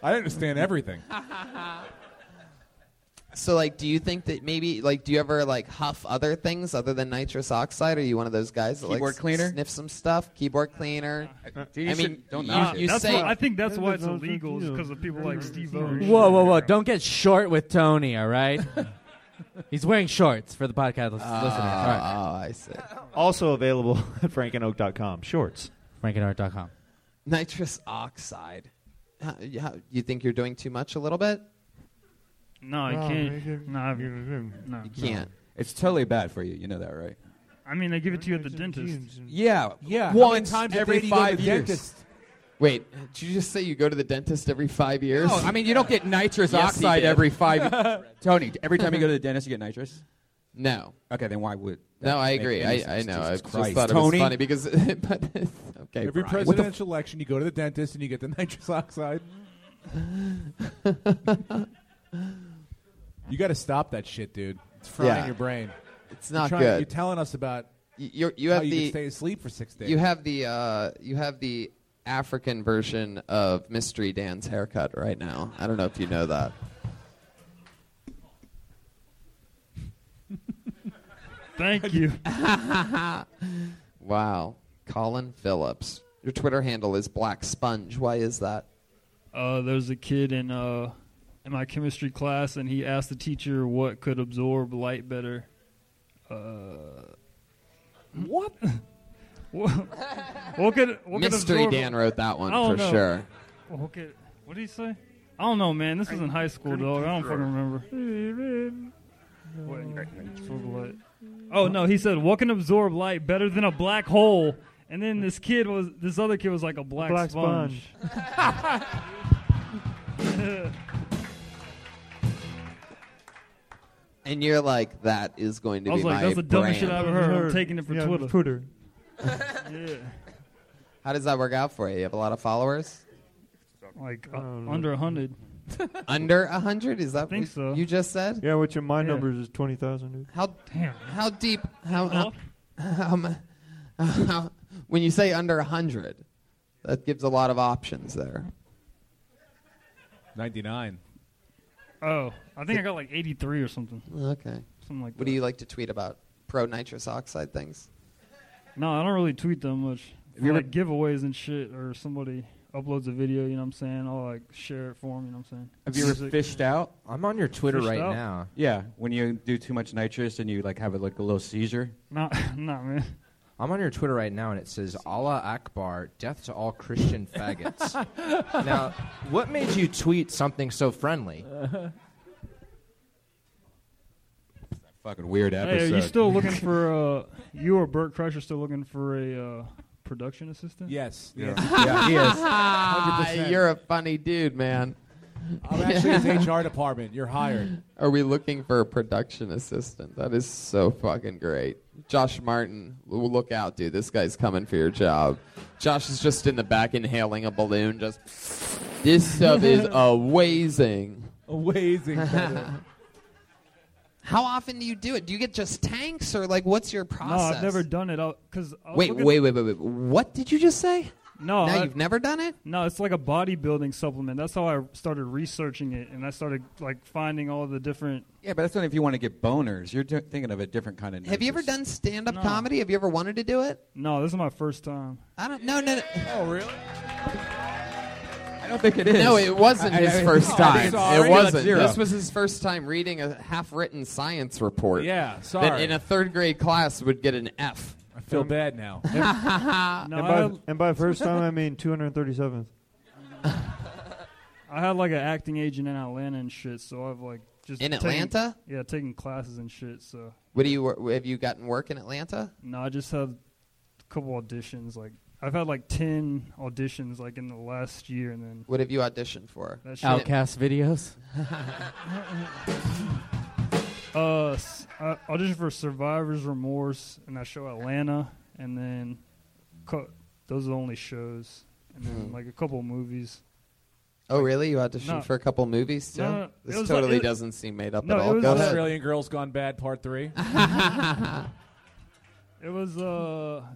Speaker 4: I understand everything.
Speaker 2: So like do you think that maybe like do you ever like huff other things other than nitrous oxide? Are you one of those guys that
Speaker 1: Keyboard
Speaker 2: like
Speaker 1: cleaner?
Speaker 2: sniff some stuff? Keyboard cleaner?
Speaker 1: Uh, Dude, you
Speaker 2: I mean
Speaker 1: should- don't
Speaker 2: you,
Speaker 1: knock it.
Speaker 2: you
Speaker 18: Uh, That's
Speaker 2: say
Speaker 18: why- I think that's why it's illegal is because of people like Steve O. and shit.
Speaker 10: Whoa, whoa, whoa! Don't get short with Tony. All right, he's wearing shorts for the podcast. Let's listen. All right.
Speaker 2: Oh, I see.
Speaker 7: Also available at frankenoak.com. Shorts.
Speaker 10: Frankenoak.com.
Speaker 2: nitrous oxide. How, you- how- you think you're doing too much a little bit?
Speaker 18: No, you No, they can't. No, no,
Speaker 2: You can't.
Speaker 1: It's totally bad for you. You know that, right?
Speaker 18: I mean, they give it to you at the dentist.
Speaker 1: Yeah.
Speaker 18: Yeah, how many
Speaker 1: Once
Speaker 18: times a
Speaker 1: every
Speaker 18: day do you go to
Speaker 1: five
Speaker 18: the
Speaker 1: years.
Speaker 18: dentist?
Speaker 2: Wait, did you just say you go to the dentist every five years?
Speaker 1: No, I mean you don't get nitrous
Speaker 2: Yes, he
Speaker 1: oxide
Speaker 2: did.
Speaker 1: every five. Tony, every time you go to the dentist, you get nitrous.
Speaker 2: No.
Speaker 1: Okay, then why would? that
Speaker 2: No, I
Speaker 1: make
Speaker 2: agree.
Speaker 1: any
Speaker 2: I,
Speaker 1: sense?
Speaker 2: I know.
Speaker 1: Jesus
Speaker 2: I just
Speaker 1: Christ.
Speaker 2: thought
Speaker 1: Tony,
Speaker 2: it was funny because, but okay.
Speaker 4: Every
Speaker 2: Brian.
Speaker 4: presidential election, you go to the dentist and you get the nitrous oxide. you got to stop that shit, dude. It's frying
Speaker 2: Yeah.
Speaker 4: your brain.
Speaker 2: It's
Speaker 4: You're
Speaker 2: not
Speaker 4: trying-
Speaker 2: good.
Speaker 4: You're telling us about
Speaker 2: you you
Speaker 4: how
Speaker 2: have
Speaker 4: you
Speaker 2: the
Speaker 4: can stay asleep for six days.
Speaker 2: You have the uh, you have the African version of Mystery Dan's haircut right now. I don't know if you know that.
Speaker 18: Thank you.
Speaker 2: Wow, Colin Phillips. Your Twitter handle is Black Sponge. Why is that?
Speaker 18: uh, there was a kid in uh, in my chemistry class, and he asked the teacher what could absorb light better. Uh,
Speaker 4: what?
Speaker 18: what? What could what could
Speaker 2: Mystery
Speaker 18: absorb-
Speaker 2: Dan wrote that one
Speaker 18: I don't
Speaker 2: for
Speaker 18: know.
Speaker 2: sure.
Speaker 18: What could- what did he say? I don't know, man. This is in high school, dog. I don't fucking remember. What- absorb light. Oh no, he said what can absorb light better than a black hole? And then this kid was this other kid was like a black,
Speaker 14: Black
Speaker 18: sponge.
Speaker 2: And you're like, that is going to
Speaker 18: I was
Speaker 2: be
Speaker 18: like,
Speaker 2: my
Speaker 18: that's the dumbest shit
Speaker 2: brand.
Speaker 18: I've ever heard. I'm taking it for
Speaker 14: Yeah,
Speaker 18: Twitter.
Speaker 14: Twitter.
Speaker 18: yeah,
Speaker 2: How does that work out for you? You have a lot of followers.
Speaker 18: like uh,
Speaker 7: Um,
Speaker 18: under hundred.
Speaker 2: Under a hundred? Is that
Speaker 18: think
Speaker 2: what you just said?
Speaker 7: Yeah, which in my
Speaker 18: Yeah.
Speaker 7: numbers is 20,000, dude.
Speaker 2: How
Speaker 18: Damn.
Speaker 2: How deep? How how, how, mu- how- Um, when you say under a hundred, that gives a lot of options there.
Speaker 4: 99.
Speaker 18: Oh, I think I got like eighty three or something.
Speaker 2: Okay.
Speaker 18: Something like
Speaker 2: what do you like to tweet about? Pro nitrous oxide things.
Speaker 18: No, I don't really tweet that much.
Speaker 2: Have you
Speaker 18: For, like giveaways and shit, or somebody uploads a video, you know what I'm saying? I'll like share it for 'em, you know what I'm saying?
Speaker 1: Have you ever
Speaker 18: Music.
Speaker 1: fished out?
Speaker 9: I'm on your Twitter
Speaker 18: Fished
Speaker 9: right
Speaker 18: out?
Speaker 9: now.
Speaker 1: Yeah, when you do too much nitrous and you like have a, like a little seizure.
Speaker 18: No, no, man.
Speaker 9: I'm on your Twitter right now, and it says Allah Akbar, death to all Christian faggots. now, what made you tweet something so friendly?
Speaker 1: Fucking weird episode.
Speaker 18: Hey, are you still looking for uh you or Bert Crusher still looking for a uh production assistant?
Speaker 4: Yes.
Speaker 18: Yeah.
Speaker 4: Yeah, he is. 100%.
Speaker 2: You're a funny dude, man.
Speaker 4: I'm actually his HR department. You're hired.
Speaker 2: Are we looking for a production assistant? That is so fucking great. Josh Martin, l- look out, dude. This guy's coming for your job. Josh is just in the back inhaling a balloon. Just this stuff is amazing.
Speaker 4: Amazing. brother.
Speaker 2: How often do you do it? Do you get just tanks or like what's your
Speaker 18: No,
Speaker 2: process?
Speaker 18: I've never done it. Because
Speaker 2: Wait, wait, wait, wait, wait. What did you just say?
Speaker 18: No,
Speaker 2: Now
Speaker 18: I-
Speaker 2: you've never done it.
Speaker 18: No, it's like a bodybuilding supplement. That's how I started researching it, and I started like finding all the different.
Speaker 3: Yeah, but that's not if you want to get boners. You're t- thinking of a different kind of.
Speaker 18: Have you ever
Speaker 2: Done stand-up comedy? Have you ever wanted to do it?
Speaker 18: No, this is my first time.
Speaker 2: I don't. No, no. no.
Speaker 18: Oh, really?
Speaker 3: I don't think it is.
Speaker 2: No, it wasn't
Speaker 3: I-
Speaker 2: his
Speaker 3: I-
Speaker 2: first
Speaker 3: no,
Speaker 2: time.
Speaker 3: it's
Speaker 2: It
Speaker 3: already
Speaker 2: wasn't.
Speaker 3: at zero.
Speaker 2: This was his first time reading a half-written science report.
Speaker 4: Yeah,
Speaker 2: That
Speaker 4: sorry.
Speaker 2: in a third-grade class would get an F. I
Speaker 4: feel bad now.
Speaker 7: and, by, and by first time, I mean 237th.
Speaker 18: I had like an acting agent in Atlanta and shit, so I've like just
Speaker 2: In
Speaker 18: taken-
Speaker 2: Atlanta?
Speaker 18: Yeah, taking classes and shit. So
Speaker 2: What do you wor- have? You gotten work in Atlanta?
Speaker 18: no, I just had a couple auditions. Like I've had like ten auditions like in the last year, and then
Speaker 2: What have you auditioned for?
Speaker 18: That shit-
Speaker 10: Outcast videos.
Speaker 18: Uh, s- I auditioned for Survivor's Remorse, and I show Atlanta, and then co- those are the only shows, and then
Speaker 2: Hmm.
Speaker 18: like a couple movies.
Speaker 2: Oh, really? You auditioned
Speaker 18: No.
Speaker 2: for a couple movies too?
Speaker 18: No, no, no. It
Speaker 2: This
Speaker 18: was like-
Speaker 2: totally
Speaker 18: it-
Speaker 2: doesn't seem made up
Speaker 18: No,
Speaker 2: at
Speaker 18: it
Speaker 2: all.
Speaker 18: was
Speaker 2: Go
Speaker 18: like-
Speaker 2: ahead.
Speaker 4: Australian Girls Gone Bad Part Three.
Speaker 18: It was uh,
Speaker 4: The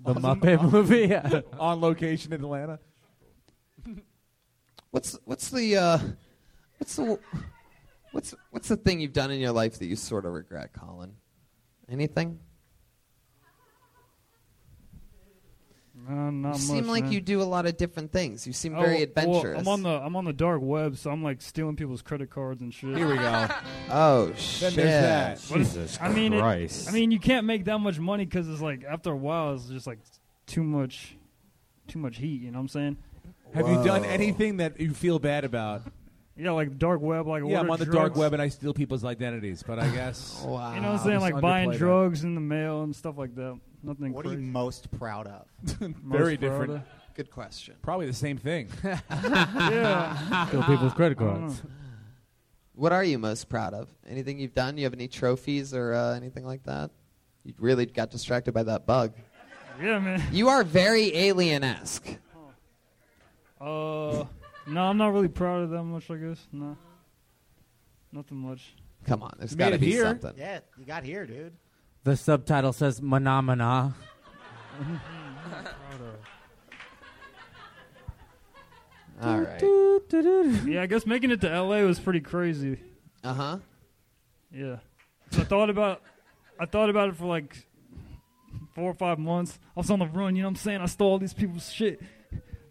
Speaker 18: was a-
Speaker 4: Muppet movie? Yeah. On location in Atlanta.
Speaker 2: What's what's the uh, what's the what's what's the thing you've done in your life that you sort of regret, Colin? Anything?
Speaker 18: No, not
Speaker 2: you seem
Speaker 18: much,
Speaker 2: like
Speaker 18: man.
Speaker 2: you do a lot of different things. You seem
Speaker 18: Oh,
Speaker 2: very
Speaker 18: well,
Speaker 2: adventurous.
Speaker 18: I'm on the I'm on the dark web, so I'm like stealing people's credit cards and shit.
Speaker 2: Here we go. Oh, Then there's shit. that.
Speaker 18: But it's-
Speaker 2: Jesus
Speaker 18: I mean, it-
Speaker 2: Christ.
Speaker 18: I mean, you can't make that much money because it's like after a while, it's just like too much, too much heat. You know what I'm saying?
Speaker 4: Have you done anything that you feel bad about?
Speaker 18: Yeah, like dark web, like
Speaker 4: yeah, I'm
Speaker 18: order
Speaker 4: on the dark
Speaker 18: drugs.
Speaker 4: web and I steal people's identities, but I guess.
Speaker 2: wow.
Speaker 18: You know what I'm saying? Like buying drugs in the mail and stuff like that. Nothing.
Speaker 5: What are
Speaker 18: crazy.
Speaker 5: you most proud of?
Speaker 4: Very different.
Speaker 2: Good question.
Speaker 4: Probably the same thing.
Speaker 18: Yeah.
Speaker 10: Steal people's credit
Speaker 18: I don't
Speaker 10: cards.
Speaker 2: What are you most proud of? Anything you've done? You have any trophies or uh, anything like that? You really got distracted by that bug.
Speaker 18: Yeah, man.
Speaker 2: You are very alien-esque.
Speaker 18: Uh, no, I'm not really proud of that much. I guess no, nothing much.
Speaker 2: Come on, there's
Speaker 18: You made
Speaker 2: got to
Speaker 18: it
Speaker 2: be
Speaker 18: here.
Speaker 2: something.
Speaker 5: Yeah, you got here, dude.
Speaker 10: The subtitle says Manamana.
Speaker 2: All right.
Speaker 18: yeah, I guess making it to LA was pretty crazy.
Speaker 2: Uh huh.
Speaker 18: Yeah. So I thought about, I thought about it for like four or five months. I was on the run. You know what I'm saying? I stole all these people's shit.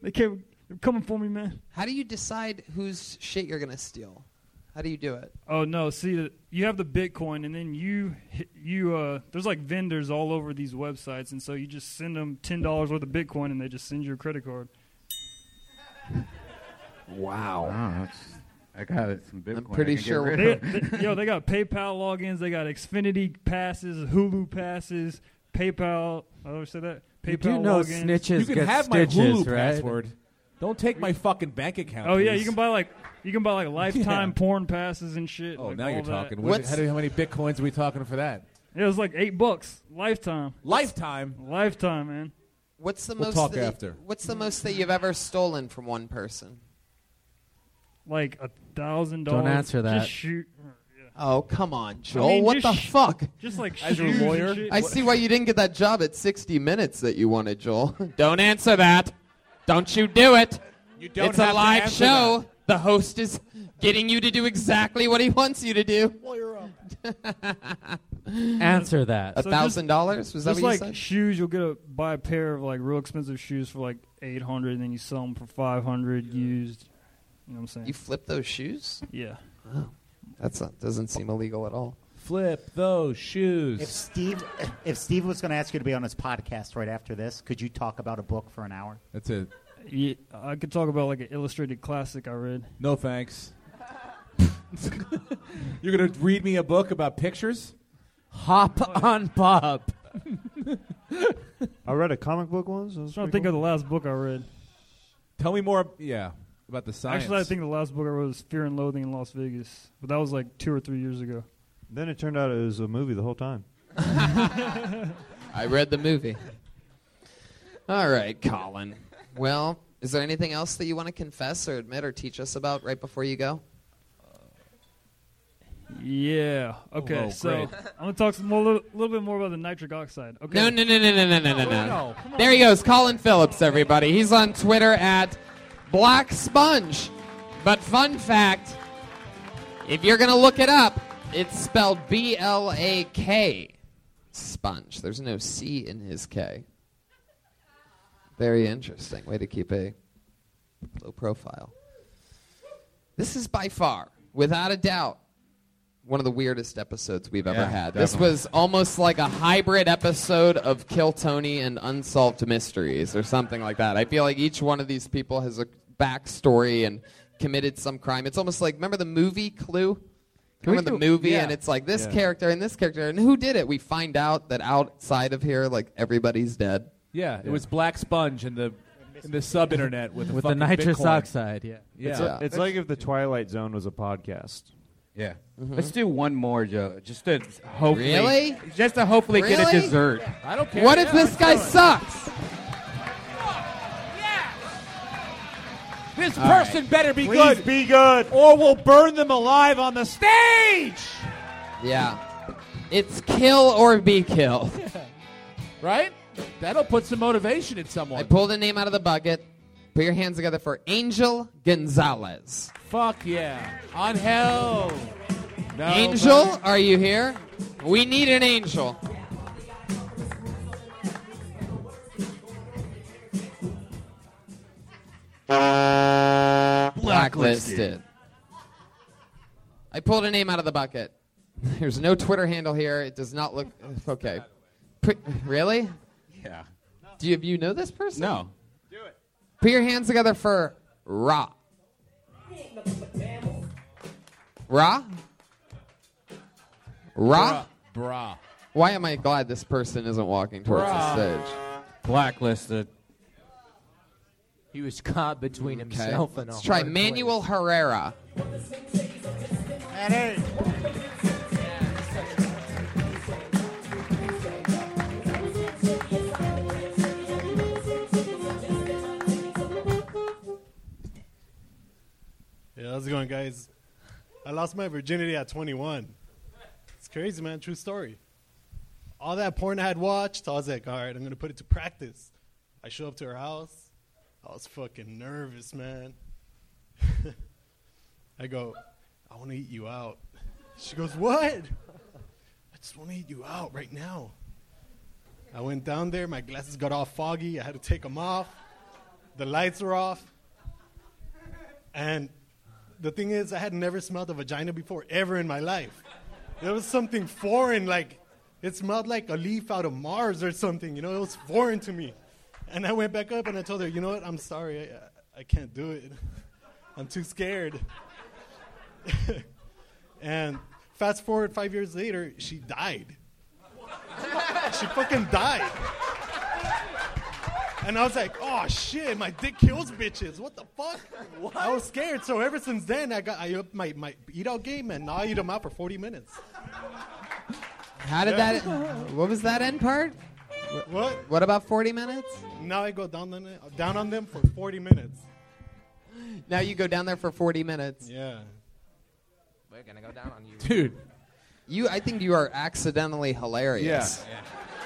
Speaker 18: They came, they're coming for me, man.
Speaker 2: How do you decide whose shit you're gonna steal? How do you do it?
Speaker 18: Oh no! See, you have the Bitcoin, and then you you uh, there's like vendors all over these websites, and so you just send them ten dollars worth of Bitcoin, and they just send you a credit card.
Speaker 2: Wow.
Speaker 3: I got some Bitcoin.
Speaker 2: pretty
Speaker 3: I can get
Speaker 2: sure-
Speaker 3: rid
Speaker 18: They,
Speaker 3: of.
Speaker 18: they- yo, they got PayPal logins. They got Xfinity passes, Hulu passes, PayPal. I always say that. PayPal
Speaker 10: You do know
Speaker 18: logins.
Speaker 10: snitches
Speaker 4: You can
Speaker 10: get
Speaker 4: have my
Speaker 10: stitches,
Speaker 4: Hulu
Speaker 10: right?
Speaker 4: password. Don't take my fucking bank account.
Speaker 18: Oh yeah,
Speaker 4: please.
Speaker 18: you can buy like you can buy like lifetime porn passes and shit.
Speaker 4: Oh,
Speaker 18: like,
Speaker 4: now
Speaker 18: all
Speaker 4: you're
Speaker 18: that.
Speaker 4: talking. What? How, do- how many bitcoins are we talking for that?
Speaker 18: Yeah, it was like eight bucks lifetime.
Speaker 4: Lifetime.
Speaker 18: Lifetime, man.
Speaker 2: What's the
Speaker 18: We'll
Speaker 2: most?
Speaker 18: talk
Speaker 2: that you-
Speaker 18: after.
Speaker 2: what's the most that you've ever stolen from one person?
Speaker 18: Like a thousand dollars.
Speaker 10: Don't answer that.
Speaker 18: Just shoot.
Speaker 2: Oh come on, Joel!
Speaker 18: I mean,
Speaker 2: what
Speaker 18: just
Speaker 2: the
Speaker 18: sh-
Speaker 2: fuck?
Speaker 18: just like
Speaker 4: As your shoes and lawyer? shit.
Speaker 2: I see why you didn't get that job at 60 Minutes that you wanted, Joel. don't answer that. Don't you do it. You
Speaker 4: don't
Speaker 2: it's
Speaker 4: have
Speaker 2: a
Speaker 4: to
Speaker 2: live
Speaker 4: answer
Speaker 2: show. The host is getting you to do exactly what he wants you to do.
Speaker 10: Answer that.
Speaker 2: A thousand dollars? Was that what
Speaker 18: just
Speaker 2: you
Speaker 18: like
Speaker 2: said?
Speaker 18: shoes? You'll get a buy a pair of like real expensive shoes for like eight hundred, and then you sell them for five hundred used. You know what I'm saying?
Speaker 2: You flip those shoes?
Speaker 18: Yeah.
Speaker 2: Oh, that's not, doesn't seem illegal at all.
Speaker 4: Flip those shoes.
Speaker 5: If Steve, if Steve was going to ask you to be on his podcast right after this, could you talk about a book for an hour?
Speaker 4: That's it.
Speaker 18: Yeah, I could talk about like an illustrated classic I read.
Speaker 4: No thanks. You're gonna read me a book about pictures?
Speaker 10: Hop on pop.
Speaker 7: I read a comic book once. I was
Speaker 18: trying to think of the last book I read.
Speaker 4: Tell me more. Yeah, about the science.
Speaker 18: Actually, I think the last book I read was Fear and Loathing in Las Vegas, but that was like two or three years ago.
Speaker 7: Then it turned out it was a movie the whole time.
Speaker 2: I read the movie. All right, Colin. Well, is there anything else that you want to confess or admit or teach us about right before you go?
Speaker 18: Yeah. Okay.
Speaker 14: Oh,
Speaker 18: so
Speaker 14: great.
Speaker 18: I'm gonna talk some more, little, little bit more about the nitric oxide. Okay.
Speaker 2: No, no, no, no, no, no, no, no,
Speaker 18: no,
Speaker 2: no.
Speaker 18: come on.
Speaker 2: There he goes, Colin Phillips, everybody. He's on Twitter at Black Sponge. But fun fact if you're going to look it up, it's spelled B L A K. Sponge. There's no C in his K. Very interesting. Way to keep a low profile. This is by far, without a doubt, one of the weirdest episodes we've ever
Speaker 3: Yeah,
Speaker 2: had. This
Speaker 3: definitely.
Speaker 2: was almost like a hybrid episode of Kill Tony and Unsolved Mysteries or something like that. I feel like each one of these people has a backstory and committed some crime. It's almost like remember the movie Clue?
Speaker 3: Can we
Speaker 2: Remember the
Speaker 3: do-
Speaker 2: movie
Speaker 3: yeah.
Speaker 2: and it's like this
Speaker 3: Yeah.
Speaker 2: character and this character and who did it? We find out that outside of here like everybody's dead.
Speaker 4: Yeah, it was black sponge in the in the sub internet with
Speaker 22: With the
Speaker 4: fucking
Speaker 22: nitrous
Speaker 4: Bitcoin.
Speaker 22: oxide, yeah.
Speaker 4: yeah.
Speaker 7: It's, uh, it's like if the Twilight Zone was a podcast.
Speaker 3: Yeah.
Speaker 7: Mhm.
Speaker 3: Let's do one more, Joe. Just to hopefully.
Speaker 2: Really?
Speaker 3: Just to hopefully get a
Speaker 2: Really?
Speaker 3: dessert.
Speaker 2: I don't care. What if this guy sucks?
Speaker 23: This
Speaker 3: All
Speaker 23: person
Speaker 3: right.
Speaker 23: better be
Speaker 3: Please
Speaker 23: good. Be good, or we'll burn them alive on the stage.
Speaker 2: Yeah. It's kill or be killed.
Speaker 14: Right? That'll put some motivation in someone.
Speaker 2: I pulled a name out of the bucket. Put your hands together for Angel Gonzalez.
Speaker 14: Fuck yeah. On hell. No,
Speaker 2: Angel, are you here? We need an angel. Blacklisted. I pulled a name out of the bucket. There's no Twitter handle here. It does not look okay. Put, really?
Speaker 24: Yeah.
Speaker 2: Do you, you know this person?
Speaker 24: No.
Speaker 2: Put your hands together for Ra. Ra? Ra?
Speaker 14: Bra.
Speaker 2: Why am I glad this person isn't walking towards the
Speaker 14: Ra.
Speaker 2: stage?
Speaker 3: Blacklisted.
Speaker 9: He was caught between
Speaker 18: Mm,
Speaker 9: himself and a
Speaker 2: Let's try
Speaker 9: hard
Speaker 2: Manuel Herrera.
Speaker 12: Yeah, how's it going, guys? I lost my virginity at 21. It's crazy, man. True story. All that porn I had watched, I was like, all right, I'm going to put it to practice. I show up to her house. I was fucking nervous, man. I go, I want to eat you out. She goes, what? I just want to eat you out right now. I went down there. My glasses got all foggy. I had to take them off. The lights were off. And the thing is, I had never smelled a vagina before ever in my life. There was something foreign, like it smelled like a leaf out of Mars or something. You know, it was foreign to me. And I went back up and I told her, you know what? I'm sorry, I, I can't do it. I'm too scared. and fast forward five years later, she died. she fucking died. And I was like, oh shit, my dick kills bitches. What the fuck? I was scared. So ever since then, I got I upped my, my eat out game and now I eat them out for 40 minutes.
Speaker 2: How did
Speaker 12: Yeah.
Speaker 2: that? What was that end part?
Speaker 12: What?
Speaker 2: What about 40 minutes?
Speaker 12: Now I go down on, it- down on them for 40 minutes.
Speaker 2: Now you go down there for 40 minutes.
Speaker 12: Yeah.
Speaker 9: We're gonna go down on you.
Speaker 2: Dude. You, I think you are accidentally hilarious.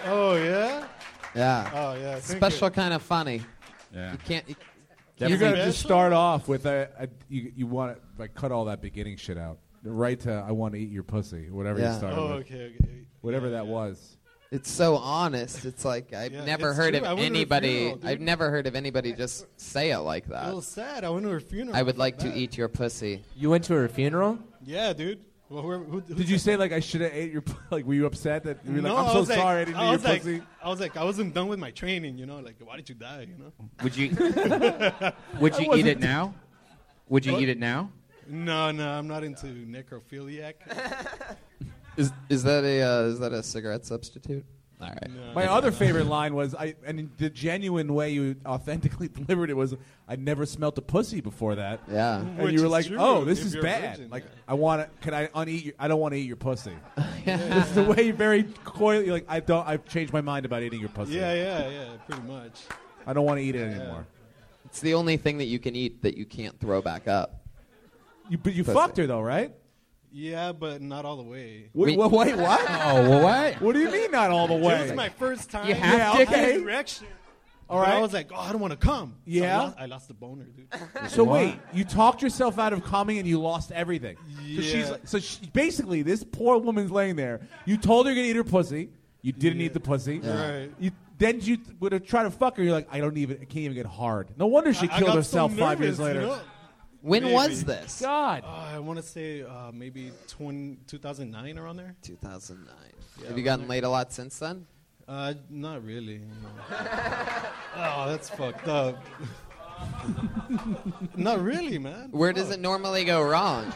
Speaker 12: Oh, yeah?
Speaker 2: Yeah.
Speaker 12: Oh, yeah, thank
Speaker 2: Special kind of funny.
Speaker 4: Yeah.
Speaker 2: You can't. You,
Speaker 4: You're gonna just start off with a, a you, you want to like cut all that beginning shit out, right to I want to eat your pussy, whatever
Speaker 2: Yeah.
Speaker 4: you started
Speaker 12: Oh,
Speaker 4: with,
Speaker 12: okay, okay.
Speaker 4: whatever that was.
Speaker 2: It's so honest. It's like I've
Speaker 12: Yeah,
Speaker 2: never
Speaker 12: it's
Speaker 2: heard
Speaker 12: true. I
Speaker 2: of
Speaker 12: wonder if
Speaker 2: anybody.
Speaker 12: you're all, dude.
Speaker 2: I've never heard of anybody just say it like that.
Speaker 12: A little sad. I went to her funeral.
Speaker 2: I would like
Speaker 12: Bad.
Speaker 2: to eat your pussy.
Speaker 9: You went to her funeral?
Speaker 12: Yeah, dude. Well, whoever, who, who
Speaker 4: Did you say like I should have ate your? p- Like were you upset that you were
Speaker 12: No,
Speaker 4: like I'm
Speaker 12: I
Speaker 4: so
Speaker 12: was like-
Speaker 4: sorry I didn't
Speaker 12: I
Speaker 4: eat your
Speaker 12: was like,
Speaker 4: pussy?
Speaker 12: I was like, I wasn't done with my training, you know? Like, why did you die, you know?
Speaker 3: Would you? would you eat it now? Would you
Speaker 12: What?
Speaker 3: eat it now?
Speaker 12: No, no, I'm not into necrophiliac.
Speaker 2: Is is that a uh, is that a cigarette substitute? All right.
Speaker 4: My other favorite line was I and the genuine way you authentically delivered it was I never smelt a pussy before that.
Speaker 2: Yeah.
Speaker 4: And
Speaker 2: Which
Speaker 4: you were
Speaker 2: is
Speaker 4: like,
Speaker 2: true,
Speaker 4: "Oh, this
Speaker 2: if
Speaker 4: is
Speaker 2: you're a
Speaker 4: bad.
Speaker 2: virgin,
Speaker 4: like
Speaker 2: yeah.
Speaker 4: I want to can I uneat your, I don't want to eat your pussy." It's the way you very coyly like I don't I've changed my mind about eating your pussy.
Speaker 12: yeah, yeah, yeah, pretty much.
Speaker 4: I don't want to eat it anymore.
Speaker 2: It's the only thing that you can eat that you can't throw back up.
Speaker 4: You, but you
Speaker 2: Pussy.
Speaker 4: fucked her though, right?
Speaker 12: Yeah, but not all the way.
Speaker 7: Wait, wait, wait, what?
Speaker 12: Oh,
Speaker 7: what? What do you mean not all the way?
Speaker 12: It was my first time.
Speaker 7: You have
Speaker 12: yeah,
Speaker 7: to
Speaker 12: okay.
Speaker 7: get-
Speaker 12: direction.
Speaker 7: All
Speaker 12: But I
Speaker 7: right.
Speaker 12: was like, oh, I don't want to come. So
Speaker 4: Yeah?
Speaker 12: I lost, I lost the boner, dude.
Speaker 4: So wait, you talked yourself out of coming and you lost everything. So she's
Speaker 12: Yeah.
Speaker 4: so she, basically this poor woman's laying there. You told her you're gonna eat her pussy. You didn't eat the pussy.
Speaker 12: Yeah. Right.
Speaker 4: You then you th- would have tried to fuck her. You're like, I don't even. I can't even get hard. No wonder she
Speaker 12: I- I
Speaker 4: killed
Speaker 12: got so
Speaker 4: herself five
Speaker 12: nervous,
Speaker 4: years later.
Speaker 12: you know?
Speaker 2: When
Speaker 12: Maybe.
Speaker 2: was this?
Speaker 4: God.
Speaker 12: Uh, I want to say uh, maybe 20, 2009 around there.
Speaker 2: 2009. Have you gotten laid a lot since then?
Speaker 12: Uh, not really. no. oh, that's fucked up. not really, man.
Speaker 2: Where does it normally go wrong?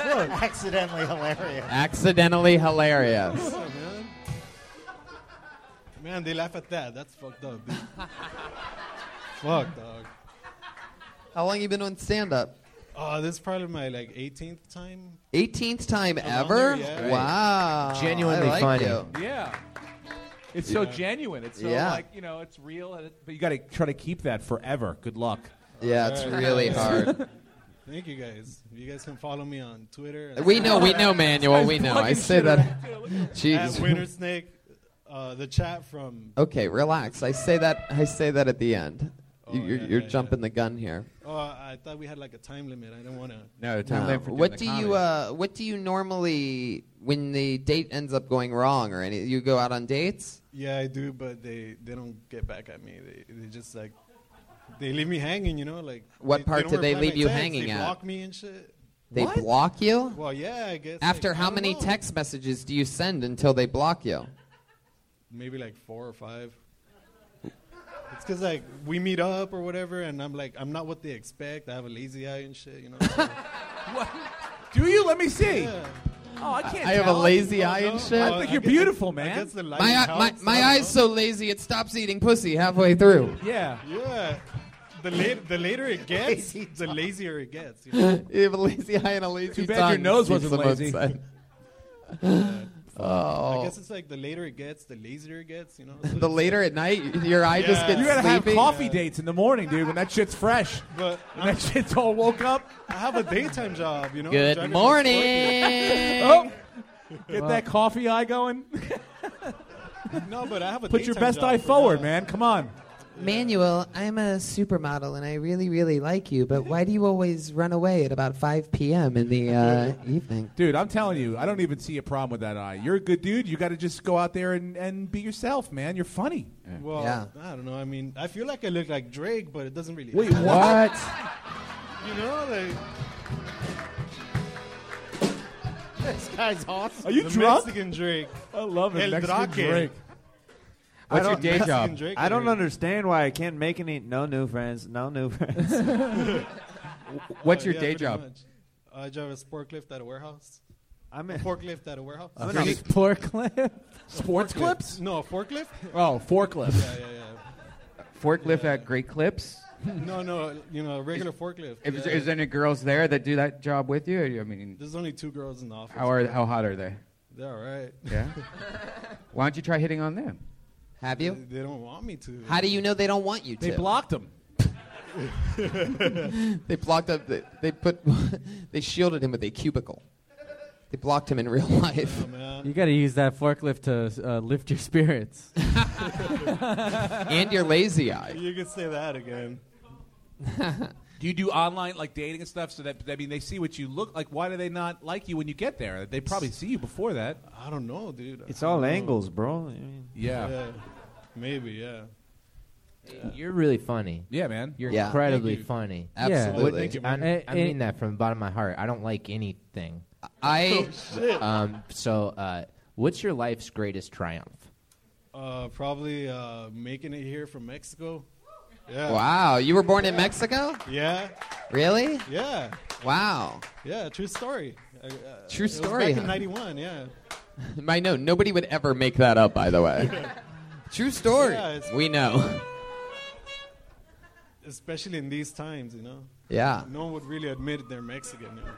Speaker 5: Accidentally hilarious.
Speaker 2: Accidentally hilarious.
Speaker 12: Yeah, man. Man, they laugh at that. That's fucked up. Dude. Fuck, dog.
Speaker 2: How long you been on stand up?
Speaker 12: Oh, this is probably my like 18th time.
Speaker 2: 18th time
Speaker 12: Around
Speaker 2: ever?
Speaker 12: there, yeah. Great.
Speaker 2: Wow.
Speaker 12: Genuinely
Speaker 2: I like
Speaker 12: funny.
Speaker 2: you.
Speaker 4: Yeah. It's so
Speaker 2: Yeah.
Speaker 4: genuine. It's so
Speaker 2: Yeah.
Speaker 4: like you know, it's real. And it, but you got to try to keep that forever. Good luck.
Speaker 2: Yeah, it's really hard.
Speaker 12: Thank you guys. You guys can follow me on Twitter. and-
Speaker 2: We know, we know, Manuel, we know. I say that- Jesus.
Speaker 12: At Winter Snake, uh, the chat from.
Speaker 2: Okay, relax. I say that. I say that at the end. You, you're you're jumping the gun here.
Speaker 12: Oh, I thought we had like a time limit. I don't want to.
Speaker 2: No. What do you uh, What do you normally when the date ends up going wrong or any? You go out on dates?
Speaker 12: Yeah, I do, but they they don't get back at me. They they just like they leave me hanging. You know, like
Speaker 2: What part
Speaker 12: don't
Speaker 2: did they
Speaker 12: reply
Speaker 2: leave
Speaker 12: my
Speaker 2: you
Speaker 12: texts.
Speaker 2: hanging
Speaker 12: They
Speaker 2: at?
Speaker 12: block me and shit.
Speaker 2: They block you?
Speaker 12: Well, yeah, I guess.
Speaker 2: After
Speaker 12: like, I
Speaker 2: how
Speaker 12: don't
Speaker 2: many
Speaker 12: know.
Speaker 2: text messages do you send until they block you?
Speaker 12: Maybe like four or five. It's because like we meet up or whatever, and I'm like I'm not what they expect. I have a lazy eye and shit. You know. so-
Speaker 4: Do you? Let me see.
Speaker 12: Yeah.
Speaker 4: Oh, I can't.
Speaker 2: I have a
Speaker 4: tell.
Speaker 2: lazy
Speaker 4: Oh,
Speaker 2: eye
Speaker 4: no.
Speaker 2: and shit.
Speaker 4: I think you're beautiful, man.
Speaker 2: My, eye- my, my eye's so lazy it stops eating pussy halfway through.
Speaker 4: Yeah.
Speaker 12: Yeah. The, la- the later it gets, the lazier it gets. You know?
Speaker 2: you have a lazy eye and a lazy
Speaker 12: Too bad
Speaker 2: tongue.
Speaker 12: your nose
Speaker 2: Steve
Speaker 12: wasn't lazy.
Speaker 2: Simone said.
Speaker 12: I
Speaker 2: oh.
Speaker 12: guess it's like the later it gets, the lazier it gets. You know. So
Speaker 2: The
Speaker 12: it's
Speaker 2: later
Speaker 12: like-
Speaker 2: at night, your eye just gets
Speaker 4: You gotta have
Speaker 2: sleepy.
Speaker 4: coffee dates in the morning, dude. When that shit's fresh.
Speaker 12: But
Speaker 4: when that shit's all woke up.
Speaker 12: I have a daytime job. You know.
Speaker 4: Good
Speaker 12: driving a
Speaker 4: morning.
Speaker 12: Scorpio.
Speaker 4: Oh, Get that coffee eye going.
Speaker 12: No, but I have a.
Speaker 4: Put your
Speaker 12: daytime
Speaker 4: best
Speaker 12: job
Speaker 4: eye
Speaker 12: for
Speaker 4: forward,
Speaker 12: that.
Speaker 4: man. Come on.
Speaker 2: Manuel, I'm a supermodel and I really, really like you, but why do you always run away at about 5 p.m. in the uh, evening?
Speaker 4: Dude, I'm telling you, I don't even see a problem with that eye. You're a good dude. You got to just go out there and, and be yourself, man. You're funny.
Speaker 12: Well, I don't know. I mean, I feel like I look like Drake, but it doesn't really.
Speaker 4: Wait, what?
Speaker 12: you know, like. This guy's awesome.
Speaker 4: Are you
Speaker 12: the
Speaker 4: drunk?
Speaker 12: Mexican Drake.
Speaker 4: I love
Speaker 12: El Drake.
Speaker 7: I
Speaker 12: What's your
Speaker 7: don't-
Speaker 12: day Mexican job? Drake
Speaker 7: I don't
Speaker 12: already.
Speaker 7: understand why I can't make any. No new friends. No new friends.
Speaker 12: Uh, yeah, pretty much. I drive a forklift at a warehouse.
Speaker 7: I'm
Speaker 12: a forklift at a warehouse.
Speaker 4: I'm in a forklift? Sports
Speaker 12: Forklift.
Speaker 4: clips?
Speaker 12: No, a forklift.
Speaker 4: Oh, forklift.
Speaker 12: Yeah, yeah,
Speaker 3: Forklift at Great Clips.
Speaker 12: yeah. No, no, you know, a regular forklift.
Speaker 3: If,
Speaker 12: yeah.
Speaker 3: Is there any girls there that do that job with you? I mean,
Speaker 12: There's only two girls in the office.
Speaker 3: how are how hot are they?
Speaker 12: They're all right.
Speaker 3: Yeah. Why don't you try hitting on them?
Speaker 2: Have
Speaker 12: They, they don't want me to.
Speaker 2: How do you know they don't want you to?
Speaker 4: him.
Speaker 2: they blocked up. They, they put. they shielded him with a cubicle. They blocked him in real life.
Speaker 12: Oh,
Speaker 10: You got to use that forklift to uh, lift your spirits.
Speaker 2: and your lazy eye.
Speaker 12: You could say that again.
Speaker 4: Do you do online like dating and stuff so that I mean they see what you look like? Why do they not like you when you get there? They probably see you before that.
Speaker 12: I don't know, dude.
Speaker 7: It's all angles, bro. I mean-
Speaker 4: Yeah.
Speaker 12: Maybe, yeah.
Speaker 9: You're really funny.
Speaker 4: Yeah, man.
Speaker 9: You're
Speaker 4: Yeah.
Speaker 9: incredibly
Speaker 4: Thank you.
Speaker 9: funny.
Speaker 2: Absolutely.
Speaker 9: Yeah,
Speaker 2: Thank you,
Speaker 9: I,
Speaker 2: man.
Speaker 9: I- I
Speaker 2: Eh, eh.
Speaker 9: mean that from the bottom of my heart. I don't like anything.
Speaker 2: I-
Speaker 12: Oh, shit.
Speaker 9: um, so, uh, what's your life's greatest triumph?
Speaker 12: Uh, probably uh, making it here from Mexico. Yeah.
Speaker 2: Wow, you were born in
Speaker 12: Yeah.
Speaker 2: Mexico?
Speaker 12: Yeah.
Speaker 2: Really?
Speaker 12: Yeah.
Speaker 2: Wow.
Speaker 12: Yeah. True story. I- uh,
Speaker 2: True
Speaker 12: it was
Speaker 2: story,
Speaker 12: back
Speaker 2: huh?
Speaker 12: in '91. Yeah.
Speaker 2: I know nobody would ever make that up. By the way, true story.
Speaker 12: Yeah, it's-
Speaker 2: we know.
Speaker 12: Especially in these times, you know.
Speaker 2: Yeah.
Speaker 12: No one would really admit they're Mexican. You know?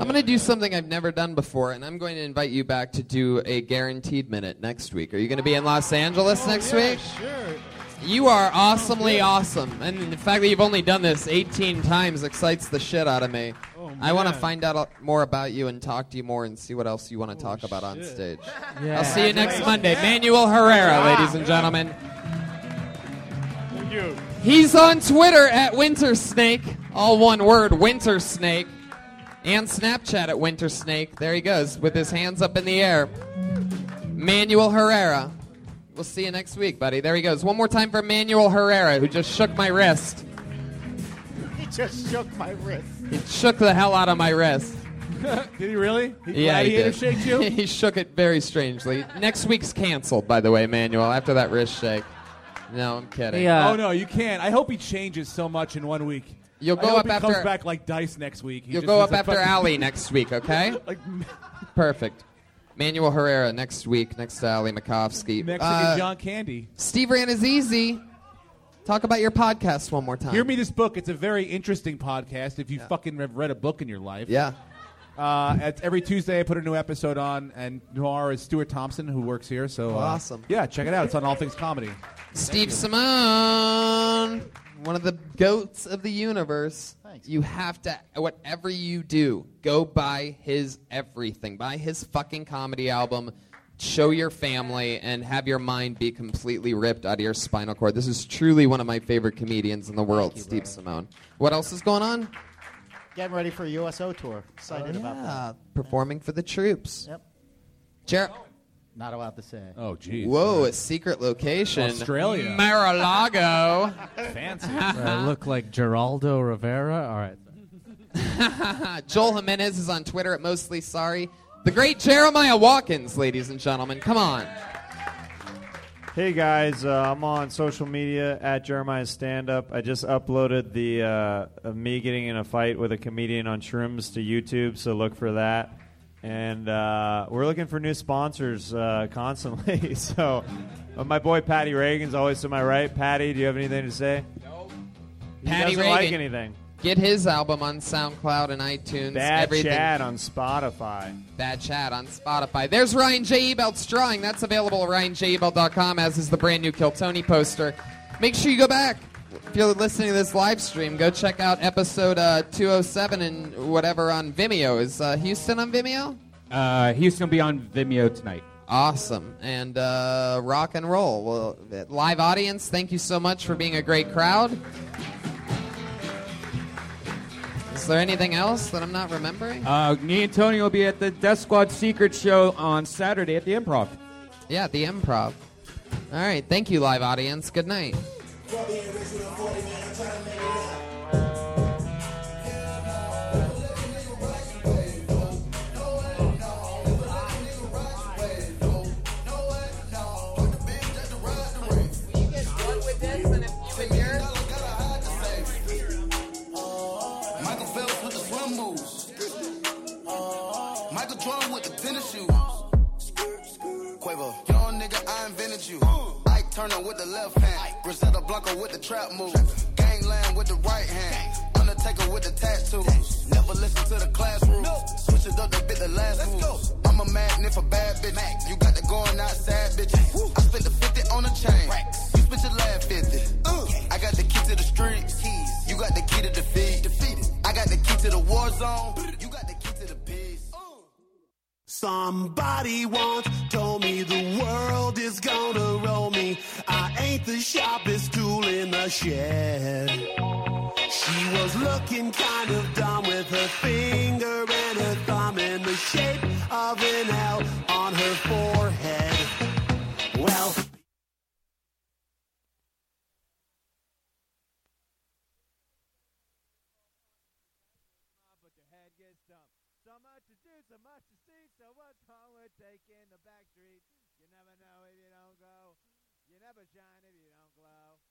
Speaker 2: I'm going to do something I've never done before, and I'm going to invite you back to do a guaranteed minute next week. Are you going to be in Los Angeles
Speaker 4: Oh,
Speaker 2: next
Speaker 11: Oh,
Speaker 2: week?
Speaker 12: Sure.
Speaker 2: You are awesomely awesome, and the fact that you've only done this 18 times excites the shit out of me.
Speaker 12: Oh
Speaker 2: I want to
Speaker 11: man.
Speaker 2: find out a- more about you and talk to you more and see what else you want to talk about on stage.
Speaker 11: Yeah.
Speaker 2: I'll see you next
Speaker 11: Congratulations.
Speaker 2: Monday.
Speaker 11: Yeah.
Speaker 2: Manuel Herrera,
Speaker 11: Yeah.
Speaker 2: ladies and gentlemen.
Speaker 11: Thank you.
Speaker 2: He's on Twitter at Winter Snake, all one word, Winter Snake, and Snapchat at Winter Snake. There he goes with his hands up in the air. Manuel Herrera. We'll see you next week, buddy. There he goes. One more time for Manuel Herrera, who just shook my wrist.
Speaker 5: He just shook my wrist.
Speaker 2: He shook the hell out of my wrist.
Speaker 4: did he really? He
Speaker 2: yeah, he
Speaker 4: gladiator
Speaker 2: did.
Speaker 4: shaked you?
Speaker 2: he shook it very strangely. Next week's canceled, by the way, Manuel. After that wrist shake. No, I'm kidding.
Speaker 4: oh no, you can't. I hope he changes so much in one week.
Speaker 2: You'll
Speaker 4: I
Speaker 2: go
Speaker 4: hope
Speaker 2: up
Speaker 4: he
Speaker 2: after-
Speaker 4: comes back like Dice next week. He
Speaker 2: You'll
Speaker 4: just
Speaker 2: go
Speaker 4: is
Speaker 2: up
Speaker 4: a
Speaker 2: after
Speaker 4: fucking-
Speaker 2: Alley next week, okay?
Speaker 4: like
Speaker 2: Perfect. Manuel Herrera next week, next to Ali Makovsky.
Speaker 4: Mexican
Speaker 2: Uh,
Speaker 4: John Candy.
Speaker 2: Steve Rand is easy. Talk about your podcast one more time.
Speaker 4: Hear me this book. It's a very interesting podcast. If you fucking have read a book in your life,
Speaker 2: Yeah.
Speaker 4: Uh, it's every Tuesday I put a new episode on, and Noir is Stuart Thompson who works here. So uh,
Speaker 2: Awesome.
Speaker 4: Yeah, check it out. It's on All Things Comedy.
Speaker 2: Steve Simone, one of the goats of the universe. You have to, whatever you do, go buy his everything. Buy his fucking comedy album. Show your family and have your mind be completely ripped out of your spinal cord. This is truly one of my favorite comedians in the world, Steve Simone. What else is going on?
Speaker 5: Getting ready for a USO tour. Excited
Speaker 2: Oh,
Speaker 5: about that.
Speaker 2: Performing for the troops.
Speaker 5: Yep.
Speaker 2: Jared.
Speaker 5: Not allowed to say.
Speaker 4: Oh, jeez.
Speaker 2: Whoa, a secret location.
Speaker 4: Australia.
Speaker 2: Mar-a-Lago.
Speaker 4: Fancy.
Speaker 10: I look like Geraldo Rivera. All right.
Speaker 2: Joel Jimenez is on Twitter at mostly sorry. The great Jeremiah Watkins, ladies and gentlemen, come on.
Speaker 7: Hey guys, uh, I'm on social media at Jeremiah Stand Up. I just uploaded the uh, of me getting in a fight with a comedian on shrooms to YouTube, so look for that. And uh, we're looking for new sponsors uh, constantly. so, uh, my boy Patty Reagan's always to my right. Patty, do you have anything to say? No. He
Speaker 2: Patty
Speaker 7: doesn't
Speaker 2: Reagan.
Speaker 7: like anything.
Speaker 2: Get his album on SoundCloud and iTunes.
Speaker 7: Bad
Speaker 2: everything.
Speaker 7: Chad on Spotify.
Speaker 2: Bad Chat on Spotify. There's Ryan J. Ebelt's drawing. That's available at ryanjebelt.com, as is the brand new Kill Tony poster. Make sure you go back. If you're listening to this live stream, go check out episode uh, 207 and whatever on Vimeo. Is uh, Houston on Vimeo?
Speaker 3: Uh, he's going to be on Vimeo tonight.
Speaker 2: Awesome. And uh, rock and roll. Well, that live audience, thank you so much for being a great crowd. Is there anything else that I'm not remembering?
Speaker 3: Uh, me and Tony will be at the Death Squad Secret Show on Saturday at the Improv.
Speaker 2: Yeah, the improv. All right. Thank you, live audience. Good night.
Speaker 15: Michael Phelps with the swim moves. Michael Jordan with the tennis shoes. Quavo, young nigga, I invented you. Ike Turner with the left hand. Griselda Blanco with the trap move. Gangland with the right hand. Undertaker with the tattoos. Never listen to the classroom. Switch it up to bit the last move. I'm a magnet for bad bitches. You got the going outside bitches. I spent the 50 on a chain. You spent your last 50. I got the key to the streets. You got the key to defeat. I got the key to the war zone. You got the key to the peace.
Speaker 25: Somebody once told me the world is gonna roll me. I ain't the sharpest tool in the shed. She was looking kind of dumb with her finger and her thumb in the shape of an L on her forehead. Well,
Speaker 26: So much to do, so much to see, so what's wrong with taking the back street? You never know if you don't go. You never shine if you don't glow.